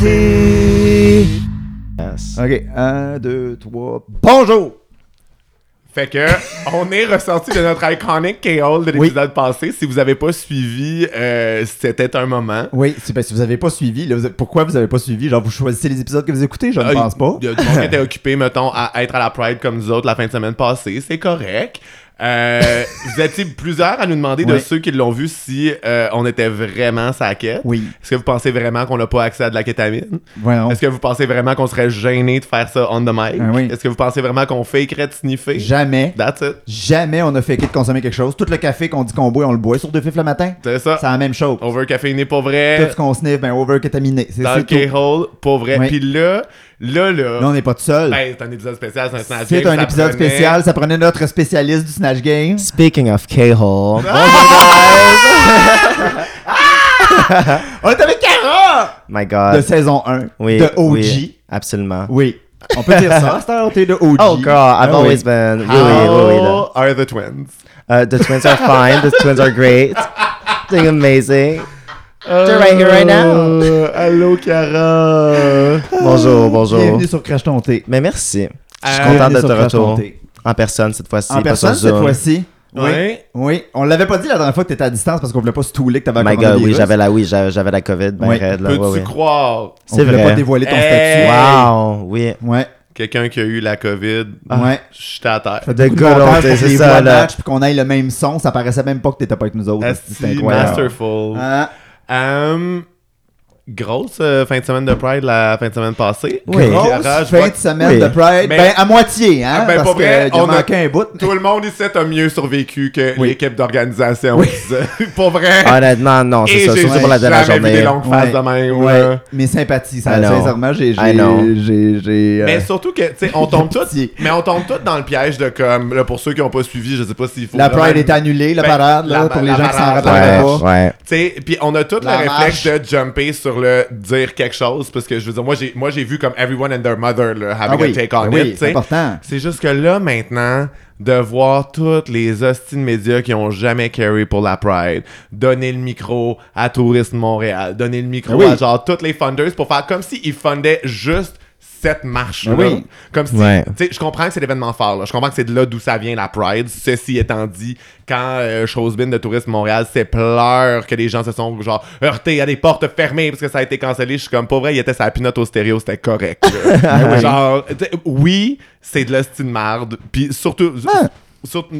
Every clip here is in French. Liberté. OK, un, deux, trois. Bonjour! Fait que, on est ressorti de notre iconic K-Hole de l'épisode passé. Si vous avez pas suivi, euh, c'était un moment. Oui, c'est parce que vous avez pas suivi. là, vous avez- pourquoi vous avez pas suivi? Genre, vous choisissez les épisodes que vous écoutez? Je ne Ah, pense pas. Il y a du monde qui était occupé, mettons, à être à la Pride comme nous autres la fin de semaine passée. C'est correct. Euh, vous étiez plusieurs à nous demander de Ouais. ceux qui l'ont vu si euh, on était vraiment sa quête. Oui. Est-ce que vous pensez vraiment qu'on n'a pas accès à de la kétamine? Voyons. Est-ce que vous pensez vraiment qu'on serait gêné de faire ça on the mic? Ah oui. Est-ce que vous pensez vraiment qu'on fakerait de sniffer? Jamais, That's it. jamais on a fait de consommer quelque chose. Tout le café qu'on dit qu'on boit, on le boit sur deux fifs le matin. C'est ça. C'est la même chose. Overcaféiné pour Tout ce vrai. qu'on sniff, ben overcataminé. C'est Dans le c'est tout. K-hole pour vrai. Oui. Puis là, là, là. Là, on n'est pas tout seul. ben, c'est un épisode spécial, c'est un snatch c'est game, un ça épisode prenait- spécial. Ça prenait notre spécialiste du Snatch Game. Speaking of K-hole, On est avec Cara! my De God, saison 1. oui, de OG. oui, absollement. Oui. On peut dire ça, c'est un de OG. Oh girl, I've Ah oui. always been really, How really. The, are the twins? uh, the twins are fine. The twins are great. Doing amazing. They're right here, right now. Euh, allô, Cara. Bonjour, Oh, bonjour. Bienvenue sur Crash Ton Thé. Mais merci. Je suis Euh, content bienvenue de sur te Crash retour Monté. en personne cette fois-ci. En pas sur personne cette Zoom. fois-ci. Oui. Ouais. Oui. On l'avait pas dit la dernière fois que t'étais à distance parce qu'on voulait pas se touler que t'avais My God, coronavirus. oui, j'avais la, oui, j'avais j'avais la COVID. Ben Oui. raide, là, Peux-tu ouais, ouais. croire On C'est voulait vrai. pas dévoiler Eh. ton Hey. Wow, oui. statut. Ouais. quelqu'un qui a eu la COVID? Ouais. J'étais à terre. Fait beaucoup de good old montage days, pour que c'est les ça, voix là. matchent puis qu'on aille le même son. Ça paraissait même pas que t'étais pas avec nous autres. Asti, C'est incroyable. masterful. Hein? Hum, grosse euh, fin de semaine de Pride la fin de semaine passée. Oui. Puis, Grosse Cara, je vois fin de que semaine Oui. de Pride. Mais- Ben, à moitié, hein? Ah, ben, parce pas vrai, que y a on a- manqué un bout. Tout le monde ici a mieux survécu que Oui. Ah, l'équipe d'organisation. Pour vrai. Honnêtement, Ah, non, c'est Et ça. j'ai Surtout pour la dernière jamais vu des journée. longues faces Ouais. de même. Ouais. là. Mes sympathies, I ça, know. sincèrement, j'ai. I know. j'ai- J'ai. j'ai, euh, Mais surtout que, tu sais, on tombe tous, Pitié. mais on tombe tous dans le piège de comme, là, pour ceux qui ont pas suivi, je sais pas s'il faut. La vraiment- Pride est annulée, la Ben, parade, la- là, pour les la gens qui s'en parade, rappellent Ouais, pas. ouais. Tu sais, puis on a tout le La réflexe marche. de jumper sur le dire quelque chose, parce que je veux dire, moi, j'ai, moi, j'ai vu comme Everyone and Their Mother, là, Ah having oui, a take on ben oui, it, tu c'est sais. important. C'est juste que là, maintenant, de voir toutes les hosties de médias qui ont jamais carry pour la Pride, donner le micro à Tourisme Montréal, donner le micro Ah Oui. à genre toutes les funders pour faire comme s'ils fundaient juste cette marche-là. Ben oui. Comme si, Ouais. tu sais, je comprends que c'est l'événement fort, là. Je comprends que c'est de là d'où ça vient, la Pride. Ceci étant dit, quand euh, Chosebin de Tourisme Montréal c'est pleure que les gens se sont, genre, heurtés à des portes fermées parce que ça a été cancellé, je suis comme, pas vrai, il était sa pinote au stéréo, c'était correct. là. Ah Ben oui. Genre, tu sais, oui, c'est de l'hostie de marde. Puis surtout. Ah. surtout-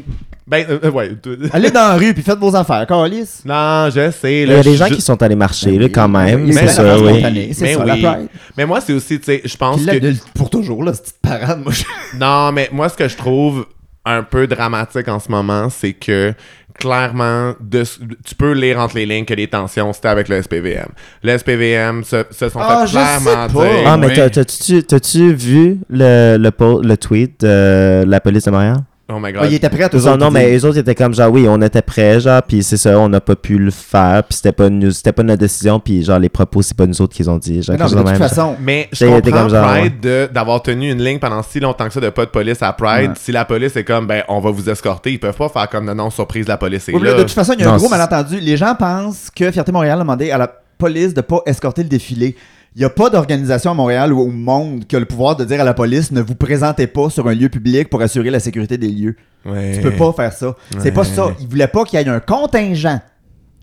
ben, euh, euh, ouais. tu- Allez dans la rue puis faites vos affaires, Carlis. Non, je sais. Il y là, a des je- gens je- qui sont allés marcher, Ben là, oui, quand même. oui, C'est mais ça, la ben oui. spontanée. spontané, c'est mais ça, la Pride. Mais moi, c'est aussi, tu sais, je pense Puis là, que. de- pour toujours, là, cette petite parade, moi, je- Non, mais moi, ce que je trouve un peu dramatique en ce moment, c'est que clairement, de, tu peux lire entre les lignes que les tensions, c'était avec le SPVM. Le SPVM se, se sont Ah, fait je sais clairement pas. dire. Ah, mais Oui. t'as- t'as-tu t'as-tu vu le, le, po- le tweet de la police de Montréal? Oh my Ah, god. il était prêt à tout Non, non, mais eux autres ils étaient comme genre, oui, on était prêts, genre, puis c'est ça, on n'a pas pu le faire, puis c'était pas, nous- c'était pas notre décision, puis genre, les propos, c'est pas nous autres qu'ils ont dit. Genre, Ben quelque Non, mais chose de de toute même. façon, Mais je J'ai été comprends comme genre, Pride de- d'avoir tenu une ligne pendant si longtemps que ça de pas de police à Pride. Ouais. Si la police est comme, ben, on va vous escorter, ils peuvent pas faire comme, non, non, surprise, la police est Oui, mais là. là, de toute façon, il y a un Non, gros c'est- malentendu. Les gens pensent que Fierté Montréal a demandé à la police de pas escorter le défilé. Il n'y a pas d'organisation à Montréal ou au monde qui a le pouvoir de dire à la police ne vous présentez pas sur un lieu public pour assurer la sécurité des lieux. Ouais. Tu peux pas faire ça. C'est pas ça. Ils voulaient pas qu'il y ait un contingent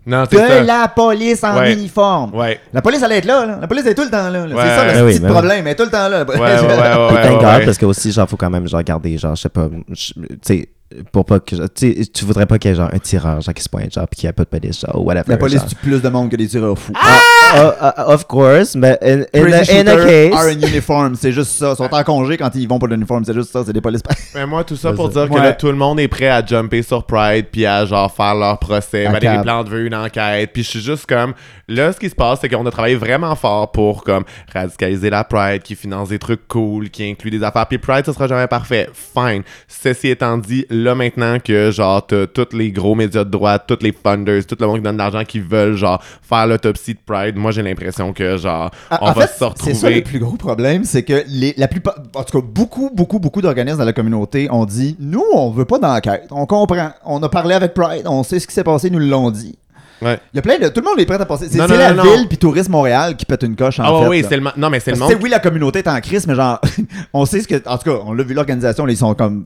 Non, de c'est ça. la police en Ouais. uniforme. Ouais. La police allait être là, là. La police est tout le temps là. là. Ouais. C'est ça le Ah oui, petit ben oui. problème. Elle est tout le temps là. la police. Ouais, ouais, ouais, ouais, Puis ouais, thank ouais, God, ouais. parce que aussi, genre, faut quand même, genre, garder, genre, je sais pas, je- tu sais, pour pas que, genre, tu sais, tu voudrais pas qu'il y ait, genre, un tireur, genre, qui se pointe, genre, puis qu'il y a pas de police, genre, ou whatever. La police genre. tue plus de monde que des tireurs fous. Ah, ah, of course, mais in, in, Prison a, in a shooters case. are in uniform, c'est juste ça. Ils sont en congé quand ils vont pas d'uniforme, c'est juste ça, c'est des polices. Mais moi, tout ça pour dire que Ouais. là, tout le monde est prêt à jumper sur Pride, puis à genre faire leur procès. À Valérie cab. Plante veut une enquête. Puis je suis juste comme, là, ce qui se passe, c'est qu'on a travaillé vraiment fort pour comme radicaliser la Pride, qui finance des trucs cool, qui inclut des affaires. Puis Pride, ce sera jamais parfait. Fine. Ceci étant dit, là maintenant que genre t'as tous les gros médias de droite, tous les funders, tout le monde qui donne de l'argent, qui veulent genre faire l'autopsie de Pride, moi j'ai l'impression que genre En- on Ah, en va fait, se retrouver. C'est ça le plus gros problème, c'est que les, la plupart, en tout cas, beaucoup, beaucoup, beaucoup d'organismes dans la communauté ont dit nous, on veut pas d'enquête, on comprend, on a parlé avec Pride, on sait ce qui s'est passé, ils nous l'ont dit. Ouais. Il y a plein de. Tout le monde est prêt à passer. C'est Non, c'est non, la non, non. ville puis Tourisme Montréal qui pète une coche en Ah ouais, fait. oui, là. c'est le ma- Non, mais c'est le Parce que, monde. tu sais, oui, la communauté est en crise, mais genre, on sait ce que. En tout cas, on l'a vu l'organisation, là, ils sont comme.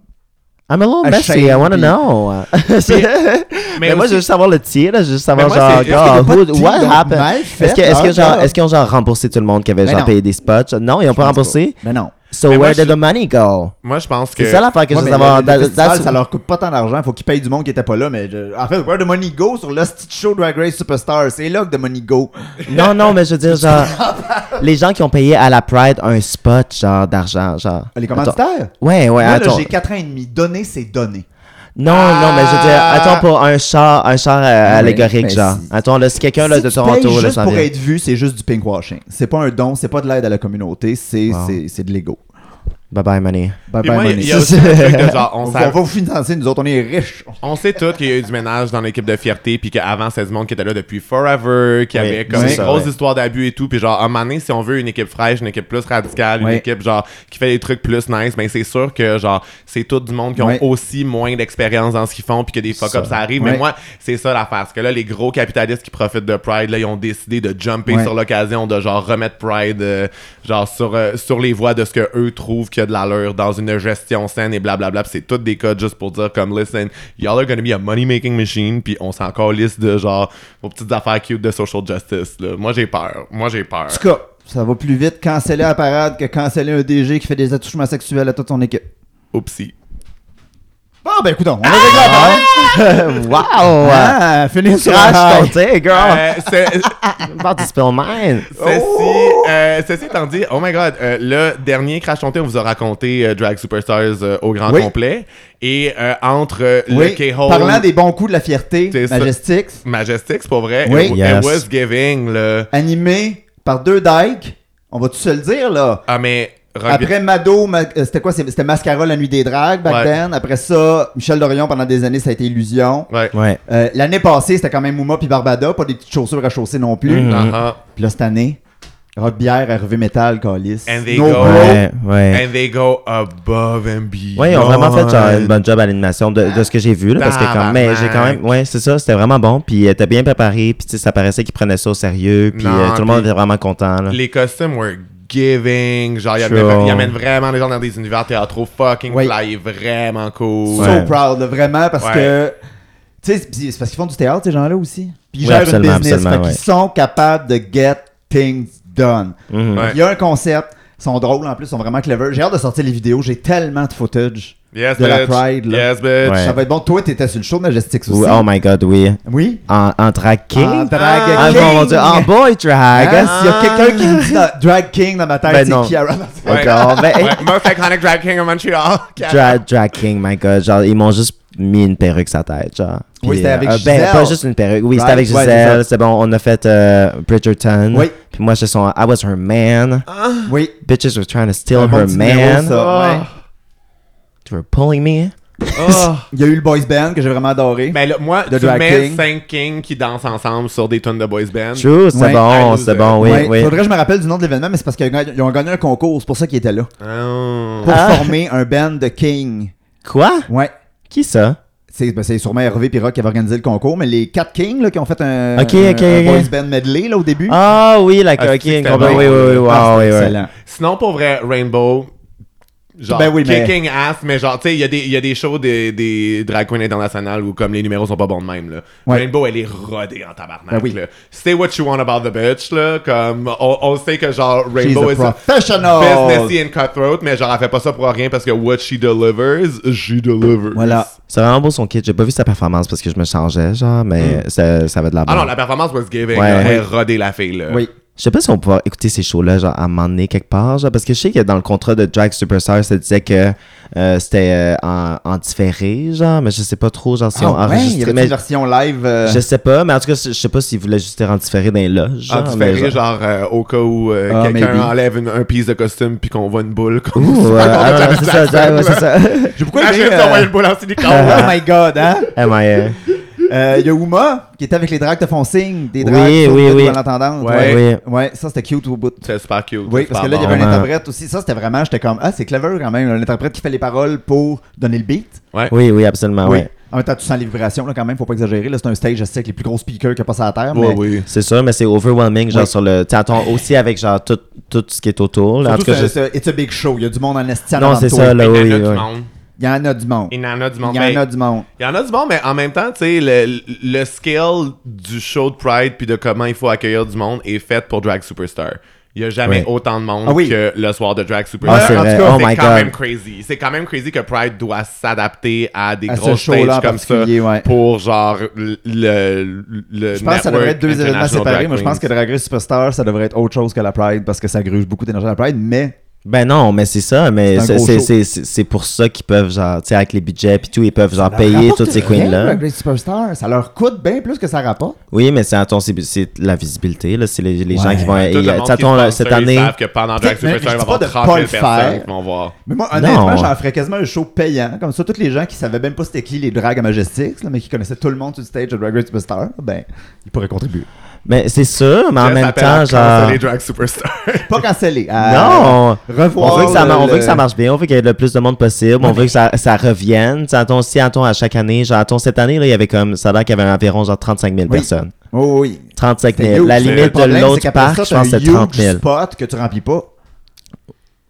I'm a little À messy, Shane, I wanna puis- know. mais, moi, Mais je veux aussi- juste savoir le tir, là, je veux juste savoir, Mais moi, genre, c'est- est-ce gars, qu'il y a pas de who- tir, what donc, happened? mal fait, Est-ce que- est-ce leur que, genre, job? est-ce qu'ils ont, genre, remboursé tout le monde qui avait, Mais genre, non. payé des spots? Non, ils ont pas remboursé? Mais non. So, Mais moi, where did je- the money go? Moi, je pense que. C'est ça l'affaire que je Ouais, veux mais savoir. le- le That- festival, that's- ça leur coûte pas tant d'argent, faut qu'ils payent du monde qui était pas là, mais je- en fait, where the money go sur le Stitch Show Drag Race Superstar, c'est là que the money go. Non, non, mais je veux dire, genre, les gens qui ont payé à la Pride un spot, genre, d'argent, genre. Les Attends. commanditaires? Ouais, ouais, Moi, là, attends. j'ai 4 ans et demi. Donner, c'est donner. Non, non, mais je veux dire, attends pour un char, un char euh, Ouais, allégorique, mais genre. si- Attends, là, si quelqu'un, là, Si de tu payes Toronto, là, juste s'en pour vient. être vu, c'est juste du pinkwashing. C'est pas un don, c'est pas de l'aide à la communauté, c'est Wow. c'est- c'est de l'ego. Bye bye, money. Bye Puis bye, moi, il y a- money. il y a aussi le truc de genre, on On, s'arr- va vous financer, nous autres, on est riches. On sait tous qu'il y a eu du ménage dans l'équipe de fierté, puis qu'avant, c'est du monde qui était là depuis forever, qui Oui, avait comme c'est des ça, grosses ouais. histoires d'abus et tout. Puis genre, à un moment donné, si on veut une équipe fraîche, une équipe plus radicale, une Ouais. équipe genre qui fait des trucs plus nice, ben c'est sûr que genre, c'est tout du monde qui ont Ouais. aussi moins d'expérience dans ce qu'ils font, puis que des fuck-ups, Ça. ça arrive. Mais Ouais. moi, c'est ça l'affaire. Parce que là, les gros capitalistes qui profitent de Pride, là, ils ont décidé de jumper Ouais. sur l'occasion de genre remettre Pride, euh, genre sur, euh, sur les voies de ce que eux trouvent qu'il y a de l'allure dans une gestion saine et blablabla. Puis c'est toutes des codes juste pour dire comme, listen, y'all are gonna be a money-making machine, puis on s'en calisse de genre vos petites affaires cute de social justice. Là. Moi, j'ai peur. Moi, j'ai peur. En tout cas, ça va plus vite canceller la parade que canceller un DG qui fait des attouchements sexuels à toute son équipe. Oupsie. Bon, ben écoute, on a réglé la parade. Ah! wow! Ah, finir sur un Crash ton high. tea, girl! Ah! Euh, c'est- I'm about to spill mine! Ceci, Oh! euh, ceci étant dit, oh my god, euh, le dernier Crash Tonté, on vous a raconté euh, Drag Superstars euh, au grand Oui. complet. Et euh, entre euh, le Oui, K-Hole. parlant des bons coups de la fierté, C'est ça. Majestix, Majestic, c'est pas vrai. Oui. It, it Yes. was giving, là. animé par deux dykes, on va tout se le dire, là. Ah, mais. Rock- Après Mado, ma- euh, c'était quoi? c'est- C'était Mascara, la nuit des dragues, back Ouais. then. Après ça, Michel Dorion, pendant des années, ça a été Illusion. Ouais. Ouais. Euh, L'année passée, c'était quand même Mouma puis Barbada, pas des petites chaussures à chausser non plus. Mhm. Ah, ah. Puis là, cette année, Rock Bière, RV Metal, Calis. And they no go. Bro. Ouais, ouais. And they go above and beyond. Ouais, ils ont vraiment fait genre, une bonne job à l'animation de, de ce que j'ai vu là, parce que quand mais j'ai quand même ouais, c'est ça, c'était vraiment bon puis euh, t'es bien préparé puis tu sais, ça paraissait qu'ils prenaient ça au sérieux puis Non, euh, tout le monde puis- était vraiment content là. Les costumes were giving. Genre, ils Sure. amènent, ils amènent vraiment les gens dans des univers théâtraux fucking Oui. fly. Vraiment cool. So Ouais. proud, là, vraiment, parce Ouais. que. Tu sais, c'est- puis c'est parce qu'ils font du théâtre, ces gens-là aussi. Puis ils Oui, gèrent une absolument, business. absolument, fait qu'ils ouais. sont capables de get things done. Mhm. Ouais. Il y a un concept. Ils sont drôles en plus, ils sont vraiment clever. J'ai hâte de sortir les vidéos, j'ai tellement de footage. Yes, de la bitch. Pride, là. Yes, bitch. Ouais. Ça va être bon. Toi, t'étais sur le show de Majestix aussi. Ou- oh my god, oui. Oui. En, en drag king. En drag Ah, king. mon Dieu, en boy Hein, drag. S'il y a quelqu'un qui me dit dans- Drag King dans ma tête, Ben c'est non. Kiara. oh, Encore. Ben, hey, Ouais, Most iconic drag king of Montreal. Dra- drag king, my god. Genre, ils m'ont juste mis une perruque sur la tête, genre. Oui, Puis, c'était avec euh, Gisèle. Ben, pas juste une perruque. Oui, c'était Right, avec ouais, c'est Gisèle. ça. c'est bon, on a fait euh, Bridgerton. Oui. Puis moi, je son I was her man. Oui. Bitches were trying to steal Un bon her petit man. numéro, ça, Ah. ouais. They were pulling me. Oh. Il y a eu le boys band que j'ai vraiment adoré. Mais Ben là, moi, The tu Drag mets King. cinq kings qui dansent ensemble sur des tunes de boys band. True, c'est Ouais. bon, I c'est was bon, oui, Ouais, oui. Faudrait que je me rappelle du nom de l'événement, mais c'est parce qu'ils ont gagné- ils ont gagné un concours, c'est pour ça qu'ils étaient là. Oh. Pour Ah. former un band de King. Quoi? Ouais. Qui ça? C'est ben, c'est sûrement Hervé Piroc qui avait organisé le concours, mais les quatre Kings là, qui ont fait un, Ok, un- ok, un ok. boys band medley là, au début. Ah oui, la Ah, ok, c'était une compagnie- bon. Oui, oui, oui, wow, Ah, oui, c'était oui. excellent. Sinon, pour vrai, Rainbow. Genre, Ben oui, mais- kicking ass, mais genre, tu sais, il y, a des- il y a des shows des, des drag queens internationales où comme les numéros sont pas bons de même, là. Ouais. Rainbow, elle est rodée en tabarnak, Ben oui. là. Say what you want about the bitch, là. Comme, on, on sait que genre, She's Rainbow a is professional. businessy and cutthroat, mais genre, elle fait pas ça pour rien parce que what she delivers, she delivers. Voilà. C'est vraiment beau son kit. J'ai pas vu sa performance parce que je me changeais, genre, mais Hmm. ça, ça va de la Ah bonne. non, la performance was giving, Ouais. là. Elle est rodée, la fille, là. Oui. Je sais pas si on pourra écouter ces shows-là, genre, à un moment donné, quelque part, genre, parce que je sais que dans le contrat de Drag Superstar, ça disait que euh, c'était euh, en, en différé, genre, mais je sais pas trop, genre, si on Ah, ouais, il y enregistré. avait mais une version live. euh, Je sais pas, mais en tout cas, je sais pas s'ils voulaient juste en différé dans les loges. En genre, différé, mais genre, euh, au cas où euh, Ah, quelqu'un maybe. enlève une- un piece de costume puis qu'on voit une boule comme Ouh, ouais, ah, non, non, c'est ça, Jackson, ouais, c'est ça. J'ai beaucoup aimé. Imagine euh, ça, ouais, une boule en Oh silicone. my god, hein? Eh, mais, euh, Euh, Il y a Uma qui était avec les drags de Fonsigne, des drags Oui, sur oui, le dos oui. à l'intendance. Ouais. Ouais. ouais, ça c'était cute au bout. C'est super cute. Oui, c'est parce que là, super il y avait bon. un Vraiment. interprète aussi. Ça, c'était vraiment, j'étais comme, ah, c'est clever quand même, un interprète qui fait les paroles pour donner le beat. oui, oui, absolument, Oui. ouais. En même temps, tu sens les vibrations, là, quand même, faut pas exagérer. Là, c'est un stage, je sais, avec les plus gros speakers que passe à la Terre. Ouais, mais oui. C'est sûr, mais c'est overwhelming, genre Oui. sur le. Tu attends aussi avec genre tout, tout ce qui est autour. Là. En tout Surtout, cas, je- c'est un- c'est- it's a big show. Il y a du monde en esti en Non, avant de c'est toi. ça, là, Il y en oui. a du oui. monde. Il y en a du monde. Il y en a du monde. Il y Ben, en a du monde. Il y en a du bon, mais en même temps, tu sais, le, le scale du show de Pride puis de comment il faut accueillir du monde est fait pour Drag Superstar. Il n'y a jamais Oui. autant de monde Ah oui. que le soir de Drag Superstar. Ah, c'est En tout vrai. cas, Oh c'est my quand God. même crazy. C'est quand même crazy que Pride doit s'adapter à des À ce grosses show-là en stages comme ça particulier, ouais. pour genre le, le, le Je pense que ça devrait être deux network événements International séparés. Drag Moi, je pense que Queens. Drag Race Superstar, ça devrait être autre chose que la Pride parce que ça gruge beaucoup d'énergie à la Pride, mais Ben non, mais c'est ça, mais C'est un c'est- gros c'est show. c'est- c'est- c'est pour ça qu'ils peuvent, genre, tu sais, avec les budgets puis tout, ils peuvent, genre, payer rapporte toutes ces rien, queens-là. Drag Race Superstar, ça leur coûte bien plus que ça rapporte. Oui, mais c'est à ton, c'est- c'est la visibilité, là, c'est les, les Ouais. gens qui vont. Tout le et, monde tu sais, qui attends, est là, sponsor, cette année. Ils savent que pendant Drag Mais- mais Superstar, je il dis va y avoir pas de 30 pas 000 le personnes faire. qui vont voir. Mais moi, honnêtement, Non. j'en ferais quasiment un show payant. Comme ça, toutes les gens qui savaient même pas c'était qui les drags à Majestix, là, mais qui connaissaient tout le monde sur le stage de Drag Race Superstar, ben, ils pourraient contribuer. Mais ben, c'est sûr, mais en Ça même s'appelle temps, à genre. canceller Drag Superstar. Pas cancellé. Euh, Non! Revoir. On veut, que ça, le- ma- on veut le- que ça marche bien, on veut qu'il y ait le plus de monde possible, on veut que ça, ça revienne. Tu attends, si attends à chaque année, genre, attends, cette année, là, il y avait comme, ça a l'air qu'il y avait environ genre 35 000 Oui. personnes. Oh oui. 35 C'était 000. huge. La Le limite problème, de c'est l'autre qu'après parc, ça, je pense que t'as un c'est 30 000. huge spot que tu remplis pas.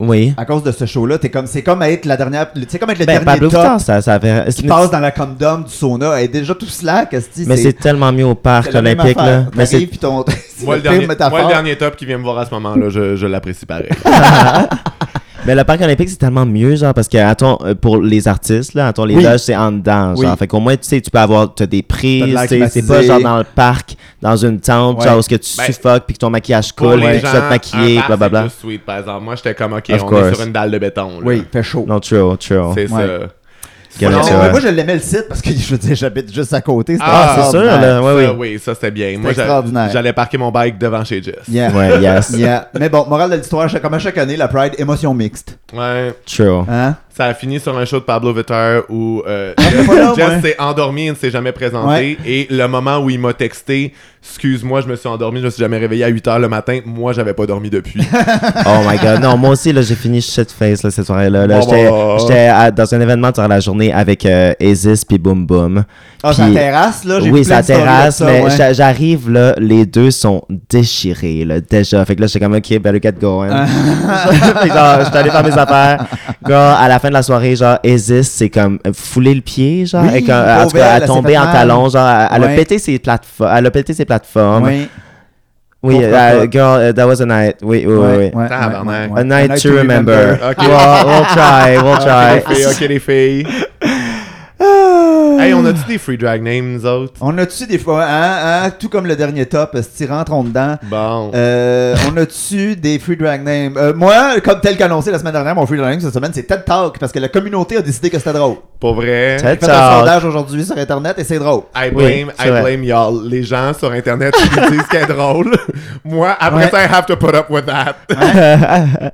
Oui. À cause de ce show-là, t'es comme, c'est comme être la dernière, c'est comme être le Ben, dernier Pablo top Vittar, ça, ça avait. qui passe dans la condom du sauna. Elle est déjà tout slack, esti, Mais c'est tellement mieux au parc la même olympique, affaire. là. Mais c'est T'arrives, puis ton- c'est Moi, le la pire dernier- moi, métaphore. le dernier top qui vient me voir à ce moment-là, je, je l'apprécie pareil. Mais le parc olympique, c'est tellement mieux, genre, parce que, attends, euh, pour les artistes, là, attends, les Oui. loges, c'est en dedans, genre. Oui. Fait qu'au moins, tu sais, tu peux avoir, t'as des T'as de prises, l'air tu sais, c'est pas climatisé. genre dans le parc, dans une tente, Ouais. genre, où ce que tu Ben, suffoques, puis que ton maquillage Pour coule, les puis que tu vas gens, te maquiller, un bar, blablabla. C'est plus sweet, par exemple. Moi, j'étais comme, OK, Of on est course. sur une dalle de béton. là. Oui, fait chaud. Non, true, true. C'est Ouais. ça. Quel Sinon- Non, c'est mais vrai. moi, je l'aimais le site parce que je veux dire, j'habite juste à côté. c'était Ah, C'est sûr, extraordinaire. là, ouais, Ça, oui. oui, ça, c'était bien. Moi, extraordinaire. j'a- j'allais parquer mon bike devant chez Jess. Yeah. Ouais, yes. Yeah. Mais bon, morale de l'histoire, chaque- comme à chaque année, la Pride, émotion mixte. Ouais. True. Hein? Ça a fini sur un show de Pablo Vittar où euh, Ah, pas là, Jess ouais. Jess s'est endormi, il ne s'est jamais présenté. Et le moment où il m'a texté, excuse-moi, je me suis endormi, je me suis jamais réveillé à 8 h le matin, moi, j'avais pas dormi depuis. Oh my god. Non, moi aussi, là, j'ai fini shit face, là, cette soirée-là. Là, Bon, J'étais- bon. J'étais à- dans un événement durant la journée avec euh, Isis puis Boom Boom. Ah, c'est la Puis- terrasse, là. j'ai oui, vu plein ça de stories de terrasse, ça, mais ouais. j'a- j'arrive là, les deux sont déchirés là, déjà. Fait que là, j'étais comme, ok, better get going. Ah. fait que genre, j'étais allé faire mes affaires. Gars, à la fin de la soirée, genre, Isis, c'est comme foulé le pied, genre, Oui, et comme, en pauvre tout cas, elle, elle elle a s'est tombé fait en mal. talons, genre, elle- elle Ouais. a pété ses plateformes, elle a pété ses plateformes. Oui. Oui, Pauvre euh, papa. girl, uh, that was a night. Oui, oui, oui. Ouais, oui. ouais, Tabarnak. ouais, ouais. A night to remember. remember. Ok. Well, we'll try, Ah, we'll try. ok, les filles, ok, les filles. Ah. hey, on a-tu des free drag names, nous autres? On a-tu des fois, hein, hein, tout comme le dernier top, euh, si rentre on dedans. Bon. Euh, on a-tu des free drag names? Euh, moi, comme tel qu'annoncé la semaine dernière, mon free drag name cette semaine, c'est TED Talk parce que la communauté a décidé que c'était drôle. Pour vrai. Ted J'ai fait un Talk. sondage aujourd'hui sur Internet et c'est drôle. I Oui, blame, c'est I vrai. blame y'all. Les gens sur Internet qui nous disent qu'elle est drôle. Moi, après Ouais. ça, I have to put up with that.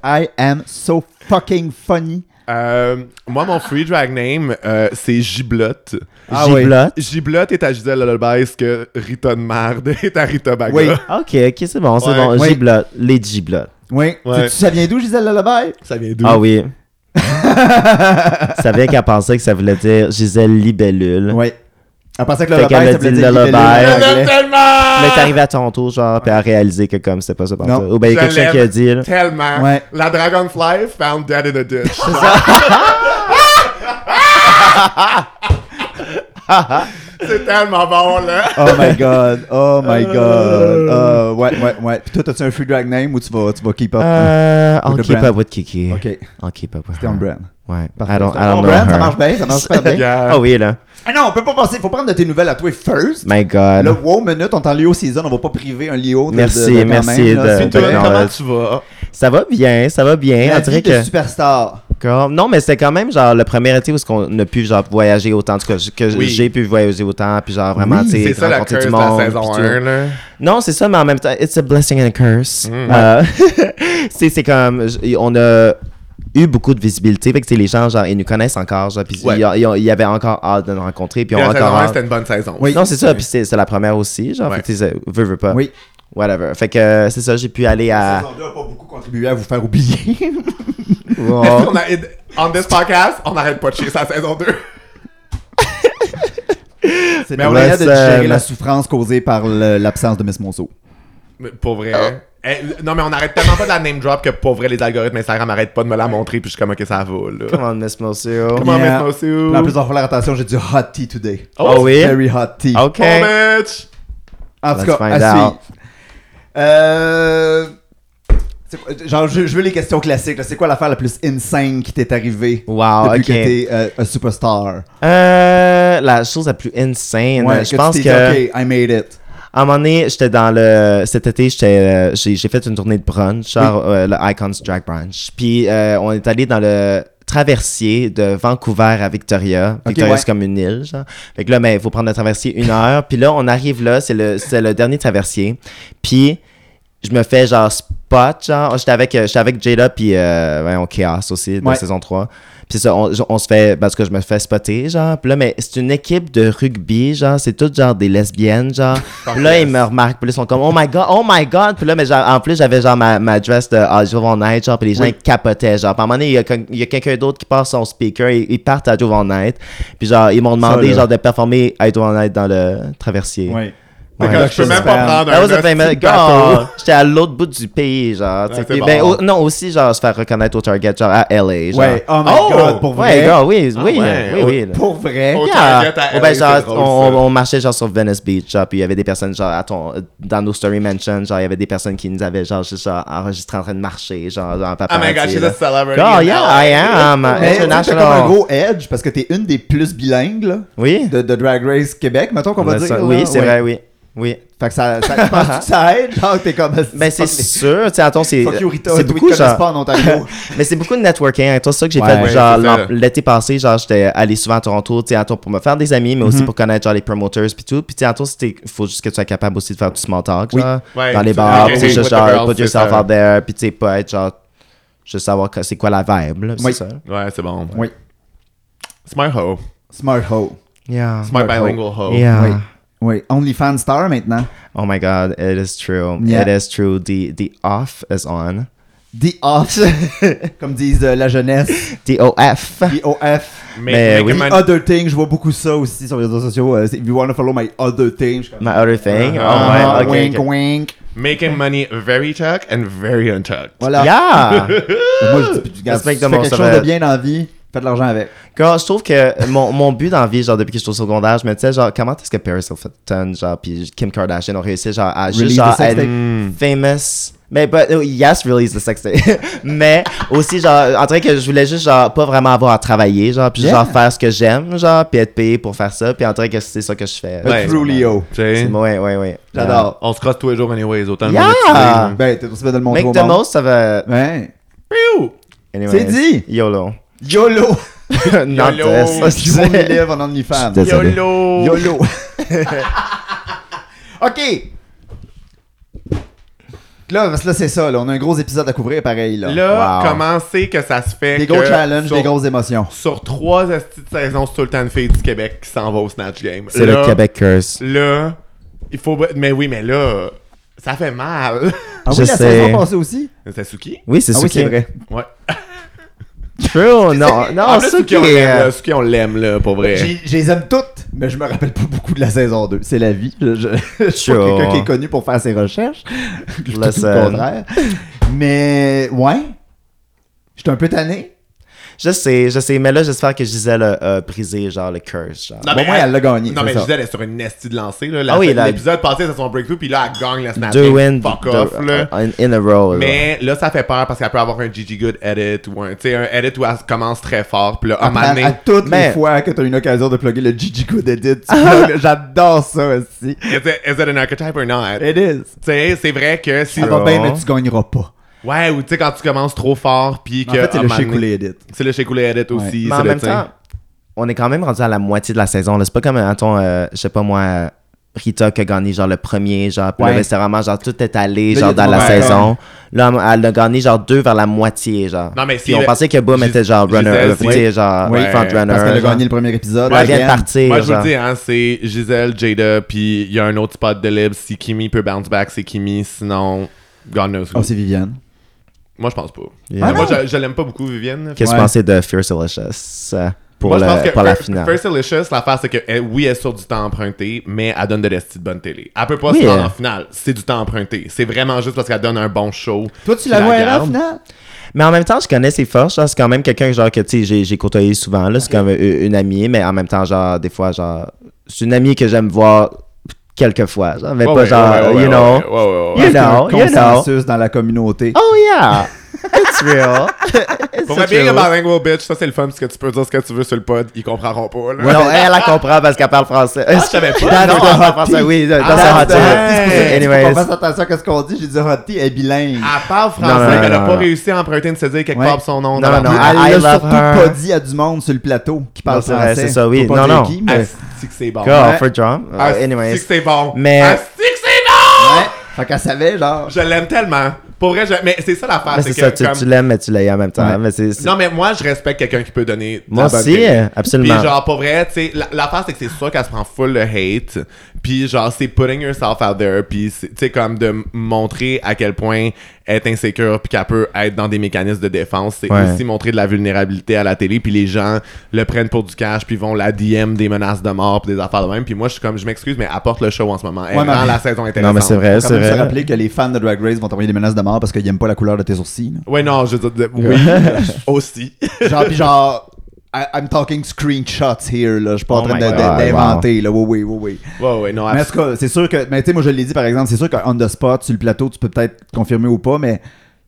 I am so fucking funny. Euh, moi, mon free drag name, euh, c'est Giblotte. Ah oui. Giblotte. Giblotte est à Gisèle Lullaby, ce que Rita de Marde est à Rita Baga. Oui. Ok, ok, c'est bon, c'est Ouais. bon. Oui. Giblotte, les giblottes. Oui. Ouais. Tu, ça vient d'où, Gisèle Lullaby? Ça vient d'où? Ah oui. ça vient qu'elle pensait que ça voulait dire Gisèle Libellule. Oui. Elle pensait que Fait Lullaby, qu'elle a ça voulait dit dire Lullaby. Je libellule en l'aime anglais. tellement! Mais t'es arrivé à ton tour, genre, puis elle a réalisé que comme c'était pas ça Non. partout. Ou ben il y a Je quelqu'un qui a l'aime dit, là. Tellement. Ouais. La Dragonfly found dead in a ditch. c'est tellement bon, là. Oh my god, oh my god. Euh, ouais, ouais, ouais. Puis toi, t'as-tu un free drag name ou tu vas, tu vas keep up? Euh, I'll With the keep brand. up with Kiki. Ok, I'll keep up with t'es on her. brand. Ouais. Parfait. I don't, I C'est on don't know brand, her. ça marche bien, ça marche super bien. Yeah. Ah oui, là. Ah non, on peut pas passer, faut prendre de tes nouvelles à toi first. My God. Le wow minute, on t'en Léo season, on va pas priver un Léo de, Ben Merci, de- de quand merci même, là. de- C'est de- toi, non, comment euh, tu vas? Ça va bien, ça va bien. la On dirait vie que... de superstar. Comme- Non, mais c'est quand même genre le premier été où ce qu'on a pu genre voyager autant, en tout cas j- que Oui. j'ai pu voyager autant, puis genre vraiment, tu C'est sais, ça la rencontrer curse du de monde. la saison puis tout. 1, là. Non, c'est ça, mais en même temps, it's a blessing and a curse. Mm. Euh, c'est c'est comme, j- on a eu beaucoup de visibilité, fait que tu sais, les gens, genre, ils nous connaissent encore, genre, puis Ouais. ils ont- ils ont- il y avait encore hâte de nous rencontrer, puis Puis on a la saison encore 1, hâte. c'était une bonne saison. Oui. Non, c'est ça, puis c'est c'est la première aussi, genre, Ouais. fait que tu sais, veux, veux pas. Oui. Whatever. Fait que euh, c'est ça, j'ai pu aller à. saison 2 a pas beaucoup contribué à vous faire oublier. Est-ce qu'on a- On this podcast, on n'arrête pas de chier sa saison 2. C'est Mais une on manière laisse, de digérer euh, la souffrance causée par le- l'absence de Miss Monceau. Mais Pour vrai. Eh, non, mais on arrête tellement pas de la name drop que pour vrai, les algorithmes Instagram arrêtent pas de me la montrer, puis je suis comme, ok, ça va, là. Come on, Miss Monsieur. Comment Yeah. Miss Monceau? Puis En plus, on va faire attention, j'ai du hot tea today. Oh, oui? Very hot tea. OK. Oh, bitch! En tout Let's cas, à find suivre. out. Euh, c'est quoi- Genre, je, je veux les questions classiques. là. C'est quoi l'affaire la plus insane qui t'est arrivée Wow, depuis ok. que t'es euh, un superstar? Euh, la chose la plus insane, Ouais, je tu pense t'es que... dit, OK, I made it. À un moment donné, j'étais dans le. Cet été, j'étais, euh, j'ai j'ai fait une tournée de brunch, genre euh, le Icons Drag Brunch. Puis euh, on est allé dans le traversier de Vancouver à Victoria. Victoria, ouais. c'est comme une île, genre. Fait que là, mais il faut prendre le traversier une heure. Puis là, on arrive là, c'est le, c'est le dernier traversier. Puis je me fais genre spot, genre. J'étais avec, euh, j'étais avec Jada, puis euh, voyons, Chaos aussi, dans Ouais. saison 3. Puis ça, on, on se fait. ben, Parce que je me fais spotter, genre. Puis là, mais c'est une équipe de rugby, genre. C'est toutes genre des lesbiennes, genre. Puis là, ils me remarquent. Puis là, ils sont comme, oh my god, oh my god. Puis là, mais genre, en plus, j'avais genre ma, ma dress de All Jour All Night, genre. Puis les gens, ils capotaient, genre. Puis à un moment donné, il y a, quelqu'un- il y a quelqu'un d'autre qui passe son speaker. Ils, ils partent à Jour All Night. Puis genre, ils m'ont demandé, là. genre, de performer à Jour All Night dans le traversier. Ouais. Fait que Ouais, je peux même j'espère. pas prendre That was a un famous hostie de bateau. girl. J'étais à l'autre bout du pays, genre. tu sais. Ouais, c'est Puis, bon. ben, au- non, aussi, genre, se faire reconnaître au Target, genre, à LA, genre. Ouais, oh my Oh! god, pour Ouais, vrai. gars, oui, oui, Ah ouais. oui, oui. là. Pour vrai. Au Yeah. Target à Oh, ben, LA, genre, c'est drôle, on, ça. on marchait genre sur Venice Beach, genre, puis il y avait des personnes genre à ton, dans nos story mentions, genre il y avait des personnes qui nous avaient genre juste genre, enregistré en train de marcher, genre en Oh my god, paparazzi, she's là. a celebrity. Oh in yeah, LA. I am Mais tu sais, t'as comme international. un gros edge parce que t'es une des plus bilingues là, Oui. de, de Drag Race Québec, mettons qu'on va Ben, dire. ça- là. oui, c'est Ouais. vrai, oui, oui. Fait que ça, ça penses-tu que ça aide, genre que t'es comme. Ben c'est sûr, tu sais, attends, c'est Fuck you, Rita, c'est we beaucoup connaissent genre. pas en Ontario. Mais c'est beaucoup de networking. hein. Toi, c'est ça que j'ai Ouais, fait ouais, genre c'est l'an- ça. l'été passé. Genre, j'étais allé souvent à Toronto, tu sais, à Toronto pour me faire des amis, mais Mm-hmm. aussi pour connaître genre les promoters puis tout. Puis tu sais, à Toronto, c'était faut juste que tu sois capable aussi de faire du small talk, genre, Ouais, dans les tu- bars, ok, pour juste what the genre girls, put c'est yourself ça. out there, puis tu sais pas être genre juste savoir que- c'est quoi la vibe, là, c'est Oui. ça. Ouais, c'est bon. Oui. C'est my hoe. Smart hoe. Yeah. C'est my bilingual hoe. Yeah. Oui. Oui. OnlyFans star maintenant. Oh my God, it is true. Yeah. It is true. The the off is on. The off. comme disent euh, la jeunesse. The OF. The OF. Mais oui. The que mon- other thing, je vois beaucoup ça aussi sur les réseaux sociaux. euh, c'est, if you wanna follow my other thing. je suis comme, My other thing. Uh-huh. Ah, oh, ouais, ok, wink, ok. wink. Making money very tuck and very untucked. Voilà. Yeah! Moi, je dis, regarde, si tu fais Respectement, quelque ça chose va de être- bien dans la vie, fais de l'argent avec. Quand je trouve que mon, mon but dans la vie, genre depuis que je suis au secondaire, je me disais genre comment est-ce que Paris Hilton, genre puis Kim Kardashian ont réussi genre à juste Release genre, the sex être tape. Hmm. famous. Mais but, oh, yes, release the sex tape. Mais aussi genre en train que je voulais juste genre pas vraiment avoir à travailler, genre puis juste, Yeah. genre faire ce que j'aime, genre puis être payé pour faire ça, puis en train que c'est ça que je fais. Ouais. Trulio. Tu sais, C'est- Ouais, ouais, ouais. J'adore. On se crosse tous les jours, anyways, autant Yeah! monétiser. Ben, t'es aussi bien de le montrer Euh, Make au the monde. most of it. Ouais. Pew! Anyways. C'est dit. YOLO. YOLO! Not YOLO. this. Qui vont l'élève en OnlyFans. Je suis Désolé. YOLO! YOLO! OK! Là, parce que là, c'est ça, là. On a un gros épisode à couvrir, pareil, là. Là, Wow. comment c'est que ça se fait des que gros challenges, sur, des grosses émotions. sur trois estis de saison, c'est tout le temps une fille du Québec qui s'en va au Snatch Game. C'est Là, le Québec curse. Là, il faut... Mais oui, mais là, ça fait mal. Ah oui, Je la sais. saison passée aussi? Sasuki? Oui, c'est Ah ça oui, c'est vrai. Ouais. True, non, non, En plus, ça Suki, qui on est... l'aime, là. Suki, on l'aime, là, pour vrai. J'ai- Je les aime toutes, mais je me rappelle pas beaucoup de la saison 2. C'est la vie. Je, je, je suis pas Sure. quelqu'un qui est connu pour faire ses recherches. Je suis tout le Listen. contraire. Mais, ouais. J'étais un peu tanné. Je sais, je sais, mais là, j'espère que Gisèle a, a brisé, genre, le curse, genre. Bon, moi, elle l'a gagné, Non, c'est Ah, mais ça. Gisèle, elle est sur une nestie de lancer, là. La- Ah oui, là- L'épisode passé, c'est son breakthrough, puis là, elle gagne la Snatch Deux Game. wins Ah, Fuck de- off, là. in, in a row, là. Mais là, ça fait peur parce qu'elle peut avoir un Gigi Good edit ou un, tu sais, un edit où elle commence très fort. Puis là, à un moment À, donné, à toutes les Mais- fois que t'as une occasion de plugger le Gigi Good Edit, tu plugues, j'adore ça aussi. is it, is it an archetype or not? Tu It is. sais, c'est vrai que si. Ça va bien, euh, mais tu gagneras pas. Ouais, ou tu sais, quand tu commences trop fort, puis que. En fait, à c'est un le moment chez donné- coulé Edit. C'est le Sheikulé edit aussi. Mais c'est en le même tien. temps, on est quand même rendu à la moitié de la saison, là. C'est pas comme, attends, euh, je sais pas moi, euh, Rita qui a gagné, genre, le premier, genre, puis Ouais. là, ben, c'était vraiment, genre, tout est allé, Là, il y a genre, du dans la momentum. saison. Là, elle a gagné, genre, deux vers la moitié, genre. Non, mais Puis si- on pensait que Boom Gis- était, genre, runner, Gisèle, euh, tu sais, genre, Ouais. front runner. Parce qu'elle a genre. gagné le premier épisode. Elle vient de again. partir, Moi, je vous genre. le dis, hein, c'est Gisèle, Jada, puis il y a un autre spot de libre. Si Kimi peut bounce back, c'est Kimi. Sinon, God knows who. Oh, c'est Viviane. Moi, je pense pas. Yeah. Ah, moi, non. je, je l'aime pas beaucoup, Vivienne. Qu'est-ce que Ouais. vous pensez de Fierce Delicious? Euh, pour, Moi, je pense le, que pour la Fir- finale. First Delicious, l'affaire, c'est que elle- oui, elle sort du temps emprunté, mais elle donne de l'esti de bonne télé. Elle peut pas Oui, hein. se rendre elle- en finale. C'est du temps emprunté. C'est vraiment juste parce qu'elle donne un bon show. Toi, tu Tu la la vois elle, là, gardes? finalement? Mais en même temps, je connais ses forces. genre, C'est quand même quelqu'un que, genre, que tu sais, j'ai- j'ai côtoyé souvent. là, C'est comme euh, une amie, mais en même temps, genre, des fois, genre, c'est une amie que j'aime voir quelques fois. Genre, mais Ouais, pas ouais, genre, ouais, ouais, ouais, you know. ouais, ouais, ouais, ouais. You C'est un know, you know. consensus dans la communauté. Oh yeah! It's real. It's Pour moi, true. bien le bilingual bitch, ça c'est le fun parce que tu peux dire ce que tu veux sur le pod, ils comprendront pas. Là. Ouais, non, elle, elle comprend parce qu'elle parle français. Ah, je savais pas. Non, elle parle français, oui, dans Ah, sa hot dans sa- tub. Hey, faut qu'on Anyways. fasse attention à ce qu'on dit. J'ai dit Hot Tea est bilingue. Ah, Elle parle français, Non, non, mais elle non, a pas non. réussi à emprunter une cédille quelque Ouais. part son nom. Non, dans la- non, Puis I- I elle l'a love surtout her. pas dit à du monde sur le plateau qui parle Non, c'est vrai, français. c'est ça, oui. Faut pas Non, dire non. qui, mais- Ah, c'est que c'est bon. Go, Ouais. for drum. Uh, Ah, anyways. c'est que c'est bon. Mais- Ah, c'est que c'est bon. Ouais. Fait qu'elle savait, genre. Je l'aime tellement. Pour vrai, je... mais c'est ça l'affaire. Mais c'est c'est que ça, tu, comme- tu l'aimes, mais tu l'aimes en même temps. Ouais. Mais c'est, c'est- Non, mais moi, je respecte quelqu'un qui peut donner. Moi de la bonne aussi, euh, télé. absolument. Puis genre, pour vrai, tu sais, la- l'affaire, c'est que c'est sûr qu'elle se prend full de hate. Puis genre, c'est putting yourself out there. Puis c'est- tu sais, comme de m- montrer à quel point elle est insécure puis qu'elle peut être dans des mécanismes de défense. C'est Ouais. aussi montrer de la vulnérabilité à la télé. Puis les gens le prennent pour du cash puis vont la DM des menaces de mort puis des affaires de même. Puis moi, je suis comme, je m'excuse, mais apporte le show en ce moment. Elle Ouais, mais- rend la saison intéressante. Non, mais c'est vrai, Faut c'est quand même se vrai. rappeler que les fans de Drag Race vont t'envoyer des menaces de mort parce qu'ils aiment pas la couleur de tes sourcils. là. Ouais, non, je veux dire, oui, aussi. Genre, pis genre, I- I'm talking screenshots here, là. Je suis pas en Oh train my de- de- God, d'inventer, là. Oui, oui, oui, oui. Ouais, ouais, non, Mais en tout cas, c'est sûr que. Mais tu sais, moi, je l'ai dit, par exemple, c'est sûr qu'on the spot, sur le plateau, tu peux peut-être confirmer ou pas, mais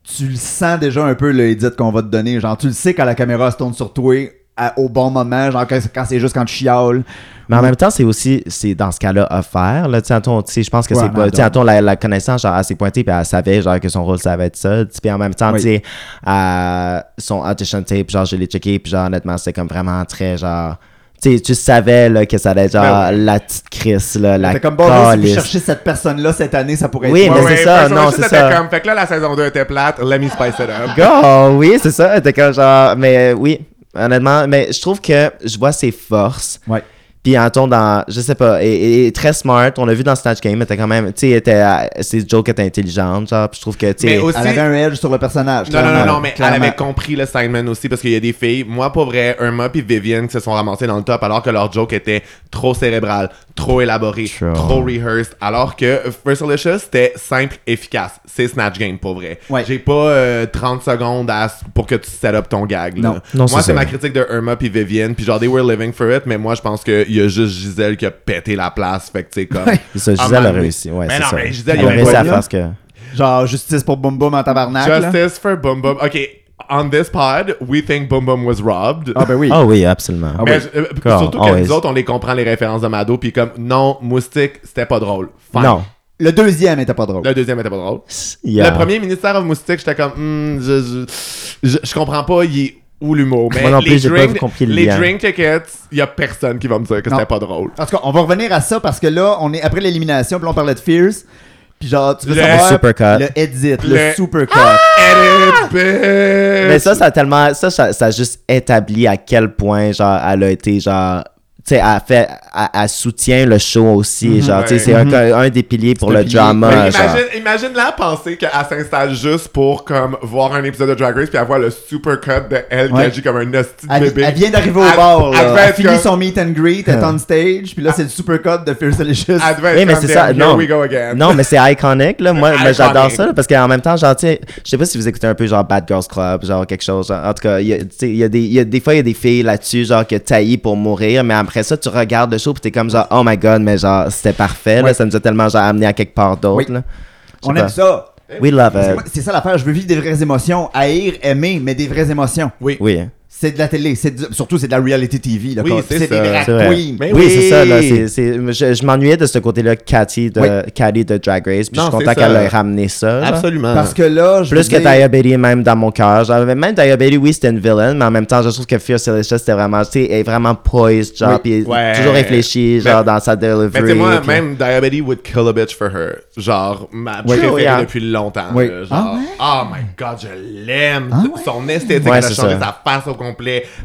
tu le sens déjà un peu, le edit qu'on va te donner. Genre, tu le sais quand la caméra se tourne sur toi à- au bon moment, genre, quand, quand c'est juste quand tu chiales. Mais en même temps, c'est aussi, c'est dans ce cas-là, offert. Là, tu sais, mettons, tu sais, je pense que Ouais, ben c'est mais pas. Tu sais, mettons, la, la connaissance, genre, elle s'est pointée, puis elle savait, genre, que son rôle, ça va être ça. Tu sais, Puis en même temps, Oui. tu sais, euh, son audition tape, genre, je l'ai checké, puis genre, honnêtement, c'était comme vraiment très, genre. Tu sais, tu savais, là, que ça allait être, genre, Ben la petite Chris, là, la T'es comme bon, là, si vous calisse. cherchez cette personne-là cette année, ça pourrait Oui, être. mais moi. c'est ça, Person non, Versus, c'est c'était ça. Comme, fait que là, la saison 2 était plate, let me spice it up. Go! Oui, c'est ça. T'es comme genre. Mais euh, oui, honnêtement, mais je trouve que je vois ses forces. Ouais. Puis en ton dans, je sais pas, et, et- et très smart. On l'a vu dans Snatch Game, elle était quand même, tu sais, elle était, euh, c'est Joe qui était intelligente, genre. Puis je trouve que, tu sais, Mais aussi- Elle avait un edge sur le personnage. Non, non, non, clairement, non, mais clairement. elle avait compris le Simon aussi parce qu'il y a des filles, moi pour vrai, Irma puis Vivienne qui se sont ramassées dans le top alors que leur joke était trop cérébral, trop élaboré, Sure. trop rehearsed, alors que First Delicious c'était simple, efficace. C'est Snatch Game pour vrai. Ouais. J'ai pas euh, 30 secondes à s- pour que tu set up ton gag. là. Non. Non, moi c'est c'est ça. ma critique de Irma puis Vivienne, puis genre they were living for it, mais moi je pense qu'il y a juste Gisèle qui a pété la place, fait que tu sais comme. c'est ça, Ah, Gisèle a man, réussi. Ouais, mais c'est non, ça. mais Gisèle, Elle il a y a réussi pas à de- faire ce que. Genre, justice pour Boum Boum en tabarnak. là. Justice for Boom Boom. OK, on this pod, we think Boom Boom was robbed. Ah, ben oui. Ah oui, absolument. Ah Mais oui. je- euh, Come surtout on, que always. nous autres, on les comprend les références de Mado, puis comme non, moustique, c'était pas drôle. Fine. Non. Le deuxième était pas drôle. Le deuxième était pas drôle. Yeah. Le premier ministère of moustique, j'étais comme Hmm, je, je, je, je comprends pas, il est où l'humour. Mais Moi non plus, les j'ai pas drink- compris le Les lien. drink tickets, il y a personne qui va me dire que Non. c'était pas drôle. En tout cas, on va revenir à ça parce que là, on est après l'élimination, puis là, on parlait de Fierce. Puis genre, tu veux Le savoir supercut. le edit, le, Le- supercut. Edit, Euh, bitch! Ah! Mais ça, ça a tellement. Ça, ça, ça a juste établi à quel point, genre, elle a été, genre. Tu sais, elle, fait, elle, elle soutient le show aussi. genre, tu sais, c'est un- un, des piliers pour Mhm. C'est un le pilier. drama. Mais genre. imagine, imagine la pensée qu'elle s'installe juste pour comme voir un épisode de Drag Race puis avoir le super cut de elle qui Ouais. agit comme un hostie de Elle, bébé. elle vient d'arriver au Elle- bar, elle là. devait Elle être finit comme- son meet and greet, elle est Ah. on stage, puis là, c'est le supercut de Fierce Delicious. elle devait être Oui, mais comme c'est de, ça. Here Non, we go again. non mais c'est iconique. Là. Moi, C'est mais j'adore iconique. ça. là, parce qu'en même temps, genre, tu sais, je sais pas si vous écoutez un peu genre Bad Girls Club, genre quelque chose. genre, en tout cas, il y a- tu sais, il y a des, il y a- des fois, il y a des filles là-dessus, genre, que taillent pour mourir. Mais après ça, tu regardes le show, puis t'es comme genre, oh my god, mais genre, c'était parfait. là, Ouais. ça nous a tellement genre amené à quelque part d'autre. Oui. là. Je sais on pas. Eh aime ça. We love C'est- it. moi, C'est ça l'affaire, je veux vivre des vraies émotions. Haïr, aimer, mais des vraies émotions. Oui. C'est de la télé, c'est du- surtout c'est de la reality TV. là, Oui, quoi. c'est des ça. drag C'est vrai. Ben queens. Mais oui, oui. c'est ça. Là, c'est- c'est- je je m'ennuyais de ce côté-là, Cathy de, Oui. Cathy de Drag Race. Puis je Non, suis c'est content ça. qu'elle ait ramené ça. là. Absolument. Hein? Parce que là, je Plus veux que dire- Taya Bailey, même dans mon cœur. Genre, Même Taya Bailey, oui, c'était une villaine, mais en même temps, je trouve que Fierce Delicious, c'était vraiment, tu sais, elle est vraiment poised, genre, Oui. puis Ouais. toujours réfléchie, genre, Mais- dans sa delivery. Mais tu sais, moi, puis- même Diabetes would kill a bitch for her. Genre, ma Oui. préférée Oh, yeah. depuis longtemps. Oui. là, genre, Ah oh my god, je l'aime. Ah ouais? Son esthétique, Ouais, elle a c'est changé ça. sa face au complet.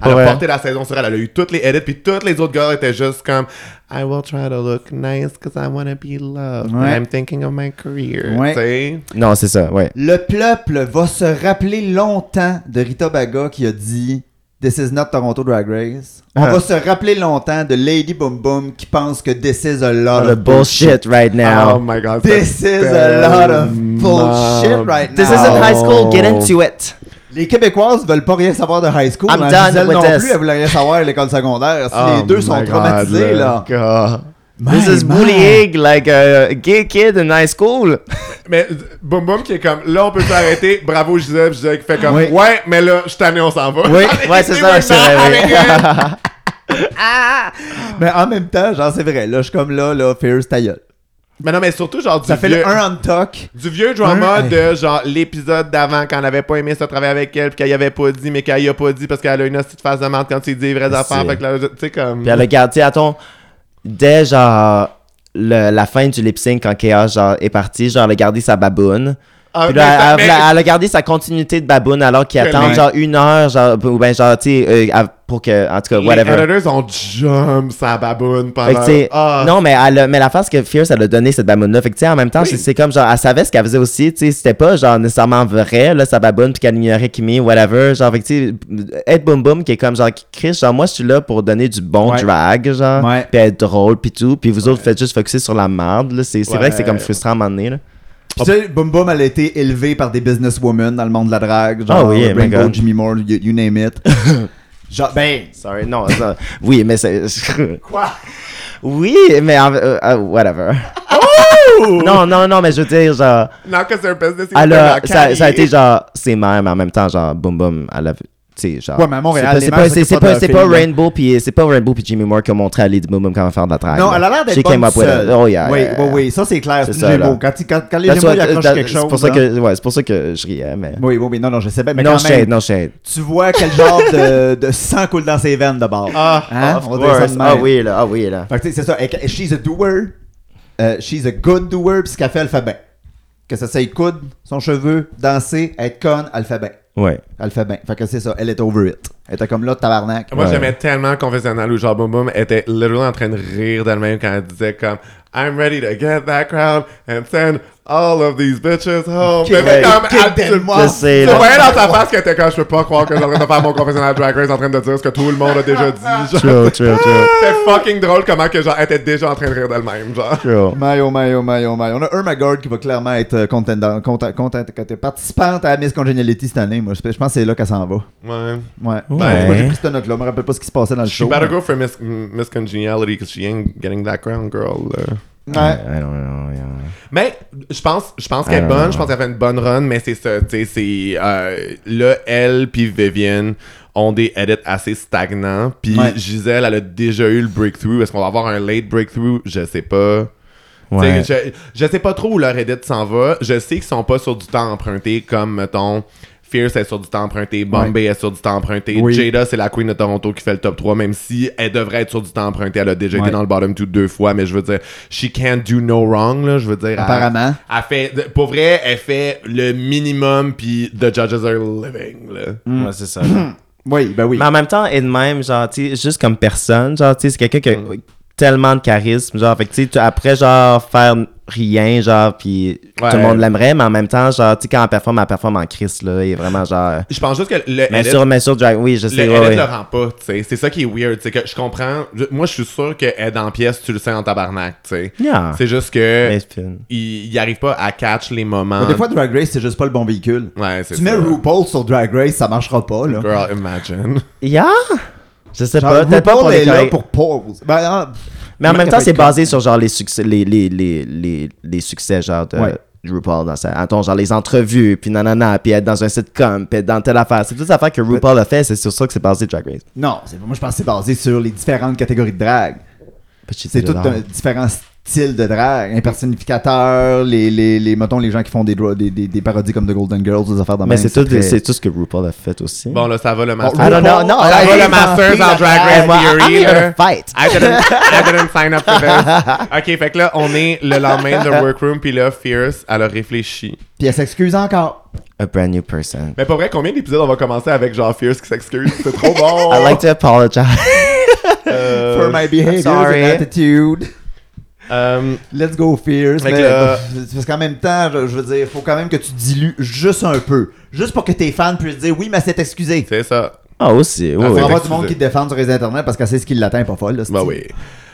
Elle Ouais. a porté la saison sur elle. Elle a eu toutes les edits. Puis toutes les autres gars étaient juste comme I will try to look nice because I want to be loved. Ouais. And I'm thinking of my career. Ouais. Tu sais? Non, c'est ça, ouais. Le peuple va se rappeler longtemps de Rita Baga qui a dit This is not Toronto Drag Race. On Ah. va se rappeler longtemps de Lady Boom Boom qui pense que this is a lot The of bullshit. bullshit right Oh now. my god. This c'est is a lot of tellement- bullshit right now. This isn't high school, get into it. Les Québécoises veulent pas rien savoir de high school. I'm hein. done Gisèle with non this. plus, elle voulait rien savoir à l'école secondaire. Si Oh les deux sont my God, traumatisés, là. God. This My is man. bullying like a gay kid in high school. Mais Boum Boum qui est comme là on peut s'arrêter, bravo Gisèle, Gisèle qui fait comme Oui. ouais mais là je t'en ai on s'en va. Oui, ouais, c'est ça, c'est vrai, oui. Mais en même temps, genre, c'est vrai. Là, je suis comme là, là, Fierce, ta gueule. mais non mais surtout genre du Ça fait vieux, le 1 on talk. du vieux drama Un- de genre l'épisode d'avant quand on avait pas aimé ça travailler avec elle puis qu'elle y avait pas dit mais qu'elle y a pas dit parce qu'elle a une hostie de face de menthe quand tu lui dis les vraies C'est- affaires fait que là tu sais comme Puis elle a gardé, attends, dès genre le- la fin du lip sync quand Kea genre est parti, genre elle a gardé sa baboune. Ah, Puis mais ça- là, elle, mais- elle- elle a gardé sa continuité de baboune alors qu'il Mais- attend mais- genre une heure, genre, ou ben genre, tu sais, euh, à- pour que, en tout cas, Les whatever. editors ont jump sa baboune Fait pendant. que, tu sais, Ah, Non, mais, elle a- mais la face que Fierce, elle a donné cette baboune-là. Fait que, tu sais, en même temps, c'est- c'est comme genre, elle savait ce qu'elle faisait aussi. Tu sais, c'était pas genre nécessairement vrai, là, sa baboune, puis qu'elle ignorait Kimi, whatever. Genre, fait que, tu sais, Ed Boom Boom, qui est comme genre, qui crie, genre, moi, je suis là pour donner du bon Ouais. drag, genre, Ouais. puis être drôle, puis tout. Puis vous autres, faites juste focuser sur la merde, là. C'est c'est vrai que c'est Ouais. comme frustrant à un moment donné, là. Puis tu sais, Boom Boom, elle a été élevée par des businesswomen dans le monde de la drague. Genre, Ah oui, my Rainbow, God. Jimmy Moore, you, you name it. genre, ben, Sorry, non, ça- oui, mais c'est. Quoi? Oui, mais. en- euh, euh, whatever. non, non, non, mais je veux dire, genre. Non, que c'est un business. il Elle était a, dans ça, ça a été Cali. genre ses mères, mais en même temps, genre, boum boum, elle a. Tu sais, genre. Ouais, mais à Montréal, les c'est mères pas, c'est- s'occupent c'est pas de pas, leur c'est pas, fille, Rainbow puis c'est pas Rainbow puis Jimmy Moore qui ont montré à Lady Boom Boom comment faire de la traque. Non, là. elle a l'air She d'être came bonne up with it. seule. Oh yeah. oui, yeah. oui, oui, ça c'est clair, C'est c'est ça, les là. mots. Quand, ils- quand, quand les That's mots what- ils accrochent that- quelque chose. C'est pour, ça là. que- ouais, c'est pour ça que je riais, mais. Oui, oui, oui, non, non, je sais bien, mais non, quand même, shade, non shade. tu vois quel genre de, de sang coule dans ses veines d'abord. Ah, Hein? Of On va dire ça course. de même. Ah oui, là, ah oui, là. Fait que tu sais, c'est ça. Et- et She's a doer. Euh, she's a good doer. Puis ce qu'elle fait, elle fait bien. Que ça soit coude, son cheveu, danser, être conne, elle fait bien. Ouais. Elle fait bien. Fait que c'est ça. Elle est over it. Elle était comme là, tabarnak. Moi, Ouais. j'aimais tellement Confessionnal où genre Boom Boom était littéralement en train de rire d'elle-même quand elle disait comme I'm ready to get that crowd and send all of these bitches home. Qui- Mais ouais, comme, qui elle- était tu- moi. Je sais, Tu là. voyais dans sa face qu'elle était comme je peux pas croire que je suis en train de faire mon Confessionnal Drag Race en train de dire ce que tout le monde a déjà dit. genre. True, true, true. C'est fucking drôle comment que genre elle était déjà en train de rire d'elle-même genre. True. My, oh my, oh my, oh my. On a Ermagord qui va clairement être euh, contendant- content- content- content- participante à Miss Congeniality cette année. Moi, je, je pense que c'est là qu'elle s'en va. Ouais. Ouais. Ben, Ouais. Moi, j'ai pris cette note-là. Je me rappelle pas ce qui se passait dans le She show. better go for Miss, Miss Congeniality because she ain't getting that crown girl. là. Ouais. I don't know, yeah. Mais je pense, je pense qu'elle Ah, est bonne, non. je pense qu'elle fait une bonne run, mais c'est ça, tu sais, c'est euh, là, elle puis Vivienne ont des edits assez stagnants, puis Ouais. Gisèle, elle a déjà eu le breakthrough. Est-ce qu'on va avoir un late breakthrough Je sais pas. Tu sais, Ouais. Je, je sais pas trop où leur edit s'en va. Je sais qu'ils sont pas sur du temps emprunté comme mettons. Fierce est sur du temps emprunté, Bombay est sur du temps emprunté, Oui. Jada c'est la queen de Toronto qui fait le top 3 même si elle devrait être sur du temps emprunté, elle a déjà Ouais. été dans le bottom 2 deux fois mais je veux dire she can't do no wrong là, je veux dire elle- Apparemment. elle fait, pour vrai, elle fait le minimum, puis the judges are living. Là. Ouais, c'est ça. là. Oui, ben oui. Mais en même temps, et de même, genre, tu sais, juste comme personne, genre, tu sais, c'est quelqu'un qui a Mm. tellement de charisme, genre, fait que, tu sais, tu- après, genre, faire rien, genre, puis Ouais. tout le monde l'aimerait, mais en même temps, genre, tu sais, quand elle performe, elle performe en Christ, là, et vraiment, genre, Je pense juste que le mais edit- sur, mais sur drag, oui, je le sais, edit ouais, ouais. le rend pas, tu sais. C'est ça qui est weird, c'est que je comprends. je- moi, je suis sûr que Ed en pièce, tu le sais en tabarnak, tu sais. Yeah. C'est juste que Mais c'est fine. il, il arrive pas à catch les moments. Des fois, Drag Race, c'est juste pas le bon véhicule. ouais, c'est Tu mets ça. RuPaul sur Drag Race, ça marchera pas, là. Girl, imagine. Yeah? Je sais Genre, pas, peut-être pas RuPaul pour est les là collègues. pour pause. Ben, ah, Mais en Comment même qu'elle temps, peut c'est être basé sur, genre, les succès, les, les, les, les, les succès, genre, de... Ouais. RuPaul dans sa... Attends, genre les entrevues, puis nanana, puis être dans un sitcom, puis être dans telle affaire. C'est toutes les affaires que RuPaul a fait, c'est sur ça que c'est basé Drag Race. Non, c'est- moi je pense que c'est basé sur les différentes catégories de drague. C'est tout un différent style de drague. Un personnificateur, les, les, les, mettons, les gens qui font des, dro- des, des, des parodies comme The Golden Girls, des affaires de Mais même, c'est tout, très- Ah, c'est tout ce que RuPaul a fait aussi. Bon, là, ça va le Bon, master. I don't know. RuPaul No, a ça va le inventé master la dans Drag drague. Race Theory. là. fight. I didn't, I didn't sign up for this. Ok, fait que là, on est le lendemain de Workroom, puis là, Fierce, elle a réfléchi. Puis elle s'excuse encore. A brand new person. Mais pour vrai, combien d'épisodes on va commencer avec genre Fierce qui s'excuse? C'est trop bon! I like to apologize. For my behavior sorry. and attitude. Euh, Let's go fierce. Fait que mais- là- Parce qu'en même temps, je, je veux dire, faut quand même que tu dilues juste un peu. Juste pour que tes fans puissent dire oui, mais c'est excusé. c'est ça. Ah, aussi. oui, Ah, Pour oui. c'est avoir excusez. du monde qui te défend sur les internets parce qu'elle sait ce qui l'atteint pas folle. là, c'est- Bah oui.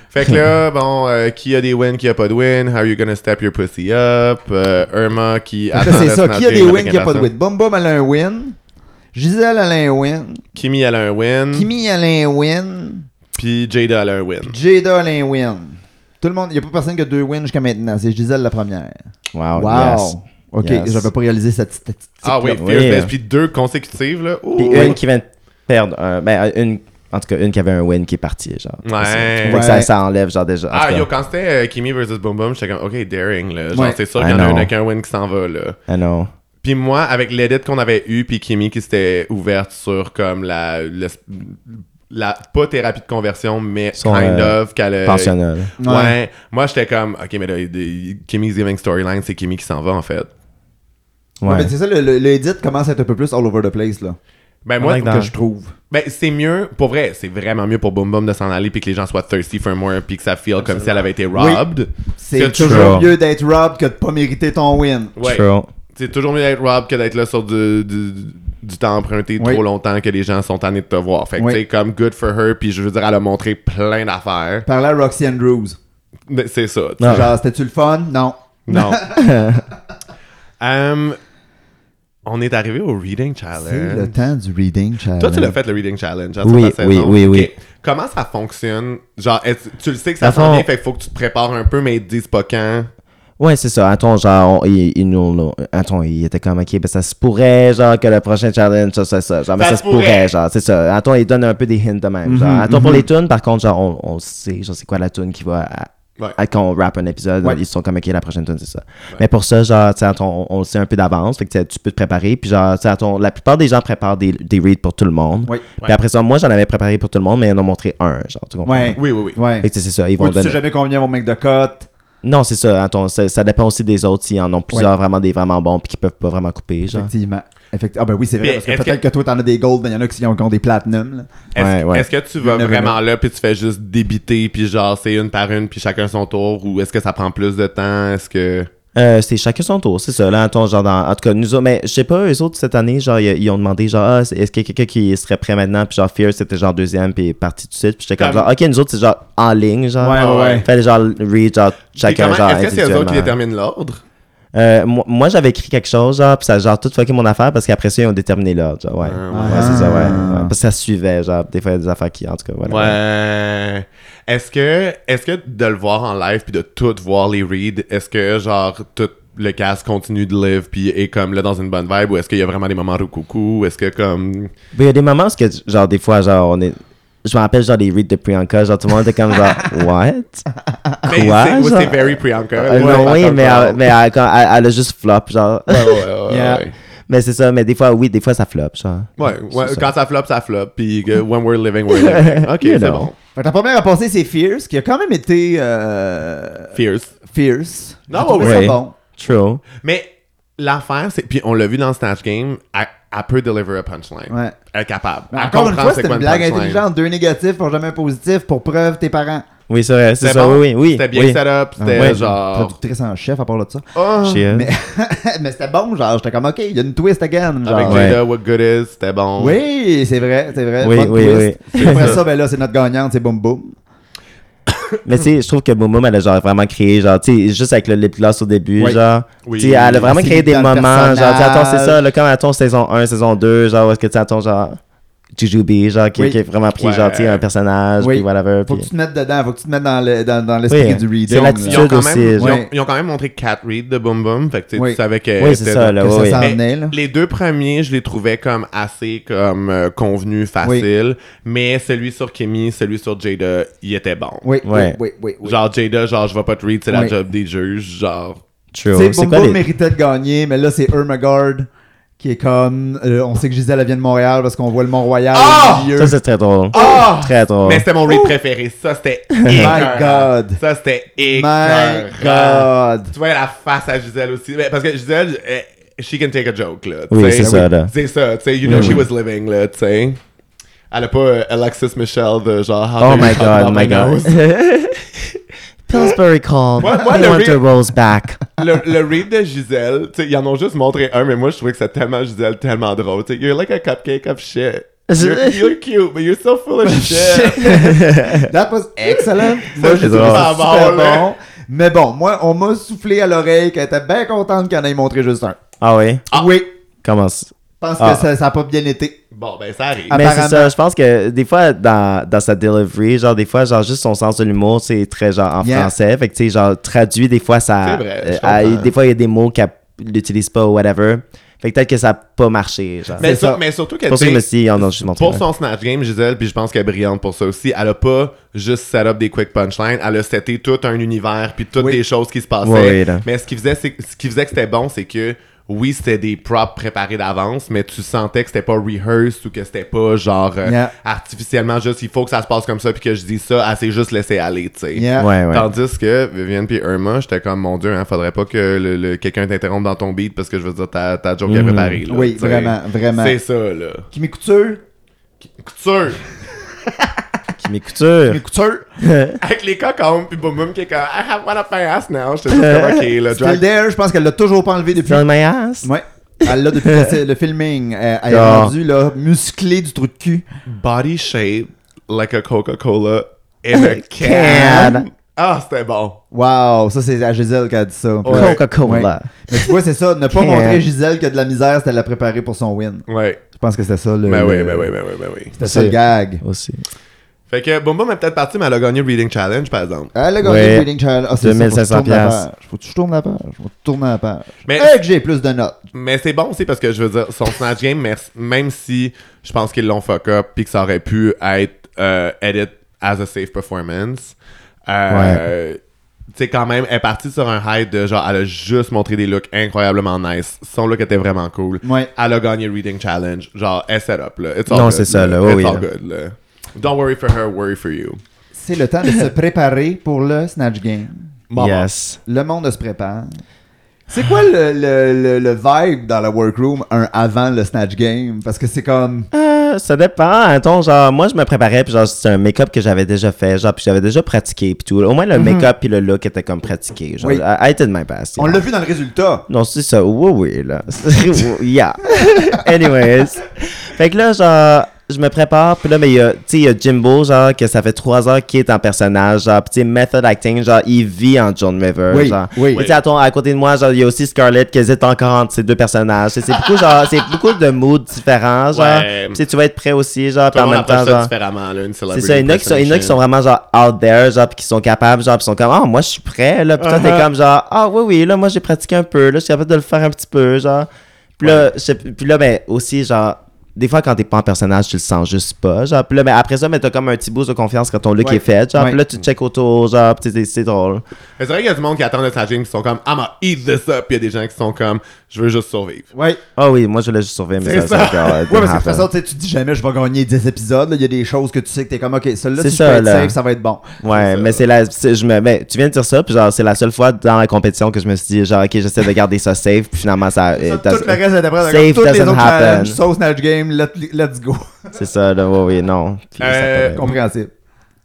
Fait que là, bon, euh, qui a des wins, qui a pas de wins, how you gonna step your pussy up, euh, Irma qui Fait que attend C'est de ça. se Qui a noter des avec wins, qui a pas de Anderson. wins? Bum Bum, elle a un win. Gisèle, elle a un win. Kimi elle a un win, Kimi, elle a un win. puis Jada elle a un win. Jada, elle a un win. Tout le monde, il n'y a pas personne qui a deux wins jusqu'à maintenant. C'est Gisèle la première. Ah, Wow. yes. wow. Ok, Yes. j'avais pas réalisé cette statistique. Ah oui, là. Fierce Oui. Best, puis deux consécutives, là. Ouh. Puis une qui vient de perdre. un- ben, une, en tout cas, une qui avait un win qui est partie, genre. Ouais. Fait que Ça, ça enlève, genre, déjà. en tout Ah, cas. yo, quand c'était euh, Kimi versus Boom Boom, j'étais comme, OK, daring, là. Genre, Ouais. c'est sûr Ah, qu'il y en a non. un avec un win qui s'en va, là. Ah non. Puis moi, avec l'edit qu'on avait eu, puis Kimi qui s'était ouverte sur comme la, le- la pas thérapie de conversion, mais Son, kind euh, of qu'elle a- Pensionnat. là. Ouais. Moi, j'étais comme, ok, mais là, il- il- Kimi's Giving Storyline, c'est Kimi qui s'en va en fait. Ouais, Ouais. mais c'est ça, le, le, le edit commence à être un peu plus all over the place, là. Ben moi, Like dans- Que je trouve. ben, c'est mieux, pour vrai, c'est vraiment mieux pour Boom Boom de s'en aller puis que les gens soient thirsty for more puis que ça feel comme si elle avait été robbed. C'est C'est toujours true. mieux d'être robbed que de pas mériter ton win. Ouais. True. C'est toujours mieux d'être robbed que d'être là sur du, du- du temps emprunté Oui. trop longtemps que les gens sont tannés de te voir. Fait que Oui. tu sais, comme good for her puis je veux dire, elle a montré plein d'affaires. Par là, Roxy Andrews. Mais C'est ça. tu sais. Ah. Genre, c'était-tu le fun? Non. Non. Hum, on est arrivé au Reading Challenge. C'est le temps du reading challenge. Toi, tu l'as fait le Reading Challenge. hein, Oui, sur ta oui, saison. oui, oui. Ok. Comment ça fonctionne? Genre, est-ce- tu le sais que ça Ça s'en vient, fon- fait qu'il faut que tu te prépares un peu, mais ils te disent pas quand. Ouais, c'est ça. Attends, genre, on- il, il nous. nous- Attends, il était comme, ok, ben ça se pourrait, genre, que le prochain challenge, ça, ça, ça. Genre, mais Ça ça, se se pourrait, pourrait. genre, c'est ça. Attends, il donne un peu des hints de même. Mm-hmm, genre. Attends, pour les tunes, par contre, genre, on, on sait, genre, c'est quoi la tune qui va. à- Ouais. à- quand on rappe un épisode, Ouais. ils sont comme, ok, la prochaine tune, c'est ça. Mais pour ça, genre, tu sais, attends, on, on le sait un peu d'avance, fait que tu sais, tu peux te préparer. Puis, genre, tu sais, attends, la plupart des gens préparent des, des reads pour tout le monde. Oui. Puis après ça, moi, j'en avais préparé pour tout le monde, mais ils en ont montré un, genre, tu comprends? Ouais. Oui, oui, oui. Ouais. Fait que, tu sais, c'est ça, ils Ou vont tu sais donner. jamais combien vont make de cut. Non, c'est ça. Attends, ça, ça dépend aussi des autres s'ils en ont plusieurs vraiment des vraiment bons puis qui peuvent pas vraiment couper. Genre. Effectivement. Effecti- Ah ben oui, c'est vrai, Mais parce que est-ce peut-être que... toi, t'en as des gold, mais il y en a qui ont, qui ont des platinum. là. Est-ce Ouais, ouais. est-ce que tu vas Never vraiment là, puis tu fais juste débiter, puis genre, c'est une par une, puis chacun son tour, ou est-ce que ça prend plus de temps? Est-ce que. Euh, c'est chacun son tour, c'est ça. Là, attends, genre, dans- en tout cas, nous autres, mais je sais pas, eux autres, cette année, genre, ils, ils ont demandé, genre, ah, est-ce qu'il y a quelqu'un qui serait prêt maintenant? Puis genre, Fear, c'était genre deuxième, puis parti tout de suite. Puis j'étais comme, Comme- genre, ok, nous autres, c'est genre en ligne, genre. Ouais, ouais, ouais. Fallait genre, read, genre, Puis chacun, comment- genre, Est-ce que c'est eux autres qui individuellement. déterminent l'ordre? Euh, moi, moi, j'avais écrit quelque chose, genre, puis ça a genre tout fucké mon affaire parce qu'après ça, ils ont déterminé l'ordre, genre, ouais. Ah, ouais, c'est ça, ouais, Ah. ouais. Parce que ça suivait, genre, des fois, il y a des affaires qui, en tout cas, voilà. Ouais. Est-ce que, est-ce que de le voir en live puis de tout voir les reads, est-ce que genre tout le cast continue de live puis est comme là dans une bonne vibe ou est-ce qu'il y a vraiment des moments de coucou? Est-ce que comme Mais il y a des moments où, ce que, genre, des fois, genre, on est. Je me rappelle, genre, des reads de Priyanka, genre, tout le monde était comme, genre, what? Mais Quoi, c'est- ouais, genre? c'est very Priyanka. Euh, Ouais, non, oui, attends, mais, attends. elle, mais euh, elle, quand- elle- elle a juste flop, genre. Ouais, ouais, ouais, ouais, Yeah. ouais. mais c'est ça, mais des fois, oui, des fois, ça flop, genre. Ouais, ouais, C'est ça. quand ça flop, ça flop. Puis que when we're living, we're living. Ok, You c'est know. bon. Fait que la première à passer, c'est Fierce, qui a quand même été euh, Fierce. Fierce. Non, J'ai trouvé ouais, ça ouais. bon. True. Mais l'affaire, c'est. Puis on l'a vu dans Snatch Game, elle, elle peut deliver a punchline. Ouais. Elle est capable. Mais Elle encore une comprend fois, c'est c'était quoi une blague punchline. intelligente. Deux négatifs pour jamais un positif, pour preuve tes parents. Oui, c'est vrai, c'est C'était ça, bon, oui, oui, oui. C'était bien oui. Ah, set up, c'était Ouais. genre. Productrice en chef, à part de ça. Oh, Cheers. Mais, mais c'était bon, genre, j'étais comme, OK, il y a une twist again. Genre. Avec Ouais. Jada, What Good Is, c'était bon. Oui, c'est vrai, c'est vrai. Oui, Bonne oui, twist. oui. Puis Après ça, ben là, c'est notre gagnante, c'est Boum Boum. Mais tu sais, je trouve que Momo, elle a genre vraiment créé, genre, tu sais, juste avec le lip gloss au début, Oui. genre. Oui. Tu sais, elle a vraiment C'est créé des dans le moments, genre, tu sais, attends, c'est personnage. ça, là, comme attends, saison 1, saison 2, genre, où est-ce que tu sais, attends, genre, Jujubee, genre, qui, Oui. qui a vraiment pris, Ouais. genre, tu sais, un personnage, Oui. puis whatever. Faut puis- que tu te mettes dedans, faut que tu te mettes dans le- dans dans l'esprit Oui. hein. du reading. C'est l'attitude. Ils ont, quand aussi, même, ils, genre. ont, ils ont quand même montré Cat Reed de Boom Boom. Fait que tu sais, Oui. tu savais que. Oui, c'est c'était- ça, là, que ça oui. s'en Mais venait, là. les deux premiers, je les trouvais comme assez comme euh, convenus, faciles. Mais celui sur Kimmy, celui sur Jada, il était bon. Oui, Ouais. oui, oui, oui. Genre Jada, genre je vais pas te read, c'est la Oui. job des juges. Genre. True. Tu sais, C'est Boum quoi Boum les. méritait de gagner, mais là, c'est Ermagard qui est comme. euh, on sait que Gisèle, elle vient de Montréal parce qu'on voit le Mont-Royal Ah! au milieu. Ça, c'est très drôle. Oh! Ah! Très drôle. Mais c'était mon read préféré. Ça, c'était. écœurant. God. Ça, c'était My écœurant. God! Tu vois la face à Gisèle aussi. Mais parce que Gisèle, euh, she can take a joke, là. tu Oui, c'est sais. ça, là. C'est ça, tu sais. You know, she was living, là, tu sais. Elle a pas euh, Alexis Michel de genre. How Oh dare you my talk about god, my god. nose. Pillsbury called. What- what They the want their re- roles back. le, le read de Gisèle, tu sais, ils en ont juste montré un, mais moi, je trouvais que c'était tellement Gisèle, tellement drôle. Tu sais, you're like a cupcake of shit. You're, you're cute, but you're so full of shit. That was excellent. Moi, Ça, je c'est trouve ça drôle. super Ah, bon. Mais bon, moi, on m'a soufflé à l'oreille qu'elle était bien contente qu'il y en ait montré juste un. Ah oui? Oui. Comment ça? Je pense Ah. que ça n'a pas bien été. Bon, ben ça arrive. Ah, Mais c'est Apparemment. ça, je pense que des fois, dans, dans sa delivery, genre, des fois, genre, juste son sens de l'humour, c'est très, genre, en Yeah. français. Fait que, tu sais, genre, traduit, des fois, ça. C'est vrai, je euh, comprends. elle- des fois, il y a des mots qu'elle n'utilise pas ou whatever. Fait que peut-être que ça n'a pas marché, genre. mais, c'est sur- ça. mais surtout C'est qu'elle pour ça que je me était- suis dit, oh non, je suis montré. pour son snatch game, Gisèle, puis je pense qu'elle est brillante pour ça aussi. Elle a pas juste set up des quick punchlines, elle a seté tout un univers puis toutes Oui. les choses qui se passaient. Ouais, ouais, là. mais ce qui faisait, c'est- ce qui faisait que c'était bon, c'est que oui, c'était des props préparés d'avance, mais tu sentais que c'était pas rehearsed ou que c'était pas genre euh, Yeah. artificiellement juste il faut que ça se passe comme ça puis que je dis ça, elle s'est juste laissée aller, tu sais. Yeah. Ouais, ouais. Tandis que Vivienne puis Irma, j'étais comme mon dieu, hein, faudrait pas que le, le- quelqu'un t'interrompe dans ton beat parce que je veux dire ta, ta joke est préparée. là, Mm. Oui, tu sais. vraiment, vraiment. C'est ça, là. Kimi Couture. Couture! Qui m'écouture. Kimi Couture. Avec les cocombes, puis boum boum, qui est comme I have one up my ass now. J'étais juste comme ok, là, Still drag. there, je pense qu'elle l'a toujours pas enlevé depuis. Dans my ass. Ouais. Elle l'a depuis le, le filming. Elle, elle est Ah. rendue là, musclée du trou de cul. Body shape like a Coca-Cola in a Can. can. Ah, c'était bon. Wow, ça c'est à Gisèle qui a dit ça. Ouais. Coca-Cola. Mais tu vois, c'est ça, ne pas Can. montrer Gisèle que de la misère, c'était de la préparer pour son win. Ouais. Je pense que c'était ça le. Ben oui, le- ben oui, ben oui, ben oui. C'était ça le C'est- gag. Aussi. Fait que boum boum est peut-être partie, mais elle a gagné le Reading Challenge, par exemple. Elle a Ouais. gagné Ah, le Reading Challenge. Ah, c'est ça, faut que je 2500 tourne la piastres. page. Faut que je tourne la page. Faut que je tourne la page. Mais- Et que j'ai plus de notes. Mais c'est bon aussi parce que je veux dire, son Snatch Game, merci- même si je pense qu'ils l'ont fuck up puis que ça aurait pu être euh, edit as a safe performance, euh, tu sais, quand même, elle est partie sur un hype de genre, elle a juste montré des looks incroyablement nice. Son look était vraiment cool. Ouais. Elle a gagné le Reading Challenge. Genre, elle set up là. It's all Non, good, c'est ça, là. Oui, It's oui, all là. good, là. Don't worry for her, worry for you. C'est le temps de se préparer pour le Snatch Game. Bon, Yes. Le monde se prépare. C'est quoi le, le, le, le vibe dans la workroom un avant le Snatch Game? Parce que c'est comme. Euh, ça dépend. Attends, genre, moi, je me préparais, puis genre, c'était un make-up que j'avais déjà fait, genre, puis j'avais déjà pratiqué, puis tout. Au moins, le make-up puis le look était comme pratiqué. Genre, Oui. I, I did my best. On yeah. l'a vu dans le résultat. Non, c'est ça. Oui, oui, là. yeah. Anyways. Fait que là, genre, je me prépare. Puis là, mais il y a, tu sais, il y a Jimbo, genre, que ça fait trois heures qu'il est en personnage. Genre, puis tu sais, method acting, genre, il vit en John River. Oui, genre. oui. Puis tu sais, à, ton- à côté de moi, genre, il y a aussi Scarlett qui hésite encore entre ces deux personnages. C'est c'est beaucoup, genre, c'est beaucoup de moods différents, genre. Ouais. Tu sais, tu vas être prêt aussi, genre, tout puis le en monde même temps, approche ça genre. différemment, là, une C'est celebrity ça, il y en a qui sont, il y en a qui sont vraiment genre out there, genre, pis qui sont capables, genre, pis sont comme, ah, moi je suis prêt, là, pis toi Uh-huh. t'es comme genre, ah oui, oui, là, moi j'ai pratiqué un peu, là, je suis capable de le faire un petit peu, genre. Pis là, je sais- pis là, ben, aussi, genre, des fois quand t'es pas en personnage, tu le sens juste pas, genre, pis là, mais après ça, mais t'as comme un petit boost de confiance quand ton look Ouais. est fait, genre, Ouais. pis là, tu check autour, genre, pis c'est- c'est drôle. Mais C'est vrai qu'il y a du monde qui attend le Snatch Game qui sont comme, I'm gonna eat this up. Puis il y a des gens qui sont comme, je veux juste survivre. Ouais. Ah oui, moi je voulais juste surveiller, mais C'est ça. Ouais, parce que de toute façon, tu sais, tu te dis jamais je vais gagner 10 épisodes. là. Il y a des choses que tu sais que t'es comme, ok, celle-là, C'est si ça, je peux être là. safe, ça va être bon. Ouais, mais c'est la. c'est- Je me, ben, tu viens de dire ça, puis genre, c'est la seule fois dans la compétition que je me suis dit, genre, ok, j'essaie de garder ça safe, puis finalement, ça. euh, Ça, it tout doesn't- le reste est après. Safe Toutes les doesn't autres happen. challenges, sauf Snatch Game, let- let's go. C'est ça, là, oui, oui, non. Puis là, ça Euh, paraît. Compréhensible.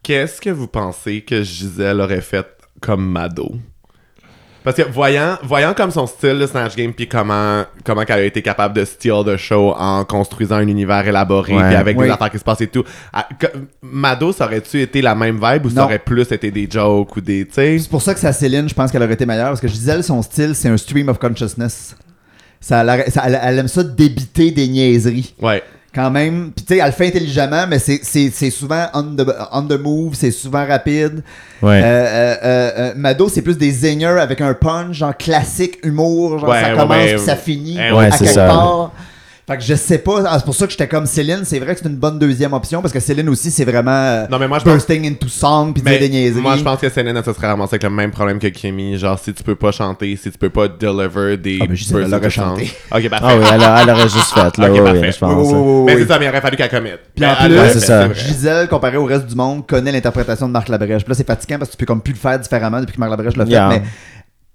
Qu'est-ce que vous pensez que Gisèle aurait fait comme Mado? Parce que voyant, voyant comme son style de Snatch Game, puis comment, comment qu'elle a été capable de steal the show en construisant un univers élaboré, Ouais. puis avec Oui. des affaires qui se passent et tout, à- que- Mado, ça aurait-tu été la même vibe ou ça Non. aurait plus été des jokes ou des. Tu sais? C'est pour ça que sa Céline, je pense qu'elle aurait été meilleure parce que Gisèle, son style, c'est un stream of consciousness. Ça, la- ça- elle, elle aime ça débiter des niaiseries. Ouais. Quand même, puis tu sais, elle le fait intelligemment, mais c'est- c'est c'est souvent on the, on the move, c'est souvent rapide. Ouais. Euh, euh, euh, euh, Mado, c'est plus des zingers avec un punch, genre classique humour, genre Ouais, ça ouais, commence ouais. puis ça finit Ouais, à ouais, c'est quelque ça. part. Fait que je sais pas, ah, c'est pour ça que j'étais comme Céline, c'est vrai que c'est une bonne deuxième option parce que Céline aussi, c'est vraiment euh, Non, mais moi, je pense- bursting into song puis dire des niaiseries. moi, je pense que Selena, ça serait ramassée avec le même problème que Kimmy. Genre, si tu peux pas chanter, si tu peux pas deliver des. Ah, ben, mais Gisèle, bursts elle aurait de chant. chanté. Ok, parfait. Ah oui, elle, a- elle aurait juste fait, là, Ok, oui, parfait. Ah oui, je pense. Oui, oui, oui, oui, mais oui. c'est ça, mais il aurait fallu qu'elle commette. Puis en Mais plus, elle l'a Ben, c'est fait, ça. vrai. Gisèle, comparé au reste du monde, connaît l'interprétation de Marc Labrèche. Puis là, c'est fatigant parce que tu peux comme plus le faire différemment depuis que Marc Labrèche l'a fait. Yeah. Mais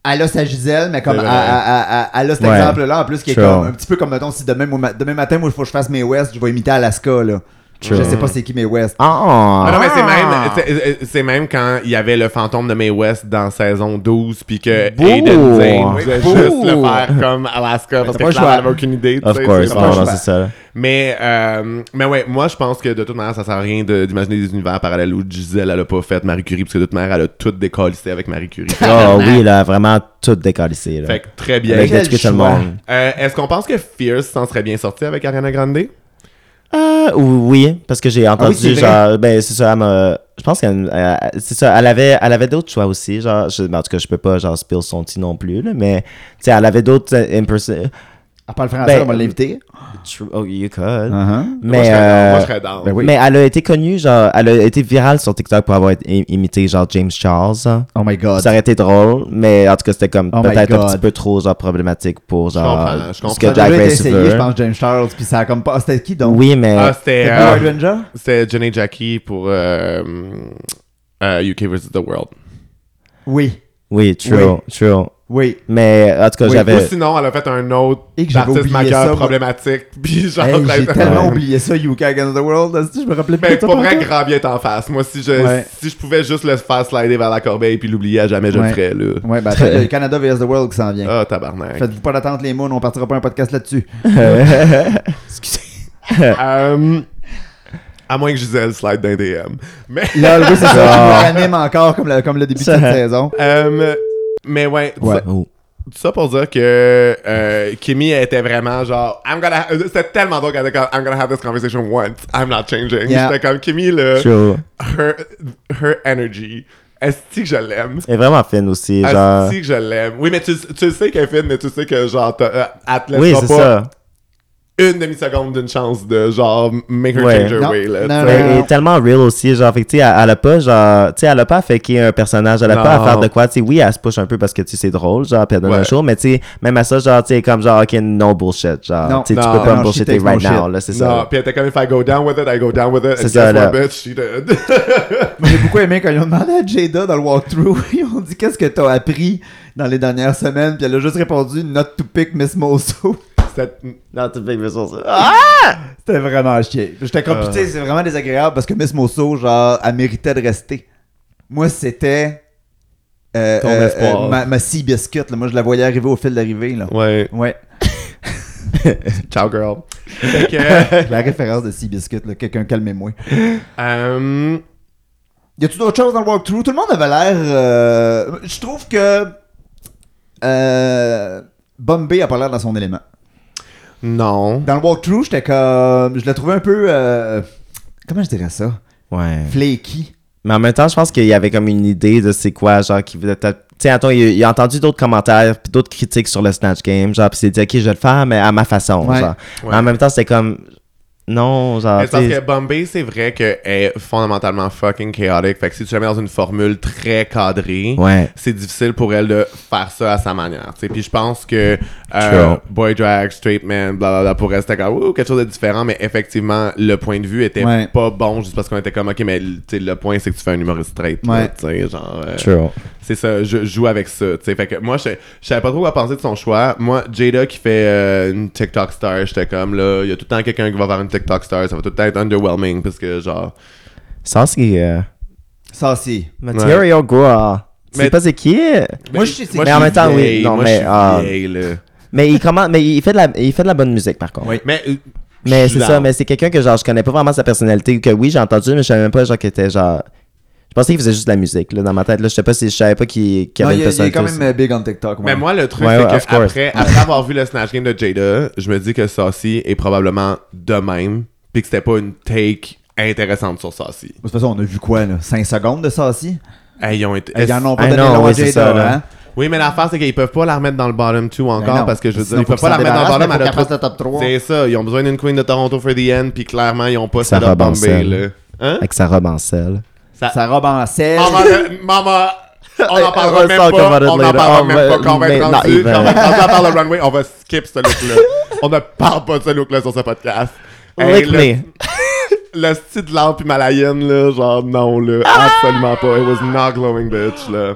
elle a sa Gisèle, mais comme C'est elle, vrai. elle- elle- elle a cet Ouais. exemple-là en plus qui est Sure. comme un petit peu comme mettons si demain, moi- demain matin, moi, il faut que je fasse mes West, je vais imiter Alaska. Là. True. Je sais pas c'est qui, mais West. Ah! Ah non, mais c'est Ah. même, c'est- euh, c'est- c'est même quand il y avait le fantôme de Mae West dans saison 12, puis que Bouh. Aiden Zane Oui, voulait bouh. juste le faire comme Alaska, parce t'as pas que le choix. Clara n'avait aucune idée. tu Of sais, course, c'est non, pas- le non, choix. c'est ça. Mais, euh, mais ouais, moi, je pense que de toute manière, ça sert à rien de- d'imaginer des univers parallèles où Gisèle, elle a pas fait Marie Curie, parce que de toute manière, elle a tout décalissé avec Marie Curie. Oh oui, là, vraiment tout décalissé, là. fait que très bien. Avec Quel détruire tout le choix. monde. Euh, Est-ce qu'on pense que Fierce s'en serait bien sorti avec Ariana Grande? Euh, oui, parce que Ah j'ai entendu, c'est vrai. genre, ben, c'est ça, elle m'a- je pense qu'elle, euh, c'est ça, elle avait, elle avait d'autres choix aussi, genre, je, ben, en tout cas, je peux pas, genre, spill son petit non plus, là, mais, tu sais, elle avait d'autres euh, imperson... Elle parle français, Ben, on va l'inviter. True- Oh, you could. Ah. Uh-huh. Mais, moi, je serais down, euh, moi, je serais down. ben oui. mais elle a été connue, genre, elle a été virale sur TikTok pour avoir été im- imité, genre, James Charles. hein. Oh my god. Ça aurait été drôle, mais en tout cas, c'était comme Oh my peut-être un God. petit peu trop, genre, problématique pour, genre, comprends, je ce que Ça a Jack déjà été Race essayé, je veut. pense, James Charles, puis ça a comme pas. ah, C'était qui donc Oui, mais... Ah, c'était C'était euh, Power Ranger? c'était Jenny Jackie pour euh, euh, UK vs. The World. Oui. Oui, true, true. Oui. Mais en tout cas, Oui, j'avais. Ou sinon, elle a fait un autre Et que j'avais artiste oublié maqueur ça, moi. problématique. Puis genre, Hey, j'ai ben, tellement Ah, Ouais. oublié ça, UK Against the World. est-ce que Je me rappelais pas ben, de ça pour vrai, partout? grand bien t'en face. Moi, si je, Ouais. si je pouvais juste le faire slider vers la corbeille puis l'oublier à jamais, je Ouais. le ferais, là. Ouais, ben attends, il y a le Canada vs. the World qui s'en vient. Ah, tabarnak. Faites-vous pas d'attente, les moons, on partira pas un podcast là-dessus. Euh, à moins que Gisèle slide d'un DM. Mais, Là, oui, c'est ça, Ah. je me ranime encore comme le, comme le début de cette Ça- saison. euh, mais ouais, Ouais. Oh. Tout ça pour dire que euh, Kimmy était vraiment genre I'm gonna ha- c'était tellement drôle qu'elle était comme I'm gonna have this conversation once I'm not changing Yeah. j'étais comme Kimmy là True. her, her energy est-ce que je l'aime Elle est vraiment fine aussi. Ah, Genre... est-ce que je l'aime oui mais tu, tu le sais qu'elle est fine mais tu sais que genre t'as- euh, elle te Oui, c'est laissera pas ça. une demi-seconde d'une chance de genre make her Ouais. change her Non, way là non, tu Mais sais. non, elle est tellement real aussi. Genre, fait que, tu sais, elle, elle a pas, genre, tu sais, elle a pas à faker un personnage. Elle a pas à Non. faire de quoi. Tu sais, oui, elle se push un peu parce que, tu sais, c'est drôle, genre, puis elle donne Ouais. un show. Mais, tu sais, même à ça, genre, tu sais, comme, genre, ok, no bullshit. Genre, Non. tu sais, tu Non. peux pas Non, me bullshiter she takes no right now, shit. là, c'est non ça. puis elle était comme if I go down with it I go down with it C'est and ça, guess là. what, bitch she did Moi, j'ai beaucoup aimé quand ils ont demandé à Jada dans le walkthrough, ils ont dit qu'est-ce que t'as appris dans les dernières semaines, puis elle a juste répondu not to pick Miss Mosso. C'était- Non, tu fais que ça. C'était vraiment chier. J'étais comme, Ah. putain, c'est vraiment désagréable parce que Miss Mosso, genre, elle méritait de rester. Moi, c'était. euh, Ton euh, espoir. euh, ma, ma Sea Biscuit, là. Moi, je la voyais arriver au fil d'arrivée, là. ouais Ouais. ciao girl fait que La référence de Sea Biscuit, là. Quelqu'un, calmez-moi. Euh, Y a-tu d'autres choses dans le walkthrough? Tout le monde avait l'air. euh, Je trouve que. Euh, Bombay a pas l'air dans son élément. non. Dans le walkthrough, j'étais comme. Je l'ai trouvé un peu. euh, Comment je dirais ça? Ouais. Flaky. Mais en même temps, je pense qu'il y avait comme une idée de c'est quoi, genre, qui voulait peut-être. Tu sais, attends, il, il a entendu d'autres commentaires, puis d'autres critiques sur le Snatch Game, genre, puis il s'est dit, ok, je vais le faire, mais à ma façon, Ouais. genre. Ouais. Mais en même temps, c'était comme. Non, genre. Mais c'est parce tu que sais, Bombay, c'est vrai qu'elle est fondamentalement fucking chaotique. Fait que si tu la mets dans une formule très cadrée, Ouais. c'est difficile pour elle de faire ça à sa manière. tu sais. Puis je pense que euh, True. Boy Drag, Straight Man, blablabla, pour rester comme Ouh, quelque chose de différent. Mais effectivement, le point de vue était Ouais. pas bon juste parce qu'on était comme ok, mais tu sais, le point c'est que tu fais un humoriste straight. là, Ouais. tu sais, genre, euh, True. C'est ça, je joue avec ça. tu sais. Fait que moi, je, je savais pas trop quoi penser de son choix. Moi, Jada qui fait euh, une TikTok star, j'étais comme là, il y a tout le temps quelqu'un qui va faire une TikTok star, ça va tout le temps être underwhelming parce que genre. Ça, c'est. euh, Ça, c'est. Material Girl. Tu sais Mais- pas c'est qui? Moi, je sais c'est moi, Mais qui. en suis même temps, oui, vieille, non, moi, mais, je suis ah. vieille, là. Mais il commence, mais il fait de la, il fait de la bonne musique par contre. Oui. Mais, euh, Mais je suis c'est ça, down. mais c'est quelqu'un que genre je connais pas vraiment sa personnalité que oui j'ai entendu mais je savais même pas genre qu'il était genre. Je pensais qu'il faisait juste de la musique là dans ma tête là je sais pas si je savais pas qu'il qu'il y Non, avait une il, il est personnalité. quand même aussi. euh, big on TikTok. ouais. Mais moi, le truc, Ouais, ouais, of c'est que course. après, après avoir vu le Snatch Game de Jada, je me dis que Saucy est probablement de même, puis que c'était pas une take intéressante sur Saucy. De toute façon, on a vu quoi, là? 5 secondes de ça aussi? Hey, ils ont été. Ils en ont pas Ah donné non, long à oui, c'est Jada, ça, là. hein? Oui, mais l'affaire, c'est qu'ils peuvent pas la remettre dans le bottom 2 encore Ben non. parce que je veux dire, Sinon, ils faut peuvent pas qu'ils la s'en remettre dans le débarrassent, bottom mais faut à la qu'elle fasse le top 3. C'est ça, ils ont besoin d'une queen de Toronto for the end, puis clairement, ils ont pas Ça set up rebalance, Bombay, elle. là. Hein? Avec sa robe en selle. Sa robe en selle. Maman, euh, maman, on en parlera We'll même talk pas, about it on en later. parlera On même va- pas quand on va mais être not rendu, even. quand on va être rendu à part le runway, on va skip ce look-là. on ne parle pas de ce look-là sur ce podcast. Hey, Lick le, me. le style de l'arbre himalayenne, là, genre, non, là, Ah! absolument pas. It was not glowing, bitch, là.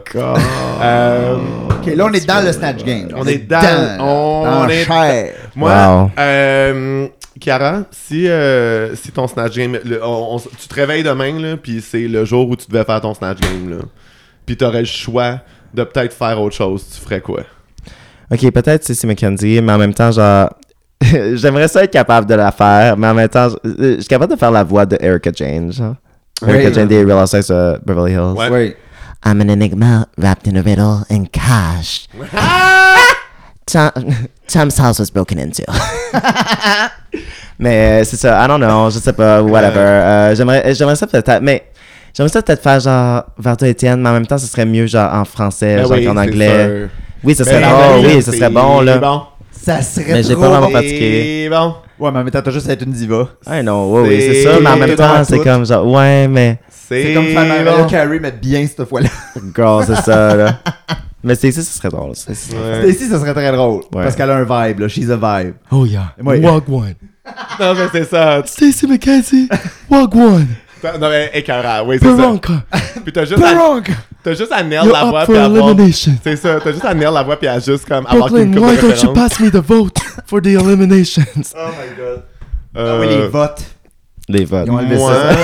Euh, Ok, là, on est dans le Snatch Game. On est dans- là. on dans est- chair. Moi, Wow. euh, Chiara, si, euh, si ton Snatch Game. le- on- on- tu te réveilles demain, là, puis c'est le jour où tu devais faire ton Snatch Game, là. Puis t'aurais le choix de peut-être faire autre chose. Tu ferais quoi? Ok, peut-être c'est c'est Mackenzie, mais en même temps, genre. J'aimerais ça être capable de la faire, mais en même temps, je, euh, je suis capable de faire la voix de Erica Jane, genre. Erica Oui. Jane des Real Housewives de Beverly Hills. Ouais. Oui. I'm an enigma wrapped in a riddle and cash. Tom, Tom's house was broken into. mais euh, c'est ça, I don't know, je sais pas, whatever. Euh, j'aimerais, j'aimerais ça peut-être, mais j'aimerais ça peut-être faire genre Varda Etienne, mais en même temps, ce serait mieux genre en français, Ben genre oui, qu'en c'est anglais. sûr. Oui, ce serait Ben, bon, ben, oui, ce serait bon, C'est là. bon. Ça serait Mais j'ai trop pas vraiment bon. pas- Fatigué. C'est bon. Ouais, mais en même temps, t'as juste à être une diva. I know, oui, oui, c'est C'est- ça, mais en même c'est temps, dans c'est tout. comme genre, ouais, mais. C'est comme faire Mariah bon. Carey, mais bien cette fois-là. Girl, c'est ça, là. mais c'est ça, ce serait drôle. c'est- c'est- Ouais. Stacy, ça serait très drôle. Parce qu'elle a un vibe, là. She's a vibe. Oh yeah. Ouais. Walk one. Non, mais c'est ça. Stacy McKenzie. Walk one. T'as- Non, mais écœurant, oui, c'est ça. Peronka. Puis t'as juste, à, Peronka. t'as juste à nail You're la voix, up puis for avoir... elimination. C'est ça, t'as juste à nail la voix, puis à juste comme avoir qu'une Brooklyn, coupe why de don't you référence. pass me the vote for the eliminations? Oh my god. Euh, Ah oui, les votes. Les votes. Ils ont enlevé Moi, ça.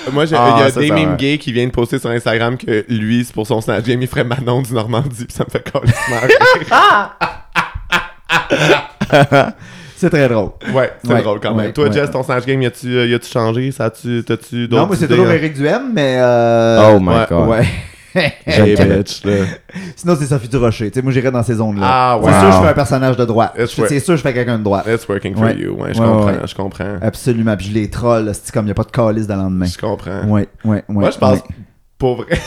moi, j'ai- il Ah, y a ça, des ça, memes ouais. gays qui viennent poster sur Instagram que lui, c'est pour son Snap Game, il ferait Manon du Normandie, puis ça me fait complètement rire. C'est très drôle. Ouais, c'est Ouais, drôle quand même. ouais, Toi, ouais. Jess, ton Snatch Game, y-a-tu euh, y a-tu changé? Ça a-tu, t'as-tu d'autres Non, moi, c'est idées, toujours hein? Eric Duhem, mais. euh, Oh my ouais, god. Ouais. J'aime Hey, qu'elle- bitch, là. Sinon, c'est Sophie Durocher. Tu sais, moi, j'irais dans ces zones-là. Ah, C'est wow. sûr, je fais un personnage de droite. It's C'est right. c'est sûr, je fais quelqu'un de droite. It's working for Ouais. you. Ouais, je Ouais, comprends, ouais. je comprends. Absolument. Puis je les troll, c'est comme il n'y a pas de calice dans le lendemain. Je comprends. Ouais, ouais, ouais. Moi, je pense, ouais. pour vrai,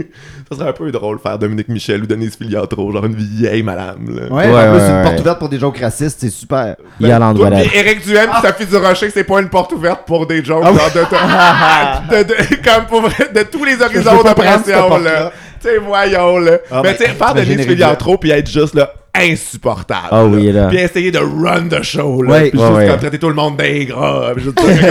ça serait un peu drôle faire Dominique Michel ou Denise Filiatro, genre une vieille madame. Là. Ouais, Ouais, en plus, ouais, c'est une ouais. porte ouverte pour des jokes racistes, c'est super. Il y a l'endroit là. Ben, Eric Duhem pis Sophie Durocher, que c'est pas une porte ouverte pour des jokes Ah genre de, de, de- comme pour vrai, de tous les Je horizons peux pas prendre cette d'oppression, porte-là. là. Tu sais, voyons, là. Ah, mais ben, tu sais, faire imagine Denise Éric Filiatro puis être juste, là, insupportable. Ah oui, là. Puis essayer de run the show, là. Ouais, puis ouais, juste ouais. comme traiter tout le monde d'ingrat. Puis juste, tu sais,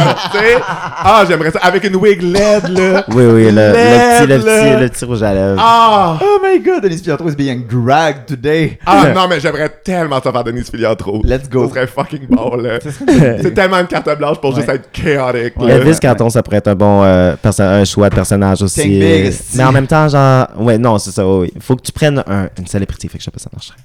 ah, j'aimerais ça, avec une wig LED, là. Oui, oui, le, le petit, le, Lève-le. petit, le petit rouge à lèvres. Ah! Oh my god, Denise Pietro is being dragged today. Ah non, mais j'aimerais tellement ça faire Denise Filiatro. Let's go. Ce serait fucking bon, là. idée. C'est tellement une carte blanche pour juste Ouais. être chaotique. là. Elvis Canton, ça pourrait être un bon euh, perso- un choix de personnage aussi. euh. Think big, esti. mais en même temps, genre, ouais, non, c'est ça, oui. oui. Faut que tu prennes un- une célébrité, fait que je sais pas ça marcherait.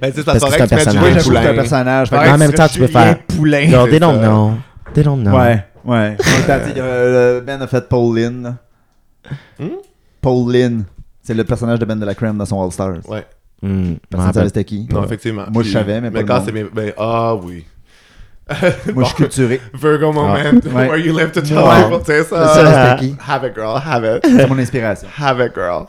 Ben, tu sais, ça Parce que serait c'est que tu un mettes personnage. Moi, Julien j'avoue que Poulain. c'est un personnage. fait que- Ouais, Mais en même serait temps, tu peux Julien faire. Poulain. Genre, they c'est don't ça. know. They don't know. Ouais, ouais. En même temps, tu sais, euh, ben a fait Pauline. là. Hmm? Pauline. C'est le personnage de Ben de la Crème dans son All Stars. Ouais. Hmm, je m'en Personne ne savait rappelle. c'était qui. Non, effectivement. Moi, je Puis- savais, mais pas Mais le quand monde. c'est mes. Ben, ah oui. Moi, je suis culturé. Virgo moment, Ouais. where you live to tell Ouais. people, tu sais Ça, ça. c'était qui? Have it, girl, have it. C'est mon inspiration. Have it, girl.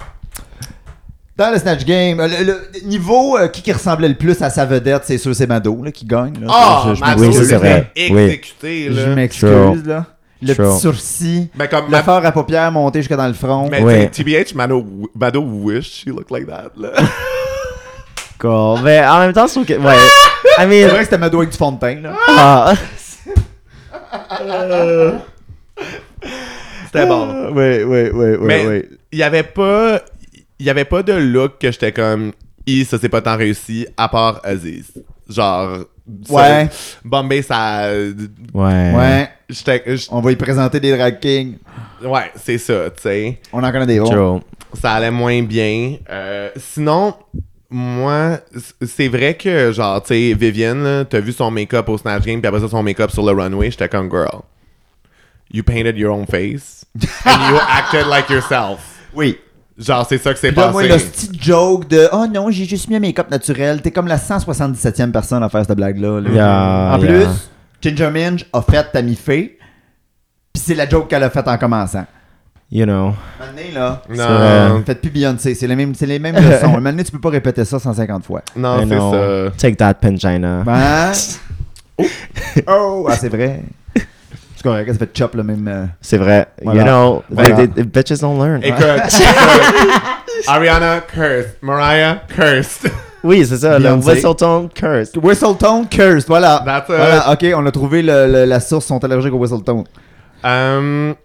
Dans le Snatch Game, euh, le, le niveau euh, qui, qui ressemblait le plus à sa vedette, c'est sûr, c'est Mado là, qui gagne. là. Ah, je, je Max, oui, ça, m'excuse. c'est vrai. Exécuté, Je là. m'excuse, là. Le Sure. petit sourcil. Mais comme. Le fort à paupières monté jusque dans le front. Ben, Mais Ouais. tu sais, TBH, Mano, Mado wish she looked like that, là. Cool. Mais en même temps, je trouve que. Ouais. I mean. C'est vrai que c'était Mado avec du fond de teint, là. ah. C'était bon. Oui, oui, oui, oui, Mais oui. il y avait pas il y avait pas de look que j'étais comme i ça c'est pas tant réussi à part Aziz. Genre ça- Ouais. Bombay ça Ouais. Ouais, j'étais j'- on va y présenter des drag kings. ouais, c'est ça, tu sais. On en connaît des bons. True. Ça allait moins bien. Euh, sinon moi, c- c'est vrai que, genre, tu sais, Vivienne, là, t'as vu son make-up au Snatch Game, puis après ça, son make-up sur le runway, j'étais comme, girl, you painted your own face, and you acted like yourself. Oui. Genre, c'est ça que c'est Puis là, passé. moi, le petit joke de Oh non, j'ai juste mis un make-up naturel. T'es comme la 177e personne à faire cette blague-là. là. Yeah, en yeah. plus, Ginger Minge a fait Tammy Faye. Puis c'est la joke qu'elle a faite en commençant. You know. Maintenant, là. vrai. Non, Faites plus Beyoncé, c'est les mêmes, c'est les mêmes leçons. Maintenant, tu peux pas répéter ça 150 fois. non, I c'est know. uh, ça. Take that, Pangina. Ben... oh, ah, c'est vrai. C'est correct, ça fait chop le même. euh, C'est vrai. Voilà. You know. Voilà. they- they- bitches don't learn. Écoute, Ariana cursed, Mariah cursed. Oui, c'est ça. Le Beyoncé. whistle tone curse. Whistle tone cursed, voilà. That's it. Voilà, ok, on a trouvé le- le- la source, ils sont allergiques au whistle tone. Hum,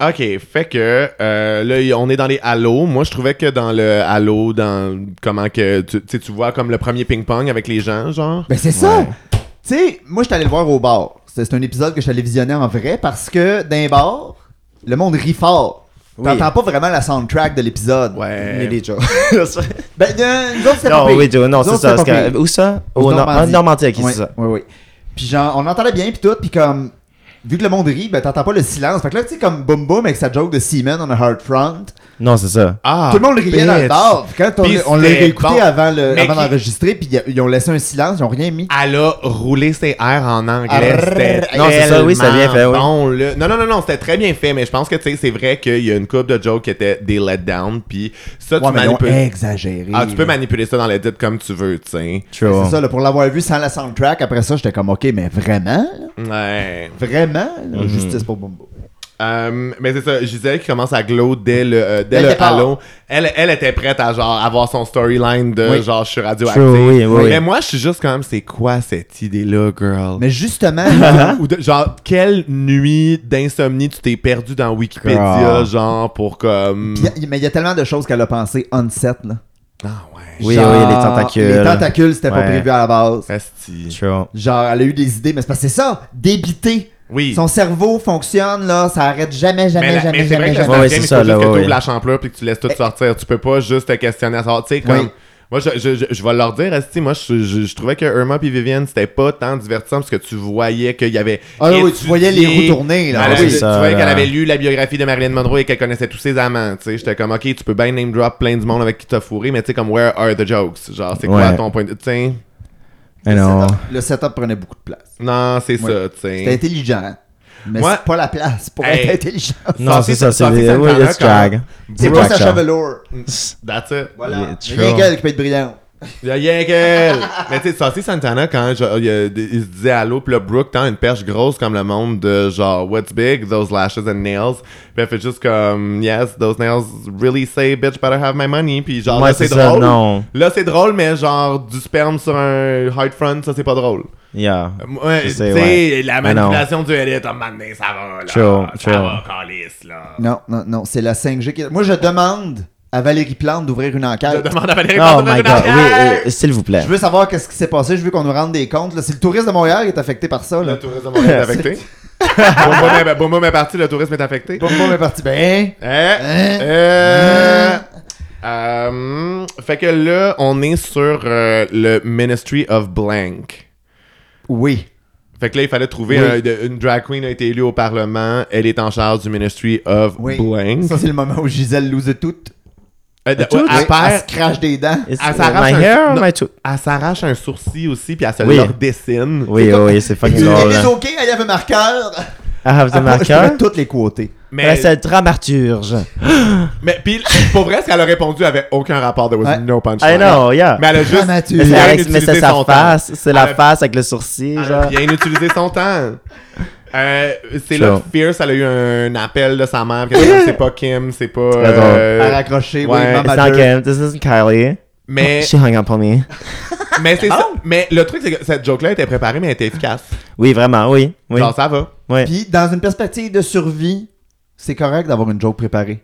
ok, fait que euh, là y- on est dans les halos. Moi je trouvais que dans le halo, dans comment que tu, tu sais, tu vois comme le premier ping pong avec les gens, genre. Ben c'est ça! Tu sais, moi, je suis allé le voir au bar. C'est c'est un épisode que je suis allé visionner en vrai parce que d'un bar, le monde rit fort. Oui. T'entends pas vraiment la soundtrack de l'épisode. Mais Ouais. les Joe. Ben, euh, nous autres, c'était non, pas pire. oui, Joe, non, Nous c'est autres, ça. c'était parce pas que- pire. où ça Au Au Nor- Normandie. en Normandie, ok, Oui, c'est ça. Oui, oui. Puis genre, on entendait bien, puis tout, puis comme... Vu que le monde rit, ben t'entends pas le silence. Fait que là, tu sais, comme Boom Boom avec sa joke de Seaman on a hard front, Non, c'est ça. Ah, tout le monde riait dans le bitch. bar. Puis quand on, Puis on l'a c'était réécouté bon. avant, le, Mais avant qui- d'enregistrer, puis y a- ils ont laissé un silence, ils ont rien mis. Elle a roulé ses airs en anglais. Arrrr. C'était Non, c'est ça, oui, tellement c'était bien fait, oui. bon, là. Non, non, non, non, c'était très bien fait, mais je pense que, tu sais, c'est vrai qu'il y a une coupe de jokes qui étaient des letdowns, puis ça, Ouais, Ah, tu mais ils ont manipules. exagéré. Ah, tu peux là. manipuler ça dans l'edit comme tu veux, tu sais. True. C'est ça, là, pour l'avoir vu sans la soundtrack, après ça, j'étais comme, OK, mais vraiment? là? Ouais. Vraiment? là? Mhm. Justice pour Bumbo. Euh, mais c'est ça, Gisèle qui commence à glow dès le, euh, Dès dès le le départ. halo. Elle, elle était prête à genre avoir son storyline de Oui. genre je suis radioactive. True, oui, oui, oui. Mais moi, je suis juste quand même, c'est quoi cette idée-là, girl? Mais justement, Ou de- genre, quelle nuit d'insomnie tu t'es perdu dans Wikipédia, Girl. genre, pour comme. pis y a- mais il y a tellement de choses qu'elle a pensé on set, là. Ah ouais. Oui, Genre, oui, les tentacules. Les tentacules, c'était pas Ouais. prévu à la base. Esti. True. Genre, elle a eu des idées, mais c'est parce que c'est ça, débiter. Oui. Son cerveau fonctionne, là, ça arrête jamais, jamais, mais la- jamais, mais c'est vrai jamais, que la jamais. Ouais, ouais, c'est cinquième, il ça, faut là, juste que ouais, t'ouvres ouais. la champleur puis que tu laisses tout sortir. Tu peux pas juste te questionner à savoir. Tu sais, comme. Euh. Oui. Moi, je, je, je, je vais leur dire, Esti, moi, je, je, je trouvais que Irma puis Vivienne, c'était pas tant divertissant parce que tu voyais qu'il y avait. Ah oui, tu étudié- voyais les roues tourner, là. Elle Ah avait- oui, tu ça, voyais là. qu'elle avait lu la biographie de Marilyn Monroe et qu'elle connaissait tous ses amants. tu sais. J'étais comme, OK, tu peux bien name drop plein du monde avec qui t'as fourré, mais tu sais, comme, where are the jokes? Genre, c'est quoi Ouais. ton point de. Tu sais, I Le know. setup- Le setup prenait beaucoup de place. non, c'est Ouais. ça, tu C'était sais. intelligent. hein. Mais Moi- c'est pas la place pour Hey. être intelligent. Non, Sorti- c'est ça, c'est sorti des. Oui, Santana it's quand- drag. C'est Drag pas sa show. chevelure. That's it. Voilà. Yeah, Rien true. qu'elle qui peut être brillante. Il y a rien qu'elle! Mais tu sais, Saucy Santana, quand je- il, y a des- il se disait allô, pis là, Brooke tend une perche grosse comme le monde de genre, What's big? Those lashes and nails. Pis elle fait juste comme, Yes, those nails really say, bitch, better have my money. Pis genre, Ouais, là, c'est c'est ça, drôle. non. Là, c'est drôle, mais genre, du sperme sur un hard front, ça, c'est pas drôle. Yeah. Ouais, Je tu sais, sais, ouais. la Mais non. manipulation du edit, à un moment donné, ça va, là. True, ça true. va, calice, là. Non, non, non, c'est la 5G qui... Moi, je demande à Valérie Plante d'ouvrir une Je enquête. demande à Valérie Oh Plante de my venir god, en oui, arrière. euh, s'il vous plaît. Je veux savoir qu'est-ce qui s'est passé, je veux qu'on nous rende des comptes. là. C'est le tourisme de Montréal qui est affecté par ça. Là. Le tourisme de Montréal est affecté. Bon, ben, bon, bon, bon, parti, le tourisme est affecté. Bon, bon, mais parti. Ben, Eh, euh, euh, fait que là, on est sur euh, le Ministry of Blank. oui. Fait que là, il fallait trouver Oui. un- de- une drag queen a été élue au Parlement. Elle est en charge du Ministry of Oui. Blank. Ça, c'est le moment où Gisèle lose tout. Euh, de- Tout, ouais, Elle, elle perd- se crache des dents. It's- elle my s'arrache un- hair, non. my tooth. elle s'arrache un sourcil aussi, puis elle se Oui. le redessine. Oui, oh, oui, oui, c'est fucking Tu drôle. es OK, elle y avait marqueur. I have the Ah, moi, je marker. pourrais toutes les côtés. Mais, Mais c'est dramaturge. mais puis, pour vrai, ce qu'elle a répondu avait aucun rapport. There was Ouais. no punchline. Ah, I know, yeah. Mais elle a juste Dramaturge. Mais c'est il a bien avec- mais utilisé c'est sa son temps. face, c'est la Elle a- face avec le sourcil, Elle genre. a bien utilisé son temps. Euh, c'est là Sure. que Fierce, elle a eu un appel de sa mère. qu'elle a dit, C'est pas Kim, c'est pas. Très drôle. Elle euh, a raccroché, oui, ouais. maman It's not Kim, Dieu. this isn't Kylie. mais She hung up on me. mais c'est ça. Mais le truc, c'est que cette joke-là était préparée, mais elle était efficace. Oui, vraiment, oui. Oui. Genre, ça va. oui. Puis, dans une perspective de survie, c'est correct d'avoir une joke préparée.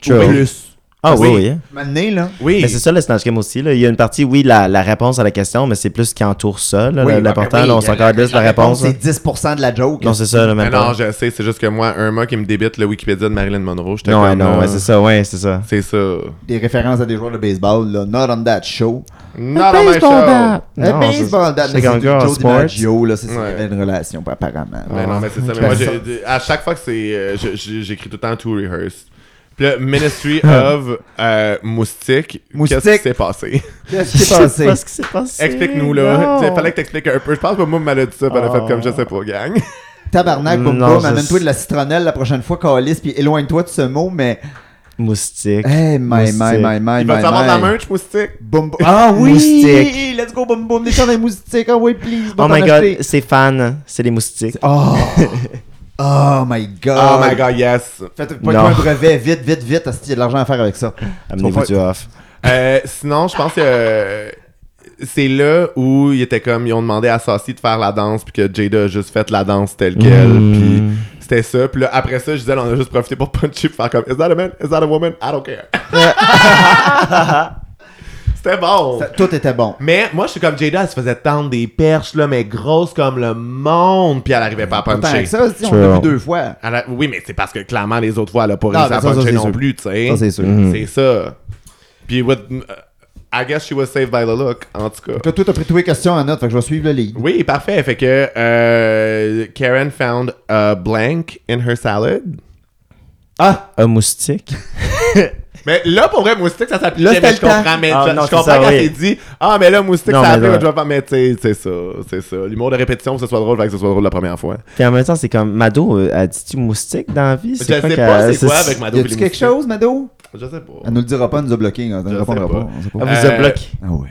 True. Ou plus. Ah oui, oui. hein. oui. Maintenant, là. Oui. Mais c'est ça le Snatch Game aussi. Là. Il y a une partie, oui, la, la réponse à la question, mais c'est plus ce qui entoure ça. là, Oui, le- L'important, oui, là, on la- s'en calisse, la réponse. C'est 10% de la joke. là. Non, c'est ça, le Mais même non, temps. je sais, c'est juste que moi, Irma qui me débite le Wikipédia de Marilyn Monroe, j'étais Non, ouais, comme, non, euh, ouais, c'est ça, ouais, c'est ça. C'est ça. Des références à des joueurs de baseball, là. Not on that show. Not on my show. Non, Non, c'est- baseball, that, c'est c'est comme du Joe Girl Sports. DiMaggio, là, c'est ça, il y Ouais. avait une relation, apparemment. Ah. Mais non, mais c'est ça. Mais moi, j'ai- j'ai- à chaque fois que c'est. euh, je- je- J'écris tout le temps To Rehearse. Puis le Ministry of euh, Moustique, Moustique. qu'est-ce qui s'est passé? Je Qu'est-ce qui s'est sais passé? pas ce qui s'est passé. Explique-nous là. non. Il fallait que t'expliques un peu. Je pense que moi, m'a dit ça, puis elle a Oh. fait comme je sais pas, gang. Tabarnak, boum Non, boum, je- amène-toi de la citronnelle la prochaine fois, Calis, puis éloigne-toi de ce mot, mais. Moustique. Hey, my, Moustique. my, my, my, Il my. va savoir la my. merch moustique. Boum, boum. Ah oui! Moustique. Let's go, boum boum, des chants des moustiques, ah oui, please, va Oh t'en my acheter. god, c'est fan, c'est les moustiques. Oh! Oh my god! Oh my god, yes. Faites pas Non. un brevet, vite, vite, vite, parce qu'il y a de l'argent à faire avec ça. Amenez-vous du off. Euh, sinon, je pense que euh, c'est là où ils étaient comme ils ont demandé à Sassy de faire la danse puis que Jada a juste fait la danse telle quelle Mm. puis c'était ça. Puis là après ça, Gisèle, on a juste profité pour puncher pour faire comme Is that a man? Is that a woman? I don't care. C'était bon. Ça- tout était bon. Mais moi, je suis comme Jada, elle se faisait tendre des perches, là, mais grosse comme le monde, puis elle arrivait pas à Tant puncher. que ça, si, on Sure. l'a vu deux fois. Elle a- Oui, mais c'est parce que clairement, les autres fois, elle a pas Non, réussi mais à ça, ça, puncher c'est non sûr. plus, tu sais. Ça, c'est sûr. Mhm. C'est ça. Puis, with, euh, I guess she was saved by the look, en tout cas. Fait que toi, t'as pris toutes les questions en note, fait que je vais suivre le lead. Oui, parfait. Fait que euh, Karen found a blank in her salad. Ah! Un moustique. Mais là, pour vrai, moustique, ça s'applique. Là, c'était je le temps. comprends, mais Ah, je- non, je c'est comprends ça, quand oui. t'es dit Ah, mais là, moustique, Non, ça mais applique, là- je vais pas. Mais tu sais, c'est ça, c'est ça. L'humour de répétition, pour que ce soit drôle, fait que ce soit drôle la première fois. Puis en même temps, c'est comme Mado, euh, elle dit-tu moustique dans la vie? Je sais qu'elle- pas, c'est quoi avec Mado Y puis a-tu les quelque moustiques? chose, Mado? Je sais pas. Elle nous le dira pas, elle nous a bloqué. Elle nous Je répondra sais pas. pas. on sait pas. Elle vous Euh, a bloqué. Ah oui.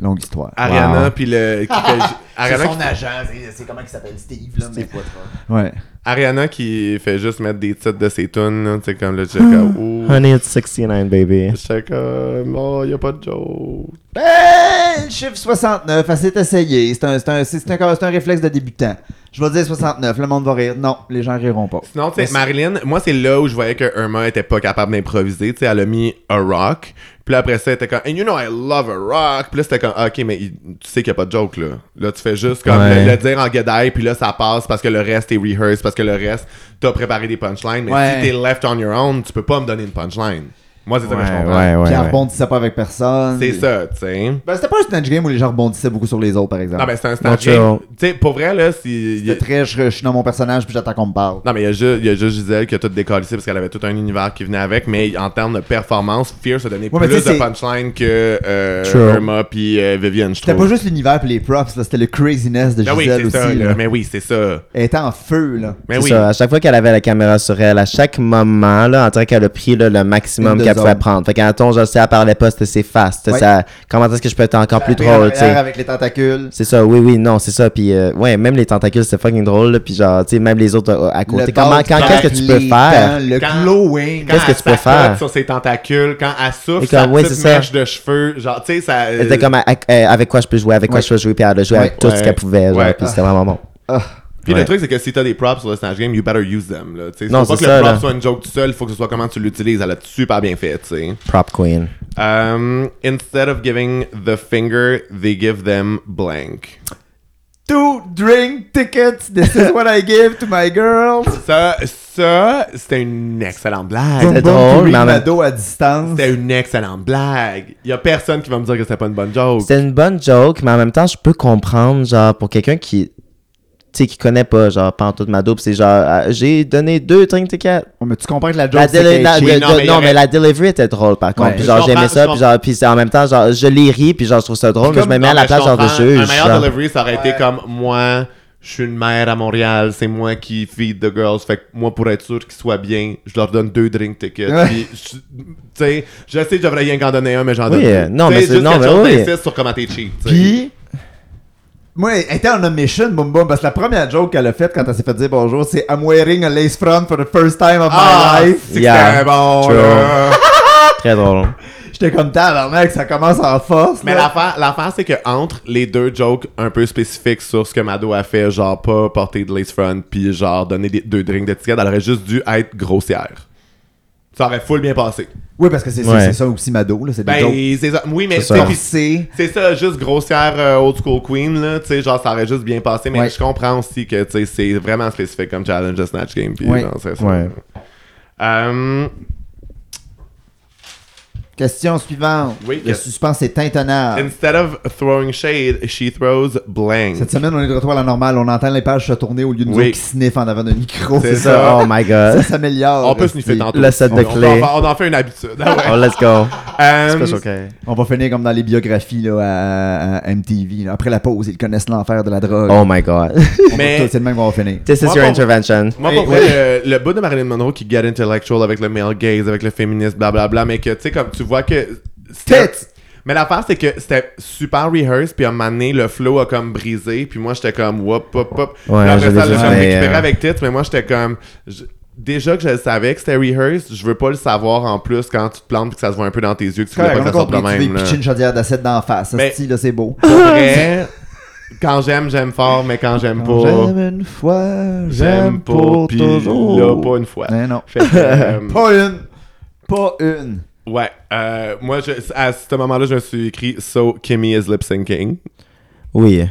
Longue histoire. Ariana, puis le. qui fait- Ariana, qui- agent, c'est comment il s'appelle? Steve, là, mais pas trop. Ouais. Ariana qui fait juste mettre des titres de ses tunes, là, tu sais, comme le Chaka. Ouh. Hmm. Honey, it's 69, baby. Chaka, oh, y a pas de joke. Ben, le chiffre 69, elle s'est essayée. C'est un, c'est un, c'est un, c'est un réflexe de débutant. Je vais dire 69, le monde va rire. Non, les gens riront pas. Sinon, tu sais, Marilyn, moi, c'est là où je voyais que Irma était pas capable d'improviser. Tu sais, elle a mis a rock. Puis là, après ça, elle était comme, and you know, I love a rock. Puis là, c'était comme, ok, mais il- tu sais qu'il n'y a pas de joke, là. Là, tu fais juste comme Ouais. le, le dire en guedaille, puis là, ça passe parce que le reste est rehearsed, parce que le reste, t'as préparé des punchlines. Mais Ouais. si t'es left on your own, tu peux pas me donner une punchline. Moi, c'est ça que je Ouais, comprends. ouais, ouais. Puis elle ouais. rebondissait pas avec personne. C'est ça, tu sais. Ben, c'était pas un snatch game où les gens rebondissaient beaucoup sur les autres, par exemple. Non, mais c'est un Non, ben, snatch tu game. Tu sais, pour vrai, là, si. C'était très, je, je suis dans mon personnage, puis j'attends qu'on me parle. Non, mais il y a juste, il y a juste Gisèle qui a tout décollé parce qu'elle avait tout un univers qui venait avec, mais en termes de performance, Fierce a donné Ouais, mais plus tu sais, de punchline que euh, True. Irma puis euh, Vivian, je C'était trouve. pas juste l'univers puis les props, là, c'était le craziness de Ah Ben Giselle oui, c'est aussi. ça, là. là. Mais oui, c'est ça. Elle était en feu, là. Mais C'est Ben oui. ça, à chaque fois qu'elle avait la caméra sur elle, à chaque moment, là, on dirait qu'elle a pris là, le maximum Une de qu'elle pouvait zone. prendre. Fait qu'en ton, je sais, elle parlait pas, c'était ses faces. c'était Ouais. ça- Comment est-ce que je peux être encore plus Elle arrive en drôle, tu sais? arrière avec les tentacules. C'est ça, oui, oui, non, c'est ça. Puis, euh, ouais, même les tentacules, c'est fucking drôle. là, Puis, genre, tu sais, même les autres euh, à côté. Le Comment, bas, quand, qu'est-ce que tu peux les faire? dents, Le Quand- glowing. Quand Qu'est-ce que elle tu peux s'accote faire? sur ses tentacules, quand elle souffle, Et comme, sa oui, petite c'est ça. mèche de cheveux, genre, tu sais, ça... euh, Elle était comme, à- à- euh, avec quoi je peux jouer, avec quoi Ouais. je peux jouer. Puis, elle a joué avec Ouais. tout ce Ouais. qu'elle pouvait. Genre, Ouais. puis, c'était vraiment bon. Ah. Puis Ouais. le truc, c'est que si t'as des props sur le Snatch Game, you better use them, là, tu sais. Non, Faut pas c'est que ça, le prop là. soit une joke tout seul, faut que ce soit comment tu l'utilises. Elle a super bien fait, tu sais. Prop queen. Um, instead of giving the finger, they give them blank. Two drink tickets, this is what I give to my girls. Ça, ça, c'était une excellente blague. C'était drôle, mais en même- Mado à distance. C'était une excellente blague. Y a personne qui va me dire que c'était pas une bonne joke. C'était une bonne joke, mais en même temps, je peux comprendre, genre, pour quelqu'un qui. Tu sais, qui connaît pas, genre, Pantoute Mado, pis c'est genre, ah, j'ai donné deux drink tickets. Oh, mais tu comprends que la La joke, déli- c'est la- catchy. le- non, le- mais il y non, aurait- mais la delivery était drôle, par contre. Ouais. Puis Je genre, comprends, j'aimais ça, je puis genre, puis c'est- en même temps, genre, je les ris, puis genre, je trouve ça drôle, mais je me mets à la place, genre, de Un juge. meilleur genre. delivery, ça aurait été comme moi, je suis une mère à Montréal, c'est moi qui feed the girls. Fait que moi, pour être sûr qu'ils soient bien, je leur donne deux drink tickets. Ouais. Puis, je- tu sais, je sais que je devrais rien qu'en donner un, mais j'en Oui, donne euh, deux. non, Tu sais, mais c'est- juste non, quelque mais chose oui. d'insiste sur comment t'es cheap. tu sais. Puis, moi, elle était en omission, Boom Boom, parce que la première joke qu'elle a faite quand elle s'est fait dire bonjour, c'est I'm wearing a lace front for the first time of ah, my c'est life. que c'était Yeah. bon, True. là. Très drôle. J'étais comme tabarnak, ça commence en force. Mais là. l'affaire, l'affaire, c'est que entre les deux jokes un peu spécifiques sur ce que Mado a fait, genre pas porter de lace front, puis genre donner des, deux drinks d'étiquette, elle aurait juste dû être grossière. Ça aurait full bien passé. Oui, parce que c'est c'est- Ouais. c'est ça aussi, Mado, là, c'est des jokes Ben, c'est ça. Oui, mais C'est tu sais, ça. pis- forcés. c'est ça, juste grossière euh, old school queen, là. Tu sais, genre, ça aurait juste bien passé, mais Ouais. je comprends aussi que, tu sais, c'est vraiment spécifique comme challenge de Snatch Game, puis Ouais. non, c'est ça. Ouais. Euh, Question suivante. Oui, le que- suspense est intenable. instead of throwing shade, she throws blank. Cette semaine, on est de retour à la normale. On entend les pages se tourner au lieu de nous Oui. autres qui sniffent en avant d'un micro. C'est C'est ça, oh my Ça god. s'améliore. On peut Esti. sniffer tantôt. Le set de On- on- clés. On, on en fait une habitude. Ah ouais. Oh, let's go. Euh, Special K. On va finir comme dans les biographies là, à, à MTV. là. Après la pause, ils connaissent l'enfer de la drogue. Oh my god. On va mais- tout- C'est le même qu'on va finir. This is Moi, your pour- intervention. Moi, pour vrai, le, le bout de Marilyn Monroe qui get intellectual avec le male gaze, avec le féministe, blablabla, mais que, tu sais, comme tu vois que. c'était- Tits! Mais l'affaire, c'est que c'était super rehearsed, puis à un moment donné, le flow a comme brisé, puis moi, j'étais comme whoop, hop, hop. Ouais, Puis après je l'ai ça, elle a vu, comme mais, récupéré euh, avec Tits, mais moi, j'étais comme. je- Déjà que je le savais que c'était rehearsed, je veux pas le savoir en plus quand tu te plantes, puis que ça se voit un peu dans tes yeux, que tu voulais Correct, pas que on a ça sorte de compris. Tu même. veux là. pitcher une chaudière d'acide d'en face. Mais- Esti, là, c'est beau. Pour vrai, quand j'aime, j'aime fort, mais quand j'aime Quand pas, J'aime une fois, j'aime Hein? pas, puis là, pas une fois. Mais non. Fait que, euh, Pas une. Pas une. Ouais. euh, moi, je- à ce moment-là, je me suis écrit So Kimmy is lip syncing. Oui.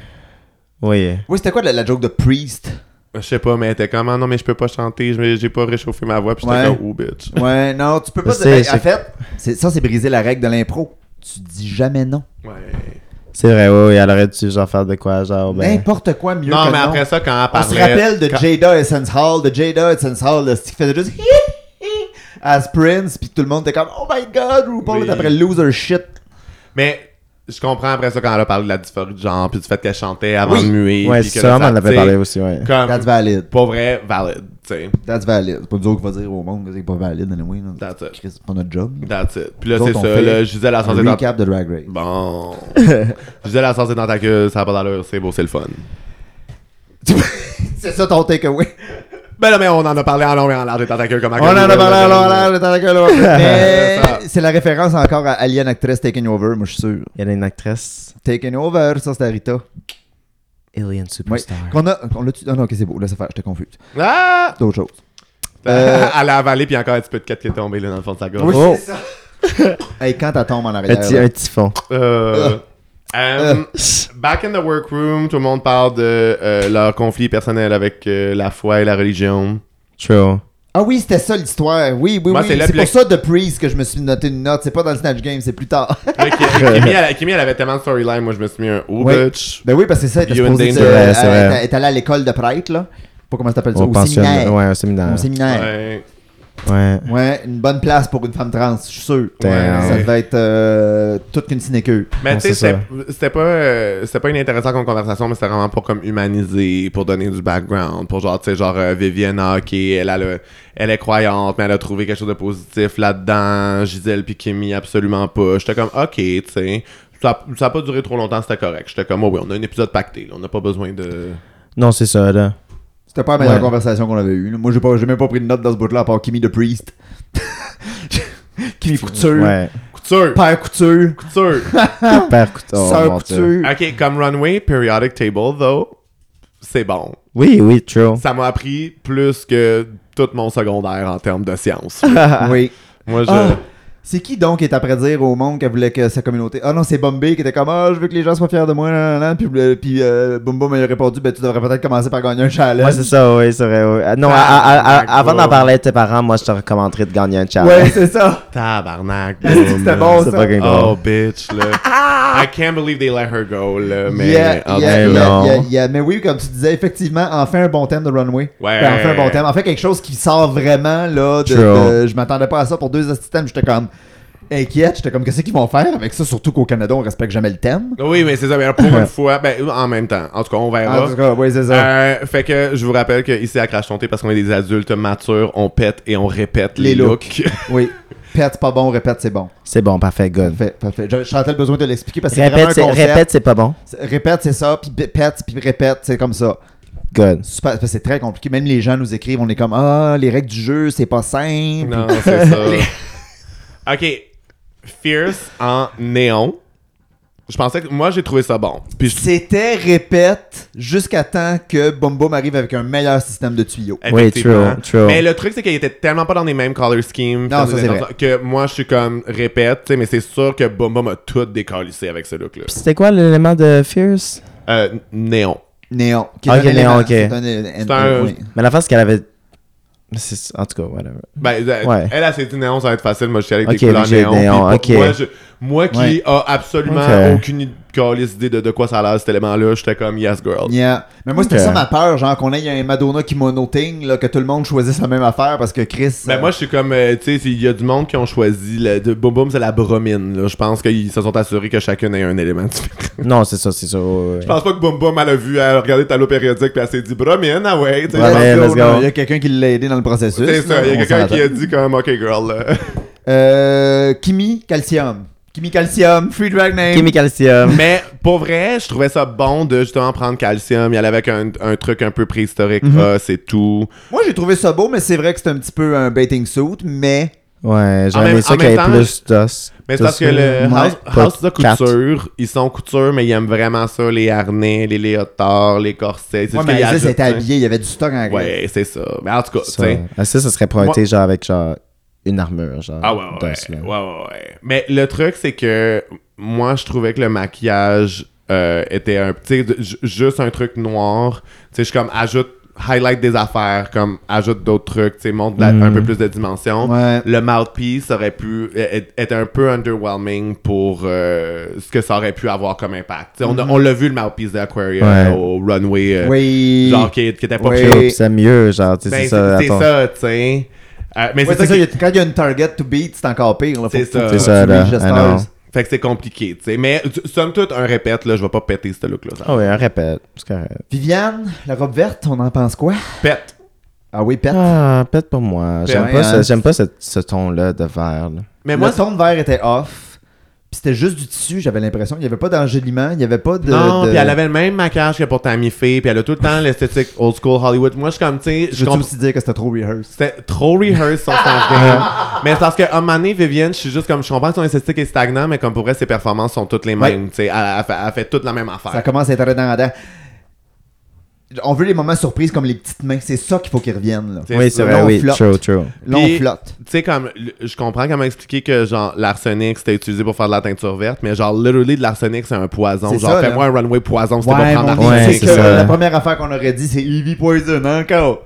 Oui. Oui, c'était quoi la, la joke de Priest? Je sais pas, mais elle était comme, Ah non, mais je peux pas chanter, je- j'ai pas réchauffé ma voix, puis j'étais Ouais. comme, oh bitch. Ouais, non, tu peux pas Je dire. sais, ben, je en sais. fait, c'est- ça, c'est briser la règle de l'impro. Tu dis jamais non. Ouais. C'est vrai, oui, oui, elle aurait dû genre faire de quoi, genre, ben... N'importe quoi mieux Non, que mais non. après ça, quand elle On se parlait. rappelle de quand- Jada Essence Hall, de Jada Essence Hall, de ce qui faisait juste hi hi as Prince, puis tout le monde était comme Oh my god, RuPaul Oui. est après loser shit. Mais je comprends après ça quand elle a parlé de la dysphorie de genre, puis du fait qu'elle chantait avant Oui. de muer. Ouais, puis que ça, là, on en avait t'sais, parlé aussi, ouais. That's Comme, valid. pour vrai, valid, tu sais. That's valid. C'est pas nous autres qui va dire au monde que c'est pas valide, anyway. là. That's it. Chris, C'est pas notre job. That's it. Puis là, Nous c'est autres, on ça, fait là, Gisèle a Un censé dans recap de Drag Race. Bon. Gisèle a censé dans ta queue, ça a pas d'allure, c'est beau, c'est le fun. c'est ça ton takeaway. Ben non, mais on en a parlé en long et en large des tentacules comme On en a parlé alors, alors, j'étais avec l'autre. Mais C'est ça. c'est la référence encore à Alien Actress Taken Over, moi je suis sûr. Il y a une actrice, Taken Over, ça c'était Rita. Alien Oui. Superstar. Qu'on a. qu'on l'a-tu- Ah non, ok, c'est beau, là ça fait, j'étais confus. Ah! C'est autre chose. Euh, Elle a avalé, puis encore un petit peu de 4 qui est tombé là, dans le fond de sa gorge. Oh. c'est ça. hey, quand t'as tombé en Un, arrière. petit, là. un typhon. Euh, euh, Chut. Back in the workroom, tout le monde parle de euh, leur conflit personnel avec euh, la foi et la religion. True. Ah oui, c'était ça l'histoire. Oui, oui, Moi, oui. c'est C'est le pour plex- ça de Priest que je me suis noté une note. C'est pas dans le Snatch Game, c'est plus tard. Là, Ki- Kimi, elle, Kimi, elle avait tellement de storyline, moi je me suis mis un oh Oui. bitch. ben oui, parce que c'est ça, elle était You're in supposée danger. de- C'est vrai, elle- c'est elle vrai. est allée à l'école de prêtre, là. Pas comment ça s'appelle ça, Au au pensionnat. séminaire. Ouais, au séminaire. Au séminaire. Ouais. Ouais. Ouais, une bonne place pour une femme trans, je suis sûr. Damn. Ça devait être euh, toute qu'une sinécure. Mais Non, tu sais, c'est ça. c'était- c'était pas, euh, c'était pas inintéressant comme conversation, mais c'était vraiment pour comme humaniser, pour donner du background, pour genre, tu sais, genre euh, Vivienne Hockey, elle, a le- elle est croyante, mais elle a trouvé quelque chose de positif là-dedans. Gisèle puis Kimi, absolument pas. J'étais comme, ok, tu sais. Ça ça a pas duré trop longtemps, c'était correct. J'étais comme, oh oui, on a un épisode pacté, là, on n'a pas besoin de. Non, c'est ça, là. C'était pas la meilleure Ouais. conversation qu'on avait eue. là. Moi, j'ai pas, j'ai même pas pris de note dans ce bout-là, à part Kimi de Priest. Kimi Couture. Ouais. Couture! Père Couture. Couture! Père couteau. Sœur Oh, mon Dieu. Couture. ok, comme Runway, Periodic Table, though, c'est bon. Oui, oui, true. Ça m'a appris plus que tout mon secondaire en termes de sciences. oui. Moi, je. Ah, c'est qui donc qui est après dire au monde qu'elle voulait que sa communauté. Ah non, c'est Bombay qui était comme Ah, je veux que les gens soient fiers de moi. nan, nan, nan. Puis, euh, puis euh, Boom Boom elle a répondu Ben, tu devrais peut-être commencer par gagner un challenge. Ouais, c'est ça, oui, c'est vrai. oui. Ah, Non, Ah, à- à- à- d'accord. avant d'en parler à tes parents, moi, je te recommanderais de gagner un challenge. oh Ouais, c'est ça. Tabarnak, Est-ce que boum, c'était là. bon, Ah. c'est ça. fucking Oh, bitch, là. I can't believe they let her go, là. Mais. ah, ben. Yeah, en yeah, tout tout yeah, cas, cas. yeah, yeah. Mais oui, comme tu disais, effectivement, enfin un bon thème de Runway. Ouais. Puis enfin un bon thème. Enfin quelque chose qui sort vraiment, là, de... True. de- je m'attendais pas à ça pour deux astuces thèmes. J'étais comme inquiète. J'étais comme, qu'est-ce qu'ils vont faire avec ça? Surtout qu'au Canada, on respecte jamais le thème. Oui, mais c'est ça. mais pour une fois, ben, en même temps. En tout cas, on verra. En tout cas, oui, c'est ça. Euh, fait que je vous rappelle qu'ici à Crash Tonté, parce qu'on est des adultes matures, on pète et on répète les, Les looks. looks. Oui. Pète, c'est pas bon. Répète, c'est bon. C'est bon, parfait, good. Parfait, parfait. Je, je sentais le besoin de l'expliquer parce que c'est Répète, vraiment c'est, un concept. répète, c'est pas bon. C'est- Répète, c'est ça. Puis répète, puis répète, c'est comme ça. Good. Super- parce que C'est très compliqué. Même les gens nous écrivent, on est comme, ah, les règles du jeu, c'est pas simple. non, c'est ça. ok. Fierce en néon. Je pensais que. Moi, j'ai trouvé ça bon. Puis je- C'était répète jusqu'à temps que Boom Boom arrive avec un meilleur système de tuyaux. Oui, Effectivement. true, true. Mais le truc, c'est qu'il était tellement pas dans les mêmes color schemes. Non, puis ça, c'est dans- Que moi, je suis comme, répète, tu sais, mais c'est sûr que Boom Boom a tout décalissé avec ce look-là. Puis c'était quoi l'élément de Fierce? Euh, néon. Néon. qui est Ok, un néon, élément, ok. C'est un, élément- C'est un- oui. Mais la face qu'elle avait. C'est- En tout cas, whatever. Ben, euh, Ouais. elle, elle s'est dit néon, ça va être facile. Moi, je suis allé avec Ok, des couleurs j'ai néon. néon, ok. puis pour- Moi, je- moi qui Ouais. a absolument Ok. aucune idée- calisse idée de, de quoi ça a l'air, cet élément-là, j'étais comme, yes, girl. Yeah. Mais moi, c'était Ok. ça ma peur, genre qu'on ait un Madonna kimono thing, là, que tout le monde choisisse la même affaire parce que Chris. Ben euh, moi je suis comme euh, tu sais il y a du monde qui ont choisi le de boum boum c'est la bromine là je pense qu'ils se sont assurés que chacun ait un élément différent. Non, c'est ça, c'est ça. ouais, ouais, ouais. Je pense pas que Boum Boum, elle a vu, elle a regardé le tableau périodique, puis elle s'est dit, bromine, ah ouais, tu sais. Ouais, let's go, let's go. non, Il y a quelqu'un qui l'a aidé dans le processus. C'est ça, il y a On quelqu'un s'entend. qui a dit comme, ok girl, là. Euh, Kimi Calcium. Kimi Calcium, Free Drag Name. Kimi Calcium. Mais pour vrai, je trouvais ça bon de justement prendre calcium, il allait avec un, un truc un peu préhistorique, ah, c'est tout. Moi, j'ai trouvé ça beau, mais c'est vrai que c'est un petit peu un baiting suit, mais. Ouais, En j'aurais même- aimé en ça qu'il même y ait temps, plus d'os. Mais c'est D'os, parce que ouais. le House, Pas house de quatre. Couture, ils sont couture, mais ils aiment vraiment ça, les harnais, les léotards, les corsets. c'est Moi, ce mais qu'ils Isis ajoutent, hein. était tu sais. habillé, il y avait du stock en Ouais, c'est ça. Mais en tout cas, tu Ça, sais. Ah, ça, ça serait pointé genre avec genre une armure, genre. Ah ouais, ouais, d'un ouais, slam. ouais, ouais, ouais. Mais le truc, c'est que moi, je trouvais que le maquillage euh, était un petit... Juste un truc noir. Tu sais, je suis comme, ajoute... Highlight des affaires, comme ajoute d'autres trucs, tu sais, montre de la- un peu plus de dimension. Mhm. Ouais. Le mouthpiece aurait pu être être un peu underwhelming pour euh, ce que ça aurait pu avoir comme impact. Tu sais, On a- on l'a vu, le mouthpiece d'Aquaria Ouais. au runway, euh, Mhm. Oui. genre qui, qui était pas Oui. pris Yo, Et- pis c'est mieux, genre, tu sais, Ben, c'est c'est ça. c'est attends. ça, tu sais. Euh, mais Ouais, c'est ça, il qui- y a- quand il y a une target to beat, c'est encore pire. là. Faut C'est que tu- ça. tu C'est ça, suives là. les Ah non. gesteurs. Fait que c'est compliqué, tu sais. Mais tu- somme toute, un répète, là, je vais pas péter ce look-là. Ça Ah ouais, on répète. C'est correct. Viviane, la robe verte, on en pense quoi? pète. Ah oui, pète. Ah, pète pour moi. J'aime Ouais, pas, hein. ce, j'aime pas ce, ce ton-là de verre. là. Mais le moi, son de verre était off. Puis c'était juste du tissu, j'avais l'impression. Il n'y avait pas d'angéliement, il n'y avait pas de. non, de- puis elle avait le même maquillage que pour Tammy Faye, puis elle a tout le temps l'esthétique old school Hollywood. Moi, je suis comme, tu sais, Je je veux comprends. aussi dire que c'était trop rehearsed. C'était trop rehearsed son staging. mais c'est parce qu'à un moment donné, Vivienne, je suis juste comme, je comprends que son esthétique est stagnant, mais comme pour vrai, ses performances sont toutes les mêmes, tu sais. Elle, elle fait, elle fait toutes la même affaire. Ça commence à être redondant. On veut les moments surprises comme les petites mains. C'est ça qu'il faut qu'ils reviennent. Là, C'est Oui, c'est ça. vrai, Là, on oui. flotte. True, true. Là, Puis- on flotte. tu sais comme l- je comprends comment expliquer que genre l'arsenic c'était utilisé pour faire de la teinture verte mais genre literally de l'arsenic c'est un poison C'est genre ça, là. fais-moi un runway poison c'était Ouais, pas mais prendre euh, Ouais, on dit l'arsenic que c'est ça. la première affaire qu'on aurait dit, c'est Ivy Poison, encore.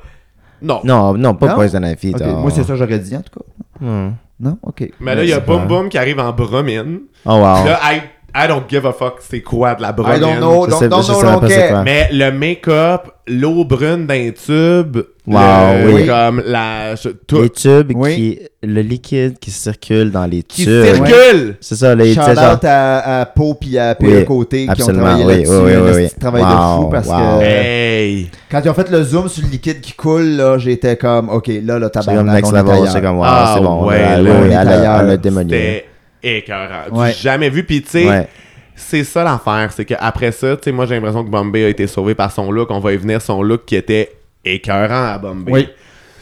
non. Non, non, pas Non? Poison Ivy. Ok, dehors. Moi, c'est ça que j'aurais dit, en tout cas. Hmm. Non? OK. mais là il y a Ouais, c'est Boom Boom qui arrive en bromine Oh, wow. là I, I don't give a fuck c'est quoi de la bromine I don't know, Je don't, sais- don't je know, sais don't pas c'est care. quoi. mais le make-up l'eau brune d'un tube Wow, le- oui. comme la je- tout- Les tubes Oui. qui. Le liquide qui circule dans les qui tubes. circule C'est ça, les. tu Shout sais, genre- out à, à Pau puis à Oui, Pierre Côté qui ont absolument, travaillé oui, là-dessus. oui, oui, un oui. petit travail de Wow, fou parce wow. que hey quand ils ont fait le zoom sur le liquide qui coule, là, j'étais comme, OK, là, le C'est comme tabarnak, next on est level, ailleurs. c'est comme wow, Ah, c'est bon. ouais, là, là, oui, on est elle a- elle a ailleurs. démoli. c'était écœurant Du Ouais. jamais vu puis tu sais Ouais. C'est ça l'affaire, c'est qu'après ça, tu sais, moi j'ai l'impression que Bombay a été sauvé par son look. On va y venir, son look qui était écœurant à Bombay. Oui.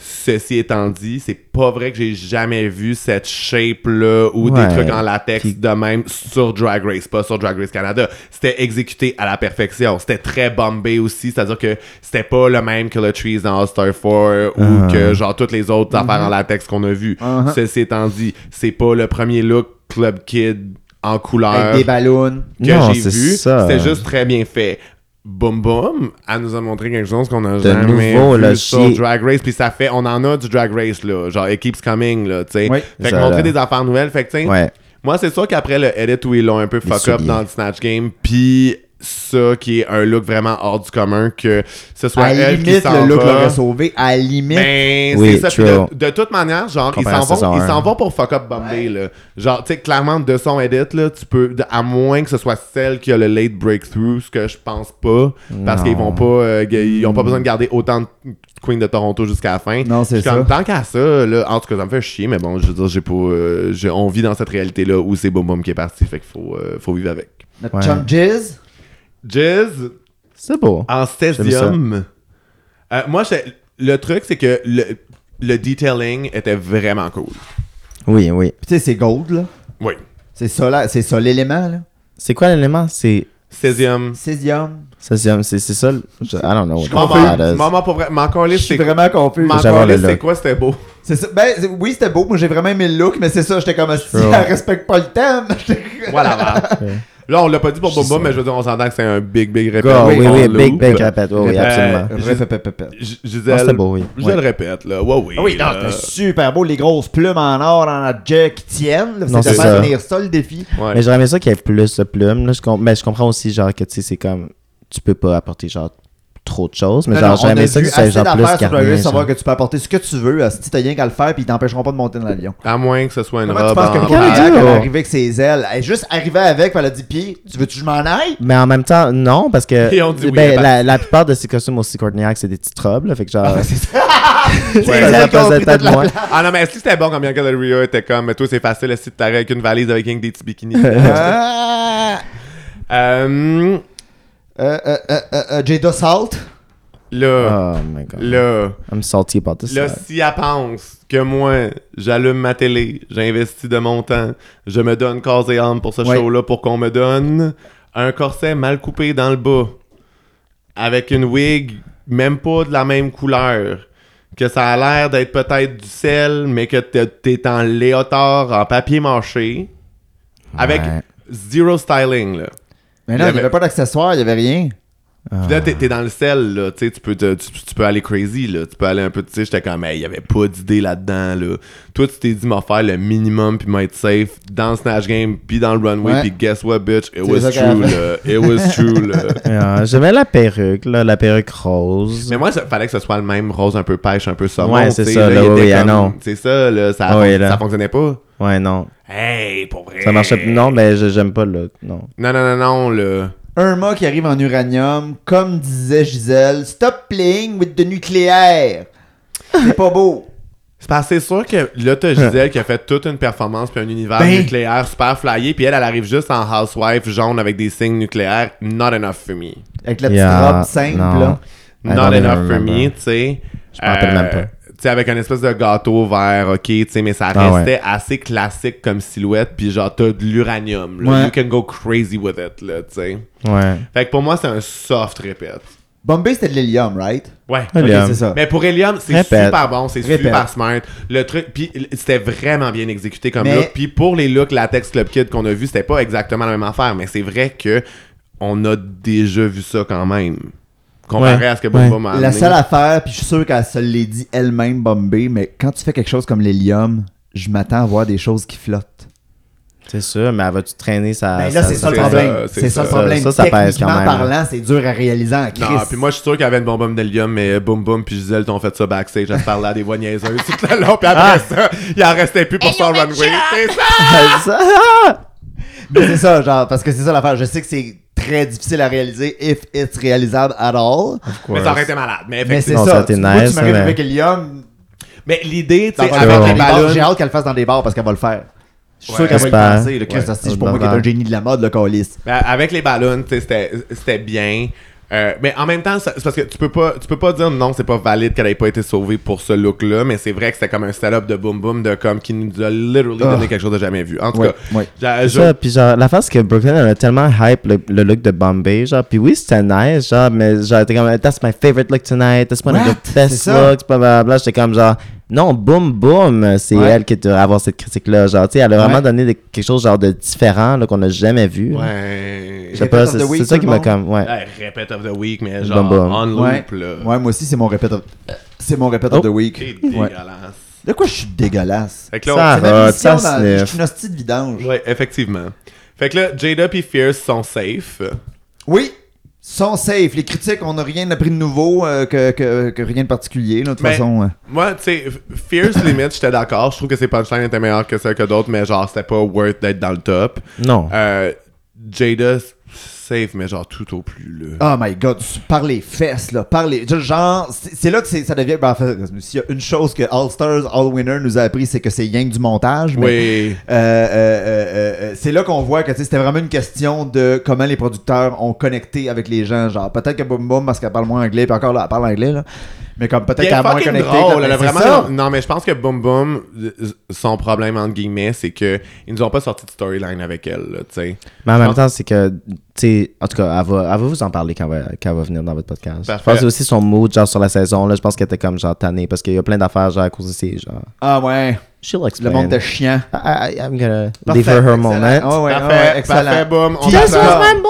Ceci étant dit, c'est pas vrai que j'ai jamais vu cette shape-là ou Ouais. des trucs en latex Puis- de même sur Drag Race, pas sur Drag Race Canada. C'était exécuté à la perfection. C'était très Bombay aussi, c'est-à-dire que c'était pas le même que le Trees dans All Star 4 ou que genre toutes les autres affaires en latex qu'on a vues. Mhm. Ceci étant dit, c'est pas le premier look Club Kid en couleur Avec des ballons. que Non, j'ai c'est vu. ça. C'était juste très bien fait. Boom Boom, elle nous a montré quelque chose qu'on a De jamais nouveau, vu là, sur chier. Drag Race. Puis ça fait, on en a du Drag Race, là. Genre, it keeps coming, là, tu sais. Oui. fait que Ça, montrer là. des affaires nouvelles. Fait que, tu sais, Ouais. moi, c'est sûr qu'après le edit où ils l'ont un peu fuck up souliers. dans le Snatch Game, puis ça qui est un look vraiment hors du commun, que ce soit À la elle qui limite, s'en le look va. l'aurait sauvé. À la limite. Ben, Oui, c'est ça. Puis true. de, de toute manière, genre, ils Comparé s'en à saison vont, ils un. s'en vont pour fuck up Bombay, là. Genre, tu sais, clairement, de son edit, là, tu peux, de- à moins que ce soit celle qui a le late breakthrough, ce que je pense pas, parce Non. qu'ils vont pas, euh, g- ils ont pas besoin de garder autant de Queen de Toronto jusqu'à la fin. Non, c'est Je suis comme, ça. Tant qu'à ça, là, en tout cas, ça me fait chier, mais bon, je veux dire, j'ai pas, euh, j'ai- on vit dans cette réalité-là où c'est Boom Boom qui est parti, fait qu'il faut, euh, faut vivre avec. Notre Ouais. chum Jizz. Jizz, C'est beau. Ah. en J'aime 16e. Euh, moi, j'ai- le truc, c'est que le, le detailing était vraiment cool. Oui, oui. Tu sais, c'est gold, là. Oui. C'est ça, là. C'est ça l'élément, là. C'est quoi l'élément? C'est. 16e. Césium. ça, C'est c'est- c'est ça. le- je- I don't know. what the Maman, fuck that is. maman, pour vrai, m'en Je calisse, suis c'est vraiment confus. m'en J'adore le calisse, c'est look. quoi, c'était beau. C'est ça. Ben, c'est- oui, c'était beau. Moi, j'ai vraiment aimé le look, mais c'est ça. J'étais comme, si Sure. elle respecte pas le thème. Voilà. voilà. Là, on l'a pas dit pour Je sais Bobo, ça. mais je veux dire, on s'entend que c'est un big, big répète. Go, Oui, oui, On oui, loupe. big, big répète. Oui, oui, Euh, absolument. Répète. G- Non, Gisèle, c'était beau, oui. je Ouais. le répète, là. Ouais, oui. Euh, Ah oui, non, là. c'était super beau. Les grosses plumes en or, en objet qui tiennent. là. Non, C'est de c'est faire ça. venir ça le défi. Ouais. Mais j'aurais aimé ça qu'il y ait plus de plumes. Là, je com- mais je comprends aussi, genre, que tu sais, c'est comme. Tu peux pas apporter, genre, trop de choses. Mais Non, genre, non, j'aurais on a aimé ça que vu ça soit, assez genre, d'affaires plus sur Drag carré. Race, savoir genre. que tu peux apporter ce que tu veux. Si t'as rien qu'à le faire, puis ils t'empêcheront pas de monter dans l'avion. À moins que ce soit une Comment tu robe penses que en Michael pâte. Jackson- Jack elle est ouais. arrivée avec ses ailes? Elle est juste arrivée avec, puis elle a dit Pis, tu veux-tu que je m'en aille? Mais en même temps, non, parce que. Et on dit oui, ben, elle la, la plupart de ces costumes aussi, Courtney Act, c'est des petites robes, là. Fait que, genre. c'est ça, elle ça qui a faisait pris toute peut-être la moins. Ah non, mais est-ce que c'était bon quand Bianca Del Rio était comme, mais toi, c'est facile, si t'arrêtes avec une valise avec rien que des petits bikinis. Ah! Euh, Euh, euh, euh, euh, euh, Jada Salt. là, Oh my god. là, I'm salty about this. là, side. si elle pense que moi, j'allume ma télé, j'investis de mon temps, je me donne corps et âme pour ce Ouais. show-là, pour qu'on me donne un corset mal coupé dans le bas, avec une wig même pas de la même couleur, que ça a l'air d'être peut-être du sel, mais que t'es- t'es en léotard, en papier mâché, avec Ouais. zero styling, là. Mais Il y non, il n'y avait- avait pas d'accessoires, il n'y avait rien. Puis là, t'es, t'es dans le sel, là, tu sais, tu peux, te- tu, tu peux aller crazy, là, tu peux aller un peu, tu sais, j'étais comme, hey, il y avait pas d'idée là-dedans, là. Toi, tu t'es dit, m'en faire le minimum, puis m'être safe dans le Snatch Game, puis dans le runway, Ouais. puis guess what, bitch, it C'est was ça qu'elle true, a là, it was true, là. Ah, J'aimais la perruque, là, la perruque rose. Mais moi, il fallait que ce soit le même rose un peu pêche, un peu saumon, Ouais, c'est tu sais, ça, là, il oui, était oui, comme- ah non. C'est ça, là, ça, Ah oui, fon- là. ça fonctionnait pas. Ouais, non. Hey, pour vrai. Ça marchait. Non, mais je- j'aime pas le. Non. Non, non, non, non, là. Irma qui arrive en uranium, comme disait Gisèle, stop playing with the nucléaire. C'est pas beau. C'est parce que c'est sûr que là, Hein. t'as Gisèle qui a fait toute une performance puis un univers Ben. nucléaire super flyé, puis elle, elle arrive juste en housewife jaune avec des signes nucléaires. Not enough for me. Avec la petite Yeah, robe simple, Ah, non. là. I Not don't even enough for me, remember. tu sais. Euh, Je m'en rappelle même pas. Tu sais, avec un espèce de gâteau vert, ok, tu sais, mais ça restait Ah assez classique comme silhouette, puis genre, t'as de l'uranium, là. Ouais. You can go crazy with it, là, tu sais. Ouais. Fait que pour moi, c'est un soft répète. Bombay, c'était de l'hélium, right? Ouais. Ok, Helium. c'est ça. Mais pour Helium, c'est Répète. super bon, c'est Ah. Répète. super smart. Le truc, puis l- c'était vraiment bien exécuté comme Mais- look. Puis pour les looks Latex Club Kid qu'on a vu, c'était pas exactement la même affaire, mais c'est vrai que on a déjà vu ça quand même. Comparé Ouais. à ce que Boba Ouais. m'a La amené. seule affaire, puis je suis sûr qu'elle se l'est dit elle-même, Bombay, mais quand tu fais quelque chose comme l'hélium, je m'attends à voir des choses qui flottent. C'est sûr, mais elle va-tu traîner sa. Ben sa- là, c'est ça le c'est problème. ça, C'est c'est ça le ça. problème. Ah, Ça, ça pèse quand Techniquement même. parlant, c'est dur à réaliser en crise. Non, puis moi je suis sûr qu'il y avait une bombe d'Helium, mais euh, Boom Boom puis Gisèle t'ont fait ça backstage. Elles se parlaient à des voix niaiseuses tout le long, puis Ah. après ça, il en restait plus pour son runway. C'est ça! Mais c'est ça, genre, parce que c'est ça l'affaire. Je sais que c'est très difficile à réaliser if it's réalisable at all. Mais ça aurait été malade. Mais, Mais Non, c'est effectivement. ça ça. a été Tu vois, nice, hein. tu m'arrives mais- avec Helium, mais l'idée, tu Ça sais, va faire dans avec des les bars. ballons, J'ai hâte qu'elle le fasse dans des bars parce qu'elle va le faire. Je suis Ouais. sûr qu'elle va y J'espère. penser. Le Christ, Ouais. hostie, c'est pour moi qui est Novembre. un génie de la mode, le calice. Ben, avec les ballons, tu sais, c'était c'était bien. Euh, mais en même temps, ça- c'est parce que tu peux pas, tu peux pas dire non, c'est pas valide qu'elle ait pas été sauvée pour ce look-là, mais c'est vrai que c'était comme un setup de boom boom de comme qui nous a literally donné Ah. quelque chose de jamais vu. En tout Ouais, cas, ouais. j'a- je- Ça, puis genre, la face que Brooklyn, elle a tellement hype le, le look de Bombay, genre, puis oui, c'était nice, genre, mais genre, t'es comme, that's my favorite look tonight, that's one What? of the best C'est ça? looks, blablabla, j'étais comme, genre, non, boum, boum, c'est Ouais. elle qui doit avoir cette critique-là, genre, tu sais, elle a vraiment Ouais. donné des- quelque chose, genre, de différent, là, qu'on n'a jamais vu. ouais. Je sais pas, Répète of c'est the week, c'est ça tout qui le m'a monde. comme, ouais. Hey, répète of the week, mais genre Boom boom. on Ouais. loop là. Ouais, moi aussi, c'est mon répète of... C'est mon répète Oh. of the week. C'est Ouais. dégueulasse. De quoi je suis dégueulasse? Fait que là, on- Ça C'est ma rote, mission ça dans- Je sniff. suis une hostie de vidange. Ouais, effectivement. Fait que là, Jada et Fierce sont safe. Oui, sont safe. Les critiques, on n'a rien appris de nouveau, euh, que, que- que rien de particulier, là, de toute Mais- façon. euh. Moi, tu sais, Fierce Limit, j'étais d'accord. Je trouve que ses punchlines étaient meilleurs que celles que d'autres, mais genre, c'était pas worth d'être dans le top. Non. Euh, Jada, safe, mais genre tout au plus, là. Oh my god, par les fesses, là, par les. Genre, c'est c'est là que c'est- ça devient. Ben, en fait, s'il y a une chose que All Stars, All Winner nous a appris, c'est que c'est Yang du montage. mais- oui. Euh, euh, euh, euh, euh, c'est là qu'on voit que tu sais, c'était vraiment une question de comment les producteurs ont connecté avec les gens. Genre, peut-être que Boom Boom, parce qu'elle parle moins anglais, puis encore là, elle parle anglais, là. Mais comme peut-être Elle qu'elle est a moins fucking connecté. drôle, comme- ben, elle a c'est vraiment... ça. Non, mais je pense que Boom Boom, euh, son problème, entre guillemets, c'est que ils nous ont pas sorti de storyline avec elle, là, tu sais. Mais en Non. même temps, c'est que, tu sais, en tout cas, elle va, elle va vous en parler quand elle va, quand elle va venir dans votre podcast. Parfait. Je pense que c'est aussi son mood, genre, sur la saison, là, je pense qu'elle était comme, genre, tannée, parce qu'il y a plein d'affaires, genre, à cause de ses, genre, Ah ouais, she'll le explain. monde Ben, était chiant. I, I, I'm gonna Parfait, leave her her excellent. bah. moment. Ah ouais, ah parfait, ouais, excellent. parfait, Boom. On Qui est-ce t'attend, que- moment!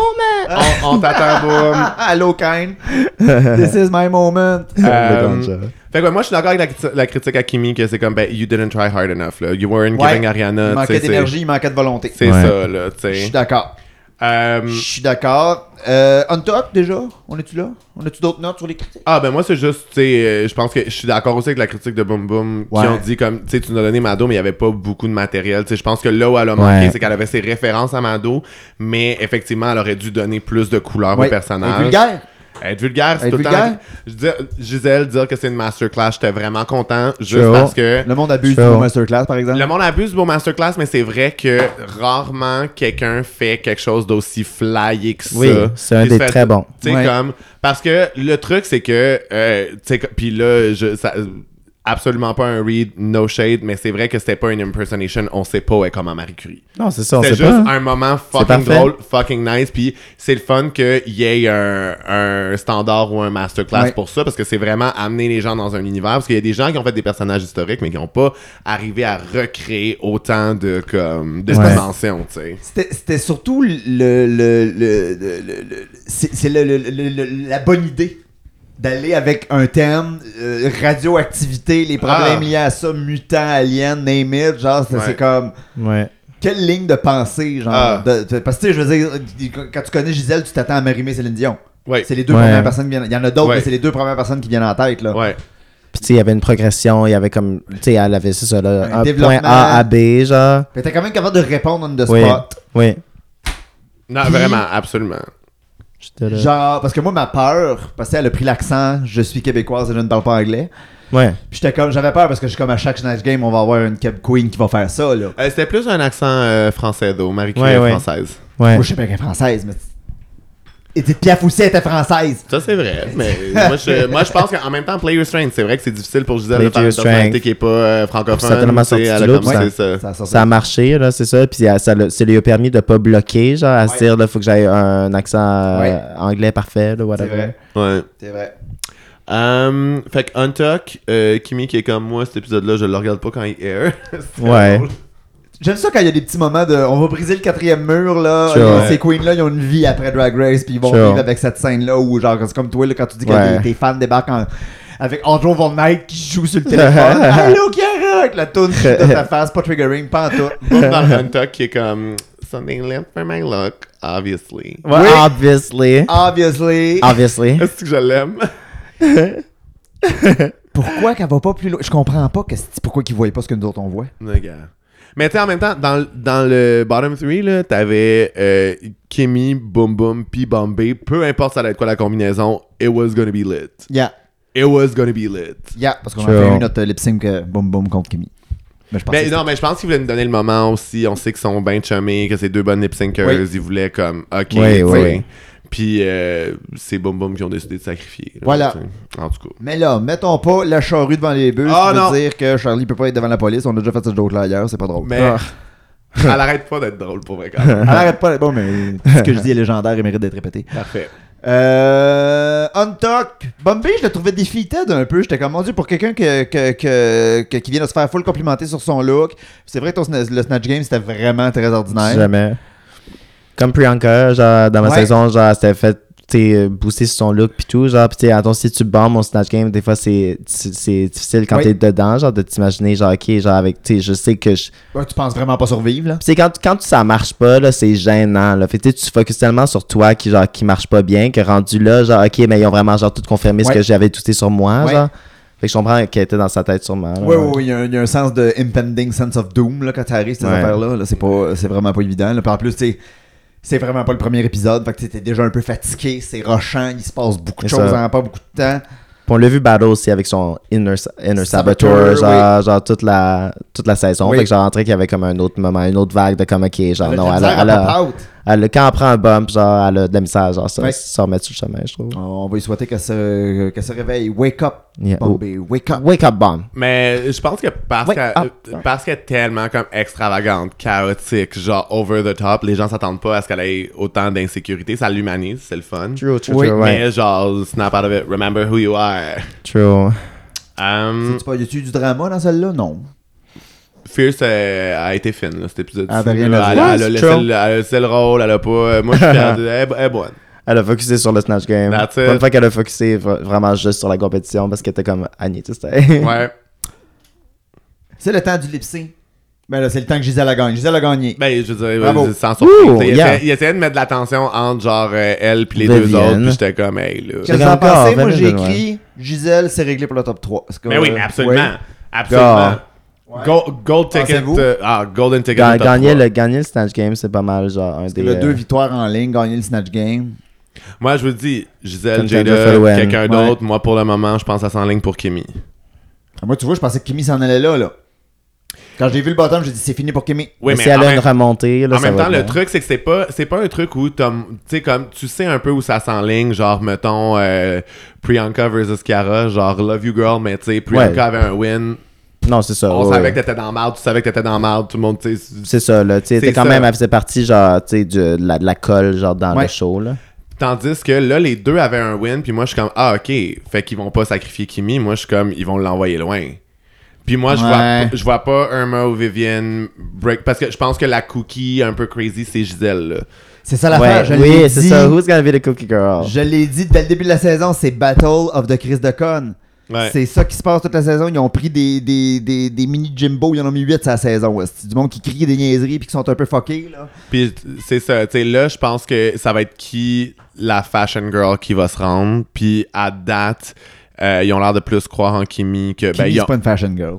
on, on t'attend, Boom. Ah, Hello, kind. This is my moment. Euh, Le ganja. fait que ouais, moi je suis d'accord avec la, criti- la critique à Kimi que c'est comme ben you didn't try hard enough là you weren't Ouais. giving Ariana il tu sais, manquait c'est- d'énergie, il manquait de volonté. c'est Ouais. ça là tu Je suis sais d'accord. Je Euh, suis d'accord. Euh, on top déjà On est-tu là On a-tu d'autres notes sur les critiques Ah ben moi c'est juste, tu sais, euh, je pense que je suis d'accord aussi avec la critique de Boom Boom Ouais. qui ont dit comme, tu sais, tu nous as donné Mado mais il y avait pas beaucoup de matériel, tu sais, je pense que là où elle a manqué Ouais. c'est qu'elle avait ses références à Mado, mais effectivement elle aurait dû donner plus de couleurs Ouais. au personnage. Et vulgaire. Être vulgaire, c'est Être tout le temps. vulgaire. Je dis- Gisèle dire que c'est une masterclass, j'étais vraiment content juste Sure. parce que Le monde abuse du Sure. mot masterclass, par exemple. le monde abuse pour masterclass, mais c'est vrai que rarement quelqu'un fait quelque chose d'aussi flyé que ça. Oui, c'est un Puis des ça- très bons. Tu sais, Ouais. comme. Parce que le truc, c'est que. euh, tu sais, co- puis là, je, ça- absolument pas un read, no shade, mais c'est vrai que c'était pas une impersonation, on sait pas où est comment Marie Curie. Non, c'est ça, on C'est sait juste pas. hein. un moment fucking parfait. drôle, fucking nice, puis c'est le fun qu'il y ait un, un standard ou un masterclass Ouais. pour ça, parce que c'est vraiment amener les gens dans un univers, parce qu'il y a des gens qui ont fait des personnages historiques, mais qui n'ont pas arrivé à recréer autant de, comme, de Ouais. dimensions, tu sais. C'était c'était surtout le. le, le, le- le- le- c'est c'est le- le- le- le- la bonne idée d'aller avec un thème euh, radioactivité, les problèmes Ah. liés à ça, mutants, aliens, name it. Genre, c'est Ouais. c'est comme. Ouais. Quelle ligne de pensée, genre. Ah. de- de- parce que, tu sais, je veux dire, quand tu connais Gisèle, tu t'attends à Marimé Céline Dion. Ouais. C'est les deux Ouais. premières personnes qui viennent. Il y en a d'autres, Ouais. mais c'est les deux premières personnes qui viennent en tête, là. Ouais. Puis, tu sais, il y avait une progression, il y avait comme. Tu sais, elle avait c'est ça, là, Un un, point développement. A à B, genre. Mais t'es quand même capable de répondre on the Oui. spot. Oui. Non, Puis- vraiment, absolument. J'étais là. Genre, parce que moi, ma peur, parce qu'elle a pris l'accent, je suis québécoise et je ne parle pas anglais. Ouais. Puis J'étais comme, j'avais peur parce que je suis comme à chaque Snatch Game, on va avoir une Cub Queen qui va faire ça, là. Euh, c'était plus un accent euh, français, d'eau, Marie Curie Ouais, est ouais. française. Ouais. Moi, je sais pas qu'elle est française, mais. Edith Piaf aussi elle était française. Ça, c'est vrai. Mais moi, je, moi, je pense qu'en même temps, Player Strength, c'est vrai que c'est difficile pour Gisèle Play de faire your une strength. personnalité qui n'est pas euh, francophone. Ça a tellement tu sorti sais, elle a du lot, commencé ça. Ça a Euh, sorti. Ça a marché, là, c'est ça. Puis, euh, ça, l'a- ça lui a permis de pas bloquer, genre, à se dire, là, faut que j'aille un accent euh, Ouais. anglais parfait, là, C'est whatever. vrai. Ouais. C'est vrai. Um, fait que Untuck, euh, Kimi qui est comme moi, cet épisode-là, je le regarde pas quand il air. C'est Ouais. drôle. J'aime ça quand il y a des petits moments de. On va briser le quatrième mur, là. Sure. Euh, Ces queens-là, ils ont une vie après Drag Race, puis ils vont Sure. vivre avec cette scène-là où, genre, c'est comme toi, là, quand tu dis que Ouais. tes- tes fans débarquent en- avec Andrew Von Knight qui joue sur le téléphone. Allô, Kiara! Avec la toune qui est dans ta face, pas triggering, pas en tout. Boum dans le Untuck qui est comme Something left for my luck, obviously. Ouais, Oui. Ah. Obviously. Obviously. Obviously. Est-ce que je l'aime? Pourquoi qu'elle va pas plus loin? Je comprends pas que c'est- pourquoi qu'ils voyaient pas ce que nous autres on voit. Regarde. Mais tu sais, en même temps, dans, l- dans le bottom three, là, t'avais euh, Kimmy, Boom Boom, puis Bombay. Peu importe ça allait être quoi la combinaison, it was gonna be lit. Yeah, It was gonna be lit. yeah, parce qu'on Sure. a fait eu notre lip sync euh, boom boom contre Kimi. Mais je pense Mais que non, mais je pense qu'ils voulaient nous donner le moment aussi. On sait qu'ils sont bien chummés, que c'est deux bonnes lip synkers. Oui. Ils voulaient comme, ok, Oui, tu sais. oui. Puis euh, c'est Boom Boom qui ont décidé de sacrifier. là, Voilà. tu sais. En tout cas. Mais là, mettons pas la charrue devant les bœufs. Ah, ça veut non. dire que Charlie peut pas être devant la police. On a déjà fait cette joke là ailleurs, c'est pas drôle. Mais Ah. elle arrête pas d'être drôle pour vrai quand même. Elle arrête pas. Bon, mais ce que je dis est légendaire et mérite d'être répété. Parfait. Euh. Untuck. Bombay, je le trouvais defeated un peu. J'étais comme, mon dieu, pour quelqu'un que, que- que- que- qui vient de se faire full complimenter sur son look. C'est vrai que ton sna- le Snatch Game, c'était vraiment très ordinaire. Jamais. Comme Priyanka, genre, dans ma Ouais. saison, genre, elle s'était fait t'sais, booster sur son look pis tout, genre, pis t'sais, attends, si tu bombes mon Snatch Game, des fois, c'est c'est- c'est difficile quand Oui. t'es dedans, genre, de t'imaginer, genre, ok, genre, avec, t'sais, je sais que je... Pis Ouais, tu penses vraiment pas survivre, là? c'est quand, quand ça marche pas, là, c'est gênant, là. Fait que, t'sais, tu focuses tellement sur toi qui, genre, qui marche pas bien, que rendu là, genre, ok, mais ils ont vraiment, genre, tout confirmé ce Ouais. que j'avais douté sur moi, Ouais. genre. Fait que je comprends qu'elle était dans sa tête sûrement, là, Oui, ouais. oui, il y, a un- il y a un sens de impending sense of doom là, quand t'arrives ces Ouais. affaires-là. Là, c'est, pas, c'est vraiment pas évident. Là. Puis en plus, t'sais, c'est vraiment pas le premier épisode. Fait que t'es déjà un peu fatigué, c'est rochant, il se passe beaucoup de C'est choses ça. en pas beaucoup de temps. Puis on l'a vu battle aussi avec son Inner, sa- inner Saboteur, Saboteur, genre, genre toute, la, toute la saison. Oui. Fait que j'ai rentré qu'il y avait comme un autre moment, une autre vague de comme, ok, genre, Elle a Ben non, de elle, a- la misère à elle a- pop out. elle a- quand elle prend un bump, genre, elle a de la misère, genre, ça, Ouais. ça remet sur le chemin, je trouve. On va lui souhaiter qu'elle se, qu'elle se réveille. Wake up, Yeah. Bombay, wake up. Wake up bomb. Mais je pense que parce Ouais, qu'elle ah, euh, parce qu'elle est tellement comme extravagante, chaotique, genre over the top, les gens s'attendent pas à ce qu'elle ait autant d'insécurité. Ça l'humanise, c'est le fun. True, true, Oui, true, ouais. Mais genre, snap out of it, remember who you are. True. Um, C'est pas, y a-tu du drama dans celle-là? Non. Fierce euh, a été fine, là, cet épisode. Ah, Elle ben, avait rien elle, à elle, dire. a Ouais, laissé c'est le- true. elle a laissé le rôle, elle a pas. euh, Moi, je suis perdue. Elle, est- elle est bonne. Elle a focusé sur le Snatch Game. That's Pour it. Une fois qu'elle a focusé vra- vraiment juste sur la compétition parce qu'elle était comme Annie, tu sais. Ouais. C'est le temps du lip sync. Ben là, c'est le temps que Gisèle a gagné. Gisèle a gagné. Ben, je veux dire, Bravo. euh, sans surprise. Ouh, t'sais, il, yeah. essayait, il essayait de mettre de la tension entre genre euh, elle puis les deux Vivienne. autres, puis j'étais comme, hey, là. Qu'est-ce que C'est vous en encore, pensez? Moi, j'ai Vanessa, ouais. écrit Gisèle, c'est réglé pour le top 3. Est-ce que- Mais Ben oui, mais euh, absolument. ouais. Absolument. Gars. Go- gold ticket. Pensez-vous? euh, ah, golden ticket. Ga- au top Gagner trois. le, gagner le Snatch Game, c'est pas mal, genre, un des. Le deux euh, victoires en ligne, gagner le snatch game. Moi, je vous le dis, Gisèle, Contender Jada, for the win. quelqu'un Ouais. d'autre. Moi, pour le moment, je pense à 100 ligne pour Kimi. Ah, Moi, tu vois, je pensais que Kimi s'en allait là, là. Quand j'ai vu le bottom, j'ai dit c'est fini pour Kimmy. Oui, mais mais si elle en a même- une remontée, là, en ça même va temps, le bien. truc, c'est que c'est pas, c'est pas un truc où t'om- tu sais, comme, tu sais un peu où ça s'enligne, genre, mettons, euh, Priyanka versus Kiara, genre, Love You Girl, mais tu sais, Priyanka Ouais. avait un win. Non, c'est ça. On ouais, savait ouais. que t'étais dans le marde, tu savais que t'étais dans le marde, tout le monde, tu sais. C'est ça, là. Tu sais, C'est t'es quand ça. même, elle faisait partie, genre, tu sais, du- de la, de la colle, genre, dans Ouais. le show, là. Tandis que là, les deux avaient un win, puis moi, je suis comme, ah, ok, fait qu'ils vont pas sacrifier Kimi, moi, je suis comme, ils vont l'envoyer loin. Puis moi, je, Ouais. vois, je vois pas Irma ou Vivienne break, parce que je pense que la cookie un peu crazy, c'est Gisèle, là. C'est ça l'affaire. Ouais, je l'ai oui, c'est dit. ça. Who's gonna be the cookie girl? Je l'ai dit dès le début de la saison, c'est Battle of the Chris de Con. Ouais. C'est ça qui se passe toute la saison. Ils ont pris des, des, des, des mini Jimbo, ils en ont mis 8 sa saison. ouais. C'est du monde qui crie des niaiseries puis qui sont un peu fuckés. Là. Puis c'est ça, tu sais, là, je pense que ça va être qui la fashion girl qui va se rendre. Puis à date, euh, ils ont l'air de plus croire en Kimi que. ben, Kimmy, ils ont- c'est pas une fashion girl.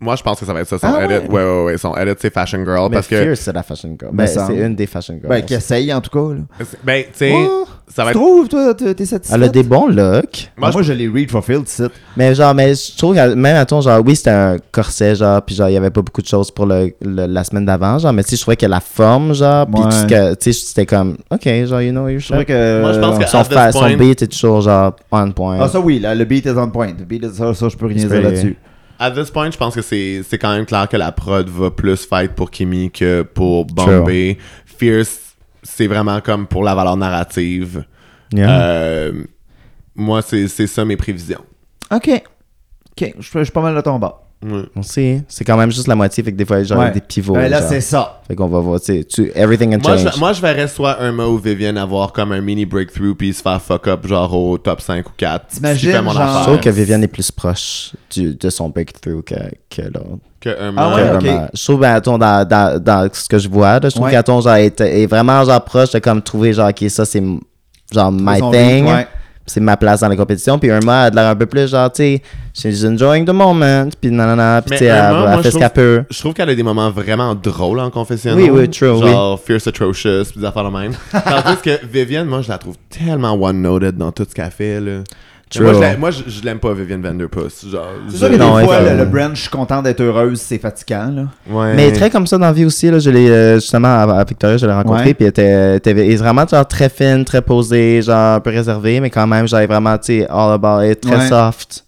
Moi, je pense que ça va être ça, son Ah ouais? edit. Ouais, ouais, ouais, son edit, c'est fashion girl. Mais parce que. Fierce, c'est la fashion girl. Me Ben, semble. c'est une des fashion girls. Ben, qui essaye en tout cas. Là. Ben, tu sais, Oh, ça va tu être. trouves, toi, t'es t'es satisfait? Elle a des bons looks. Moi, Moi, je, l'ai read fulfilled, c'est Mais genre, mais je trouve que même à ton genre, oui, c'était un corset, genre, puis genre, il y avait pas beaucoup de choses pour le, le- la semaine d'avant, genre, mais si je trouvais que la forme, genre, puis Ouais. tout ce que, tu sais, c'était comme, ok, genre, you know, you Je sure. crois que. Moi, je pense que- Euh, Son, at this fa- son point- beat est toujours, genre, on point. Ah, ça oui, là, le beat is on point. Le beat is- ça, ça, je peux rien C'est dire pas- là-dessus. À this point, je pense que c'est c'est quand même clair que la prod va plus fight pour Kimi que pour True. Bombay. Fierce, c'est vraiment comme pour la valeur narrative. Yeah. Euh, moi, c'est c'est ça mes prévisions. Ok. Ok, je je suis pas mal de ton bas. Ouais. On sait, c'est quand même juste la moitié, fait que des fois, genre, il y a Euh, Ouais. des pivots. Ben, là, genre. c'est ça. Fait qu'on va voir, tu sais, tu- everything can Moi change. je, moi, je verrais soit Irma ou Vivienne avoir comme un mini breakthrough puis se faire fuck up genre au top 5 ou 4. ce qui T'imagines, fait mon genre- affaire. Je trouve que Vivienne est plus proche du, de son breakthrough que, que l'autre. Que Irma. Ah ouais, Que ok. vraiment- Je trouve, ben, attends, dans, dans, dans ce que je vois, là, je trouve Ouais. qu'Aton genre, est, est vraiment genre, proche de comme trouver genre, ok, ça c'est m- genre my son thing. beat, ouais. C'est ma place dans la compétition. Puis Irma a de l'air un peu plus genre, tu sais, she's enjoying the moment. Puis nanana, puis Mais tu sais, elle, Irma, elle moi, euh, fait je ce trouve- qu'elle peut. Je trouve qu'elle a des moments vraiment drôles en confessionnal. Oui, oui, true, Genre Fierce Atrocious, puis des affaires de même. Tandis que Vivienne, moi, je la trouve tellement one-noted dans tout ce qu'elle fait, là. True. Moi, je la- moi, je, je l'aime pas, Vivienne Vanderpuss. Genre, C'est je- sûr que des Non, fois, elle- le, le brand, je suis content d'être heureuse, c'est fatigant. Là. Ouais. Mais très comme ça dans la vie aussi. Là, je l'ai, euh, justement, à, à Victoria, je l'ai rencontrée. Ouais. Puis elle était, elle était elle est vraiment genre, très fine, très posée, genre un peu réservée. Mais quand même, j'avais vraiment, tu sais, all about it, très Ouais. soft.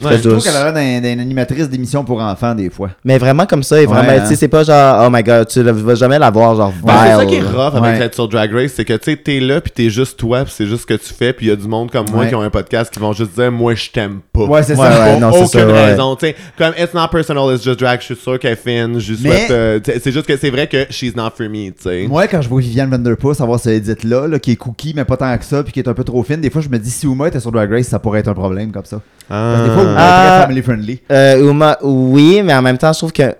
Ouais, très je Je trouve douce. qu'elle a l'air d'un- d'une animatrice d'émission pour enfants, des fois. Mais vraiment comme ça, et vraiment, Ouais, tu sais, hein. c'est pas genre, oh my god, tu le- vas jamais l'avoir, genre, vile. Ouais, c'est ça qui est rough avec Ouais. être sur Drag Race, c'est que tu sais, t'es là, puis t'es juste toi, puis c'est juste ce que tu fais, puis il y a du monde comme moi Ouais. qui ont un podcast qui vont juste dire, moi je t'aime pas. Ouais, c'est Ouais, ça. ouais, Pour non, c'est aucune ça, ouais. raison, tu sais, comme it's not personal, it's just drag, je suis sûr qu'elle est fine, je lui Mais- souhaite, euh, tu sais, c'est juste que c'est vrai que she's not for me, tu sais. Moi, quand je vois Viviane Vanderpuss avoir ce edit-là, là, qui est cookie, mais pas tant que ça, puis qui est un peu trop fine, des fois, je me dis si Uma était sur Drag Race, ça pourrait être un problème comme ça. Parce que des fois, Uma est Ah. très family-friendly. Euh, Uma, oui, mais en même temps, je trouve que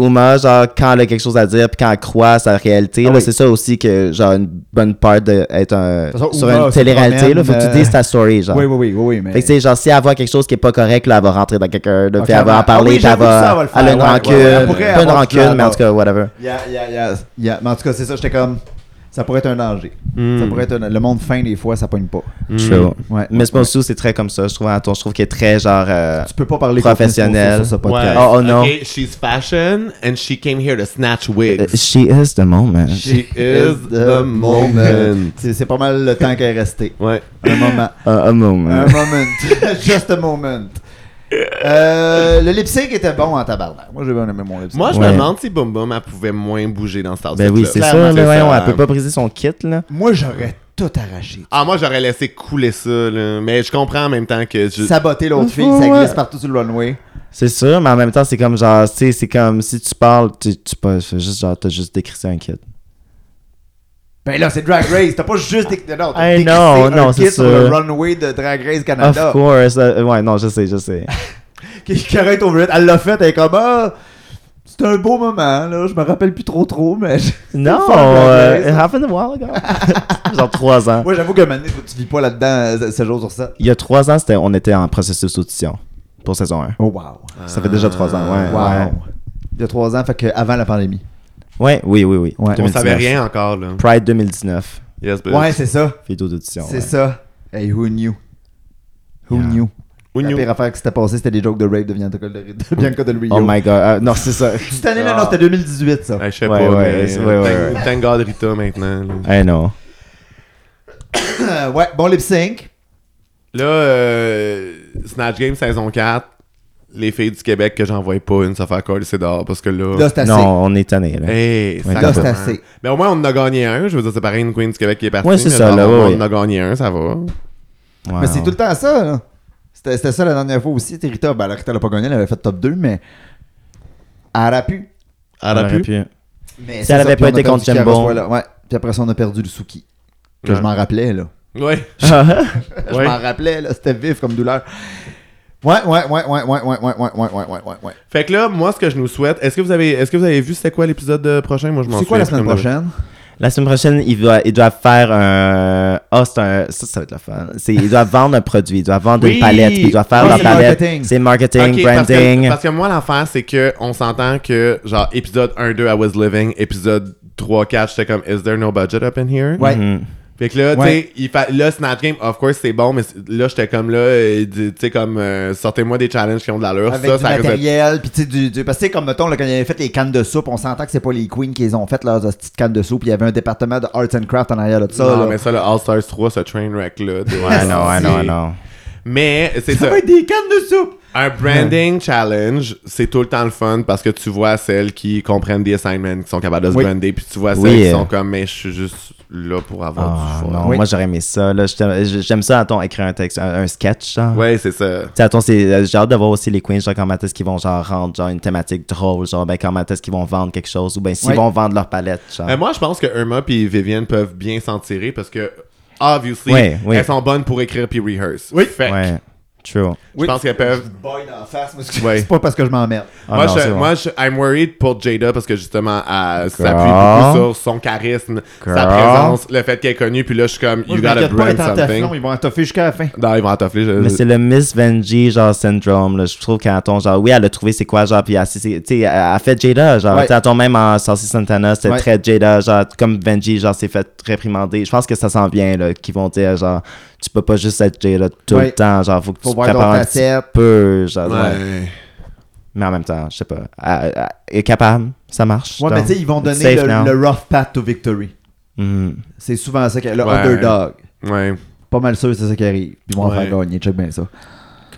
Uma, genre, quand elle a quelque chose à dire, puis quand elle croit à sa réalité, Ah là, oui. c'est ça aussi que, genre, une bonne part d'être un, toute façon, sur Uma une se télé-réalité, là, faut que promène, tu dises ta story, genre. Oui, oui, oui, oui, oui, mais. Fait que, tu sais, genre, si elle voit quelque chose qui est pas correct, là, elle va rentrer dans quelqu'un, là, Ok, puis elle va en ah parler, oui, puis elle j'avoue que ça, va, elle va le elle a une faire, rancune, ouais, ouais, ouais. Elle Mm. pourrait pas une avoir du genre, rancune, mais en tout cas, whatever. Yeah, yeah, yeah, yeah. Mais en tout cas, c'est ça, j'étais comme. Ça pourrait être un danger. Hmm. Mm. Ça pourrait être un- Le monde fin, des fois, ça pogne pas. True. Ouais. Mais Sponsu, c'est très comme ça, je trouve, Anton, je trouve qu'il est très, genre, euh, Tu peux pas parler Professionnel. contre Sponso sur ce podcast. Ouais. Oh, oh, non. Okay, she's fashion, and she came here to snatch wigs. she is the moment. she is the moment. C'est c'est pas mal le temps qu'elle est restée. Ouais. Un moment. A, a moment. Un moment. Just a moment. Euh, le lip sync était bon en tabarnak. Moi, j'ai bien aimé mon lip sync. Moi, je Ouais. me demande si Boom Boom, elle pouvait moins bouger dans cet outfit Ben oui, c'est Clairement, sûr, mais c'est voyons, ça. elle peut pas briser son kit, là. Moi, j'aurais tout arraché. Ah, moi, j'aurais laissé couler ça, là. Mais je comprends en même temps que. Je... Saboter l'autre fille, Ouais. ça glisse partout sur le runway. C'est sûr, mais en même temps, c'est comme genre, tu sais, c'est comme si tu parles, tu, tu pas, c'est juste genre, t'as juste décrit ça un kit. Ben là, c'est Drag Race. T'as pas juste des... Non, t'as Hey, décrissé non, un non, kid c'est sur le sûr. runway de Drag Race Of Canada. course, euh, ouais, non, je sais, je sais. Qui qui aurait été over it. Elle l'a fait, elle est comme... Ah, c'était un beau moment, là. Je me rappelle plus trop trop, mais... non, Fuck, euh, Drag Race. it happened a while ago. genre trois ans. Moi, j'avoue que maintenant, tu vis pas là-dedans 7 jours sur 7. Il y a trois ans, c'était, on était en processus d'audition pour saison 1. Oh, wow. Ça fait déjà trois ans, ouais. Ah, Wow. De 3 ans, fait que avant la pandémie. Ouais, Ouais, oui, oui, oui. Ouais. On 2019. savait rien encore, là. Pride 2019, Euh, Yes, bitch. Ouais, c'est ça. vidéo d'audition. C'est ouais. ça. Hey, who knew? Who Ah Yeah. knew? La Oignon. pire affaire qui s'était passée, c'était des jokes de rape de Bianca Del, de Bianca Del Rio. Oh my god. euh, non, c'est ça. Cette année-là, non, c'était 2018, ça. Ouais, je sais Ouais, pas, ouais, mais c'est- ouais, ouais, thank- ouais. Thank God Rita maintenant. là. Eh non. Euh, ouais, bon lip sync. Là, euh, Snatch Game saison 4, les filles du Québec que j'envoie pas une, ça fait coller, c'est dehors parce que Là, là. c'est assez. Oh. Non, on est tanné, là. Hey, Ouais, ça là, c'est commence. assez. Mais au moins, on en a gagné un. Je veux dire, c'est pareil, une Queen du Québec qui est partie. Ouais, c'est mais ça, genre, là, au moins, ouais, On en a gagné un, ça va. Mais c'est tout le temps ça, là. C'était c'était ça la dernière fois aussi. T'sais, Rita, ben, alors, Rita l'a pas gagné, elle avait fait top 2, mais elle aurait pu. Elle aurait pu. pu. Mais Si c'est elle ça, avait puis pas on a été contre perdu Chiara Jumbo. Sois, là. Ouais. Puis après ça, on a perdu le Suki. Que Ouais. je m'en rappelais, là. Ouais. Je Ouais. m'en rappelais, là. C'était vif comme douleur. Ouais, ouais, ouais, ouais, ouais, ouais, ouais, ouais, ouais, ouais, ouais, ouais, ouais. Fait que là, moi, ce que je nous souhaite, est-ce que vous avez, est-ce que vous avez vu c'était quoi l'épisode euh, prochain Moi, je m'en C'est quoi la souviens semaine plus comme prochaine? La semaine prochaine, ils doivent, ils doivent faire un. Oh, c'est un. Ça, ça va être le fun. C'est- Ils doivent vendre un produit, ils doivent vendre Oui. une palette, puis ils doivent faire Oui, leur c'est palette. marketing. C'est d'habitude. marketing, Ok, parce que- branding. Parce que moi, l'affaire, c'est que on s'entend que, genre, épisode 1, 2, I was living, épisode 3, 4, j'étais comme, is there no budget up in here? Ouais. Mhm. Fait que là, Ouais. tu sais, il fa- là, Snatch Game, of course, c'est bon, mais c- là, j'étais comme là, euh, tu sais, comme, euh, sortez-moi des challenges qui ont de l'allure. Avec Ça, du ça risque d'être- matériel, puis tu sais, du, du- Parce que tu sais, comme mettons, là, quand ils avaient fait les cannes de soupe, on s'entend que c'est pas les queens qui les ont fait leurs petites cannes de soupe, puis il y avait un département de arts and craft en arrière de ça. Non, là. mais ça, le All-Stars 3, ce train wreck là. de- Ouais, Ah, non, ouais, non, non. Mais, c'est ça. va être des cannes de soupe! Un branding challenge, c'est tout le temps le fun parce que tu vois celles qui comprennent des assignments, qui sont capables de se Oui. brander, puis tu vois celles Oui, qui euh. sont comme, mais je suis juste là pour avoir Ah, du fun. non, Oh, Oui. moi j'aurais aimé ça. là. J'aime j'aime ça, attends, écrire un texte, un, un sketch. Genre. Ouais, c'est ça. T'sais, attends, c'est- euh, j'ai hâte de voir aussi les queens, genre, comment est-ce qu'ils vont, genre, rendre, genre, une thématique drôle, genre, ben, comment est-ce qu'ils vont vendre quelque chose, ou ben, s'ils Ouais. vont vendre leur palette, genre. Euh, moi, je pense que Irma puis Vivienne peuvent bien s'en tirer parce que, obviously, Ouais, oui. elles sont bonnes pour écrire puis rehearse. Oui, fait. que ouais, true. Je pense qu'elles peuvent. Boy dans la face, moi, Ouais. c'est pas parce que je m'emmerde. Ah moi, non, je, c'est bon. moi je, I'm worried pour Jada parce que justement, elle s'appuie Girl. beaucoup sur son charisme, sa Girl. présence, le fait qu'elle est connue, puis là, je suis comme, Moi, you je gotta m'inquiète pas, bring être en something. teflon, ils vont en toffer jusqu'à la fin. Non, ils vont en t'offler. je- Euh. Mais c'est le Miss Venji, genre, syndrome, là. Je trouve qu'à ton, genre, oui, elle a trouvé c'est quoi, genre, puis elle, s'est- c'est- t'sais, elle a fait Jada, genre, Ouais. t'sais, à ton même en Saucy Santana, c'était Ouais. très Jada, genre, comme Venji, genre, s'est fait réprimander. Je pense que ça s'en vient, là, qu'ils vont dire, genre, tu peux pas juste être Jada tout Ouais. le temps, genre, faut que tu Faut te voir d'autres prépares un petit facettes. peu, genre, Ouais. ouais. Mais en même temps, je sais pas. Elle- elle- elle est capable, ça marche. Ouais, donc. mais tu sais, ils vont It's donner safe now. le, le rough path to victory. Mhm. C'est souvent ça, que, le Ouais. underdog. Ouais. Pas mal sûr, que c'est ça qui arrive. Puis ils vont en Ouais. faire gagner, check bien ça.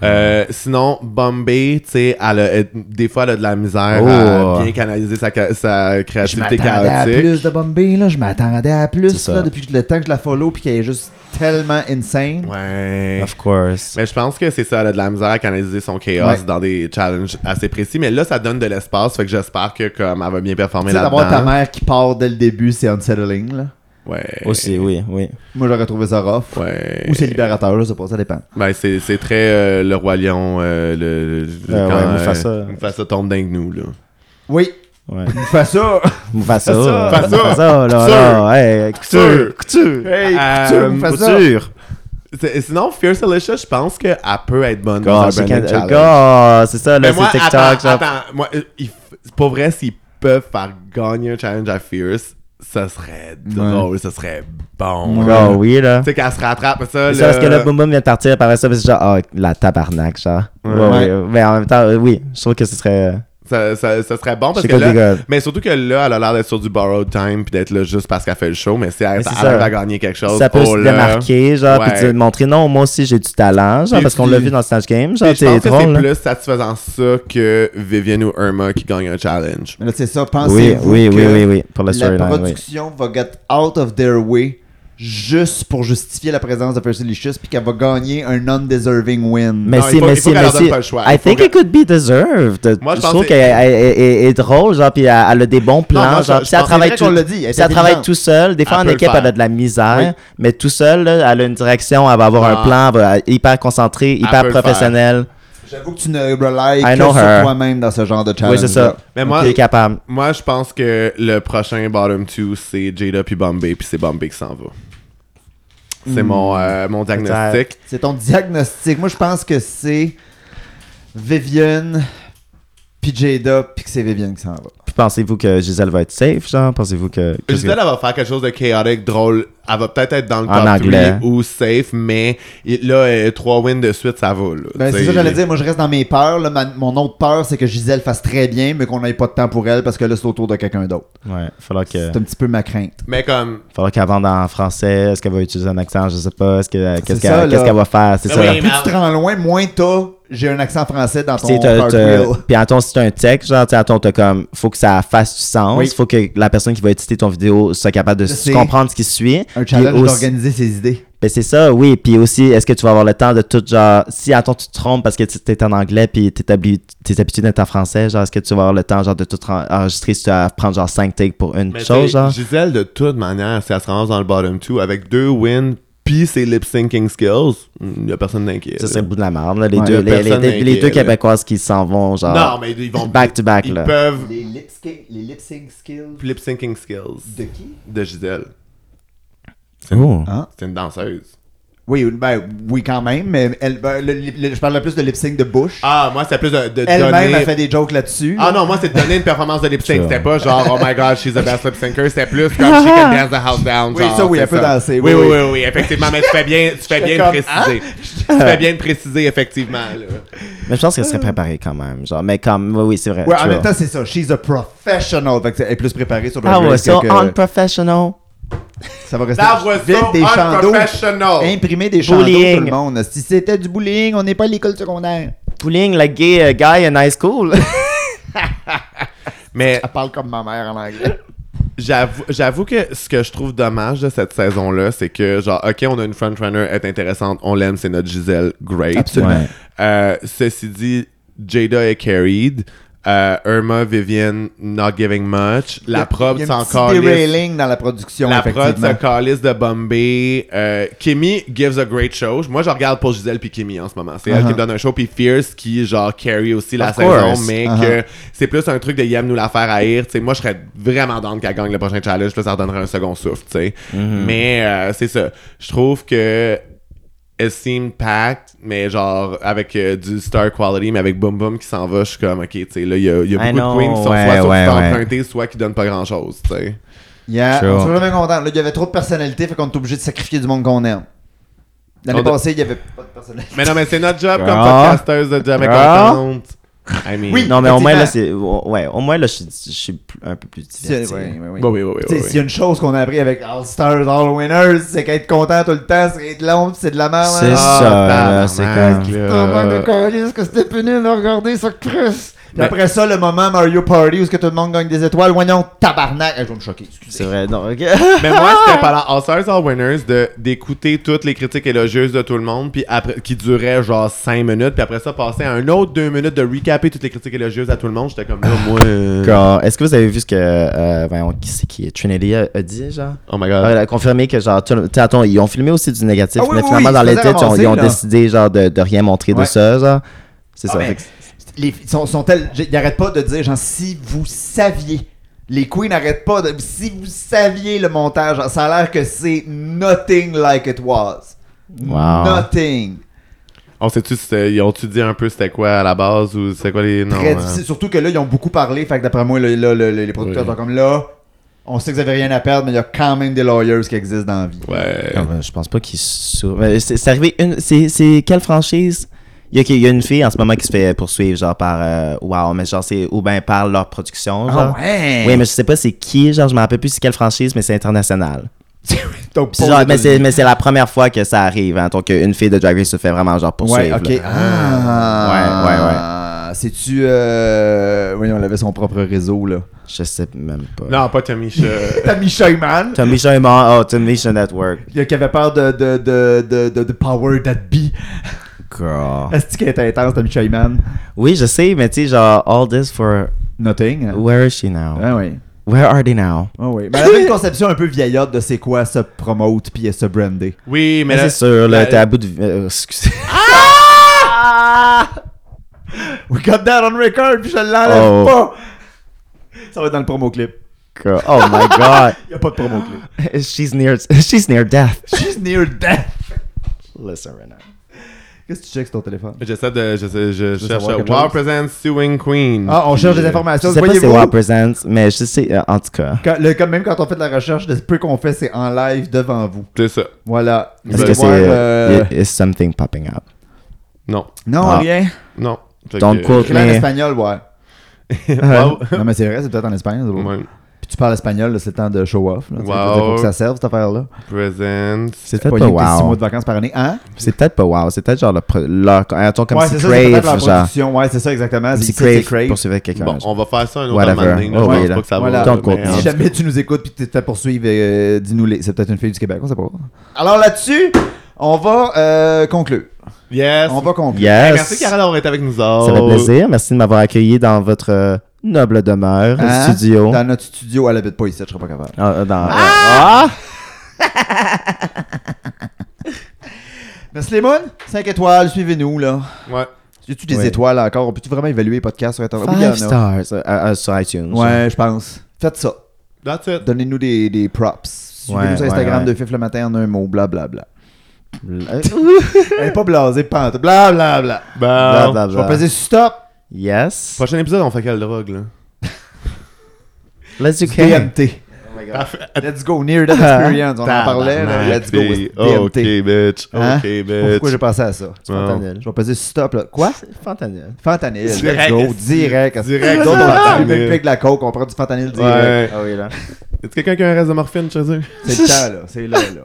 Euh, sinon, Bombay, tu sais, elle a- elle- des fois, elle a de la misère Oh. à bien canaliser sa, ca- sa Je créativité m'attendais à chaotique. plus de Bombay, là. Je m'attendais à C'est plus, ça. là, depuis le temps que je la follow, puis qu'elle est juste tellement insane. Ouais. Of course. Mais je pense que c'est ça, elle a de la misère à canaliser son chaos Ouais. dans des challenges assez précis. Mais là, ça donne de l'espace, fait que j'espère que comme elle va bien Tu performer sais, d'avoir ta là-dedans. mère qui part dès le début, c'est unsettling, là. Ouais. euh, Aussi, oui, oui. Moi, j'aurais trouvé ça rough. Ouais. Ou c'est libérateur, je sais pas, ça dépend. Ben, c'est, c'est très euh, le roi lion, euh, le, le- Euh, quand, ouais, Mufasa. Mufasa tombe dingue nous là. Oui, Ouais. fais ça! Mufasa. ça. Mufasa, là, là, Couture. hey, couture. Couture. Couture. Euh, Hey, couture, Mufasa. Couture. C'est- sinon, Fierce Alicia, je pense qu'elle peut être bonne dans un God, ben, branding challenge. God, c'est ça, Mais là, moi, c'est TikTok. attends, genre. attends, moi, euh, il f- c'est pas vrai s'ils peuvent faire gagner un challenge à Fierce, ça serait drôle, ça serait bon. God, oui, là. Tu sais qu'elle se rattrape, mais ça, C'est là- parce que là, Boum Boum vient de partir par ça, parce que genre, ah, la tabarnak, genre. Ouais, Ouais. ouais. Mais en même temps, euh, oui, je trouve que ce serait. ça, ça- ça serait bon parce Chez que là, Cody God. mais surtout que là, elle a l'air d'être sur du borrowed time puis d'être là juste parce qu'elle fait le show, mais si elle, Mais c'est elle ça. arrive à gagner quelque chose, ça peut oh se là. démarquer, genre, Ouais. puis tu veux montrer, non, moi aussi j'ai du talent, genre, Puis parce qu'on tu- l'a vu dans Snatch Game, genre, Puis Je t'es pense que drôle. c'est là. plus satisfaisant ça que Vivienne ou Irma qui gagne un challenge. Mais là, c'est ça, Oui, pensez-vous oui, que oui, euh, oui, oui, pour la la storyline, oui. production va get out of their way juste pour justifier la présence de Persilicious puis qu'elle va gagner un non-deserving win. Mais Non, il c'est, faut- mais il c'est, faut qu'elle mais leur donne c'est. pas le choix. Il I faut think que- it could be deserved. Moi, je je pense trouve que- qu'elle elle- elle- elle- elle est drôle, genre, puis elle, elle a des bons plans, moi, genre, je- je puis elle pense- C'est travaille vrai tout. qu'on l'a dit, elle est Si elle travaille intelligente. tout seule, des fois Elle en peut le équipe, faire. elle a de la misère, mais tout seul, là, elle a une direction, elle va avoir Ah. un plan, elle va être hyper concentrée, peut hyper le faire. professionnelle. J'avoue que tu ne relies I que know sur her. toi-même dans ce genre de Oui, challenge. c'est ça. Mais moi- Elle est capable. Moi, je pense que le prochain bottom two, c'est Jada puis Bombay, puis c'est Bombay qui s'en va. C'est Hmm. mon, euh, mon diagnostic. C'est ton diagnostic. Moi, je pense que c'est Vivian puis Jada, puis que c'est Vivian qui s'en va. Puis pensez-vous que Gisèle va être safe, genre? Pensez-vous que... que- Gisèle, elle va faire quelque chose de chaotique, drôle. Elle va peut-être être dans le En top anglais. 3 ou safe, mais il- là, euh, trois wins de suite, ça va. là. Ben, T'sais, c'est ça que j'allais dire. Moi, je reste dans mes peurs. là. Ma- mon autre peur, c'est que Gisèle fasse très bien, mais qu'on n'ait pas de temps pour elle parce que là, c'est au tour de quelqu'un d'autre. Ouais, falloir que... C'est un petit peu ma crainte. Mais comme. Falloir qu'elle vende en français. Est-ce qu'elle va utiliser un accent? Je sais pas. Est-ce que- Qu'est-ce ça, là. qu'elle qu'est-ce qu'elle va faire? C'est Ben ça. oui, la- mais Plus tu te rends loin, moins t'as j'ai un accent français dans ton Puis, t'as- t'as- cartwheel. puis attends, si t'as un texte, genre, t'sais, attends, t'as comme, faut que ça fasse du sens, Oui. faut que la personne qui va éditer ton vidéo soit capable de Je s- sais. comprendre ce qui suit. Un Puis challenge aussi- d'organiser ses idées. Ben, c'est ça, oui. Puis aussi, est-ce que tu vas avoir le temps de tout, genre, si attends, tu te trompes parce que tu- t'es en anglais puis t'es habli- t'es habitué d'être en français, genre, est-ce que tu vas avoir le temps, genre, de tout en- enregistrer si tu vas prendre, genre, 5 takes pour une mais chose, hein. t'sais, genre? Gisèle, de toute manière, si elle se ramasse dans le bottom 2 avec deux wins, puis ses lip syncing skills, il n'y a personne d'inquiet. Ça, là. c'est le bout de la merde, là, les, Ouais, deux, les, personne les- les inquiet, deux là. Québécoises qui s'en vont, genre. Ah. Non, mais ils vont. Back to back, ils là. peuvent. Les lip sync skills Lip syncing skills de qui de Gisèle. Ouh. Hein? C'est une danseuse. Oui, ben, oui, quand même, mais elle, ben, le- le- je parle plus de lip sync de bouche. Ah, moi, c'est plus de, de Elle-même donner- a fait des jokes là-dessus. Ah non, moi, c'est de donner une performance de lip sync. Sure. C'était pas genre, oh my god, she's the best lip synker. C'était plus comme she can dance the house down. Oui, genre, ça, oui, c'est elle peut danser, Oui, oui, oui, oui, oui, effectivement. Mais tu fais bien, tu fais bien de J'étais comme, hein? préciser. Tu fais bien de préciser, effectivement. là. Mais je pense qu'elle serait préparée quand même, genre. Mais comme, oui, oui, c'est vrai. Ouais, en true. même temps, c'est ça. She's a professional. Fait que elle est plus préparée sur le Ah ouais, race so que- unprofessional. Ça va rester That was vite so des chandos. unprofessional. Imprimer des chandos, tout Bullying. le monde. Si c'était du bullying, on n'est pas à l'école secondaire. Pulling like gay uh, guy in high school. Mais Elle parle comme ma mère en anglais. J'avoue j'avoue que ce que je trouve dommage de cette saison-là, c'est que, genre, OK, on a une frontrunner, elle est intéressante, on l'aime, c'est notre Giselle, great. Absolument. Ouais. Euh, ceci dit, Jada est carried. Euh, Irma, Vivian, not giving much. Il y La a- prod, il y a c'est un petit encore derailing dans la production, La prod, effectivement. c'est calice de Bombay. Euh, Kimmy gives a great show. Moi, je regarde pour Giselle puis Kimmy en ce moment. C'est elle Uh-huh. qui me donne un show. Puis Fierce qui, genre, carry aussi la Of saison. course. Mais Uh-huh. que c'est plus un truc de Yam nous la faire haïr. Tu sais, moi, je serais vraiment down qu'elle gagne le prochain challenge. Puis là, ça redonnerait un second souffle, tu sais. Mm-hmm. Mais euh, c'est ça. Je trouve que it seemed packed, mais genre avec euh, du star quality, mais avec Boom Boom qui s'en va, je suis comme, ok, tu sais, là, il y a, il y a I beaucoup know, de queens qui sont ouais, soit, ouais, soit ouais. empruntées, soit qui donnent pas grand chose, tu sais. Yeah, Sure. on se trouve jamais content. Là, il y avait trop de personnalités, fait qu'on est obligé de sacrifier du monde qu'on aime. L'année On a- passée, il y avait pas de personnalité. Mais non, mais c'est notre job comme Girl. podcasteuse de jamais Girl. contente. I mean. Oui. non, mais au moins, là, effectivement. c'est. Ouais, au moins, là, je suis, je suis plus- un peu plus C'est- diverti. ouais, ouais, ouais. Bah oui, oui, oui, Tu sais, oui, S'il y a une chose qu'on a appris avec All Stars, All Winners, c'est qu'être content tout le temps, c'est de l'ombre, c'est de la merde. C'est Ah, ça, Euh, là, c'est tabarnak, comme- là. Oh, man, de câlisse, que c'était pénible de regarder ça, Chris. Puis Ben- Mais- après ça, le moment Mario Party où ce que tout le monde gagne des étoiles, ouais non, tabarnak. Eh, je vais me choquer, C'est excusez. vrai, non, ok. Mais moi, c'était pendant All Stars All Winners de- d'écouter toutes les critiques élogieuses de tout le monde, puis après, qui duraient genre 5 minutes, puis après ça, passer à un autre 2 minutes de recapper toutes les critiques élogieuses à tout le monde. J'étais comme là, moi. euh, Quand- Est-ce que vous avez vu ce que. Euh, voyons, qui c'est qui Trinity a, a dit, genre Oh my Ah, god. Elle a confirmé que, genre, tout le- tu sais, attends, ils ont filmé aussi du négatif, Ah oui, mais oui, finalement, oui, dans ils se l'été, faisaient ils ont- ils ont ramasser, là. décidé, genre, de, de rien montrer de Ouais. ça, genre. C'est Ah, ça. mais fait que- les filles sont, sont telles- j'ai- ils arrêtent pas de dire, genre, si vous saviez, les queens n'arrêtent pas de. Si vous saviez le montage, genre, ça a l'air que c'est nothing like it was. Wow. Nothing. On sait-tu, si c'était- ils ont-tu dit un peu c'était quoi à la base ou c'est quoi les. Non. Très hein. difficile. Surtout que là, ils ont beaucoup parlé, fait que d'après moi, là, là, le- le- les producteurs Oui. sont comme là. On sait que vous avez rien à perdre, mais il y a quand même des lawyers qui existent dans la vie. Ouais. Ah, ben, je pense pas qu'ils sou- Ben, C'est c'est arrivé une. C'est c'est quelle franchise il y, a, il y a une fille en ce moment qui se fait poursuivre genre par euh, wow mais genre c'est ou ben par leur production genre. Ah ouais! Oui, mais je sais pas c'est qui, genre je me rappelle plus c'est quelle franchise mais c'est international. Donc, Puis pour genre, les mais c'est États-Unis. mais c'est la première fois que ça arrive hein, donc une fille de Drag Race se fait vraiment genre Ouais, poursuivre. ok. là. Ah. C'est-tu. Euh... Oui, on avait son propre réseau, là. Je sais même pas. Non, pas Tommy. je- Tammy Shayman, Tommy Shaw est mort. Oh, Tommy Shaw Network. il y a qui avait peur de, de, de, de, de, de Power That Be. Girl. Est-ce qu'elle était intense, Tammy Shayman? Oui, je sais, mais tu sais, genre, all this for. Nothing. Where is she now? Ah oui. Where are they now? Ah oui. Mais elle avait une conception un peu vieillotte de c'est quoi se promote puis se brander. Oui, mais Mais là. c'est sûr, là, la- t'es à bout de. euh, excusez. Ah! We got that on record puis je l'enlève Oh. pas! Ça va être dans le promo clip. Girl, Oh my god. Y a pas de promo clip. she's near she's near death. She's near death! Listen right now. Qu'est-ce que tu checks sur ton téléphone? J'essaie de. Je, sais- je, veux cherche savoir euh, quelque Wow chose. Presents Suing Queen. Ah, on Puis, cherche des euh, informations. Je sais pas si c'est Voyez-vous, Wow Presents, mais je sais, euh, en tout cas. quand- le- comme même quand on fait de la recherche, le peu qu'on fait, c'est en live devant vous. C'est ça. Voilà. Parce Parce Vous que allez c'est. voir, euh, euh, It's something popping up. Non. Non, Ah. rien. Non. Fait Don't que- quote Écrit en Mais- espagnol, ouais. Wow. non, mais c'est vrai, c'est peut-être en espagnol. ça. Ouais. Puis tu parles espagnol, là, c'est le temps de show off. Il Wow. faut que ça serve, cette affaire-là. Presents. C'est Pas peut-être rien pas que t'aies six mois wow. de vacances par année. Hein? C'est peut-être pas wow. C'est peut-être genre le. pre- leur- Attends, comme ouais, si c'est ça, c'est peut-être Crave, leur genre. production. Ouais, c'est ça, exactement. Si C'est c'est Crave poursuivait quelqu'un. Bon, genre. on va faire ça un autre Whatever. moment donné, là. Oh, je oui, pense là. pas que ça Voilà. va. Don't quote mais, me. euh, Si jamais tu nous écoutes puis tu te fais poursuivre, euh, dis-nous-les. C'est peut-être une fille du Québec, on sait pas. Alors là-dessus, on va euh, conclure. Yes. On va conclure. Hey, Yes! Merci, Carole, d'avoir été avec nous autres. Ça Oh. fait plaisir. Merci de m'avoir accueilli dans votre euh, noble demeure, Hein? studio. Dans notre studio, elle habite pas ici, je serais pas capable. Ah, euh, dans- Merci les mounes. 5 étoiles, suivez-nous là. Ouais. As-tu des Ouais. étoiles encore? On peut-tu vraiment évaluer les podcasts sur Internet? Oui, il y en Five a. stars euh, euh, sur iTunes. Ouais, je pense. Faites ça. That's it. Donnez-nous des, des props. Suivez-nous Ouais, sur ouais, Instagram ouais. de Fif le matin en un mot, blablabla. Euh, Elle est pas blasée, pente. Blablabla. Bye. Blablabla. Je vais peser sur stop. Yes. Prochain épisode, on fait quelle drogue, là? Let's do K. DMT. Let's go near that Ah, experience. On en parlait. là. Let's go with Oh, DMT. ok, bitch. Hein? Ok, bitch. Pourquoi j'ai pensé à ça? Fentanyl. Je vais peser sur stop. Là. Quoi? Fentanyl. Fentanyl. Let's Direct. go. Direct. Direct. Nous autres, on prend Fentanyl. le même pic de la coke. On prend du fentanyl direct. Ouais. Ah oui, là. Est-ce que quelqu'un qui a un reste de morphine chez eux? C'est le temps, là. C'est là, là.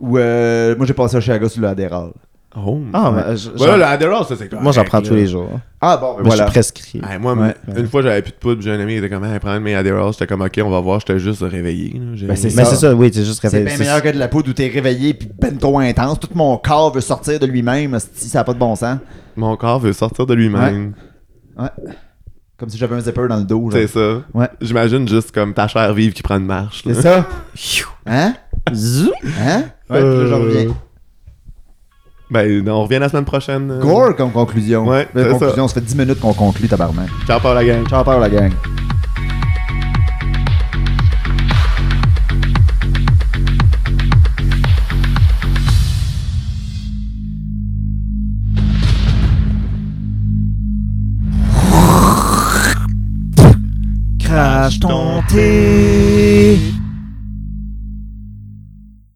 Ou euh, moi, j'ai passé au Chicago sur le Adderall. Oh. Ah, mais, euh, je- Voilà, j'en- le Adderall, ça, c'est correct, moi, j'en prends tous là. les jours. Ah bon, ben Mais Je voilà. suis prescrit. Hey, moi, Ouais. une fois, j'avais plus de poudre, j'ai un ami, il était comme, hey, prendre mes Adderall. J'étais comme, ok, on va voir, j'étais juste réveillé. là. J'ai- Ben, c'est Mais ça. c'est ça, oui, t'es juste C'est réveillé. bien meilleur que de la poudre où t'es réveillé puis ben trop intense. Tout mon corps veut sortir de lui-même si ça n'a pas de bon sens. Mon corps veut sortir de lui-même. Ouais. Comme si j'avais un zipper dans le dos. genre. C'est ça. Ouais. J'imagine juste comme ta chair vive qui prend une marche. là. C'est ça? Hein? Zou. Hein? Ouais, puis là, j'en reviens. Ben, non, on revient la semaine prochaine. euh. Gore comme conclusion. Ouais, Belle c'est ça. conclusion. Ça fait 10 minutes qu'on conclut, tabarnak. Ciao, Paul, la gang. Ciao, peur, la gang. Ah, Crash ton thé.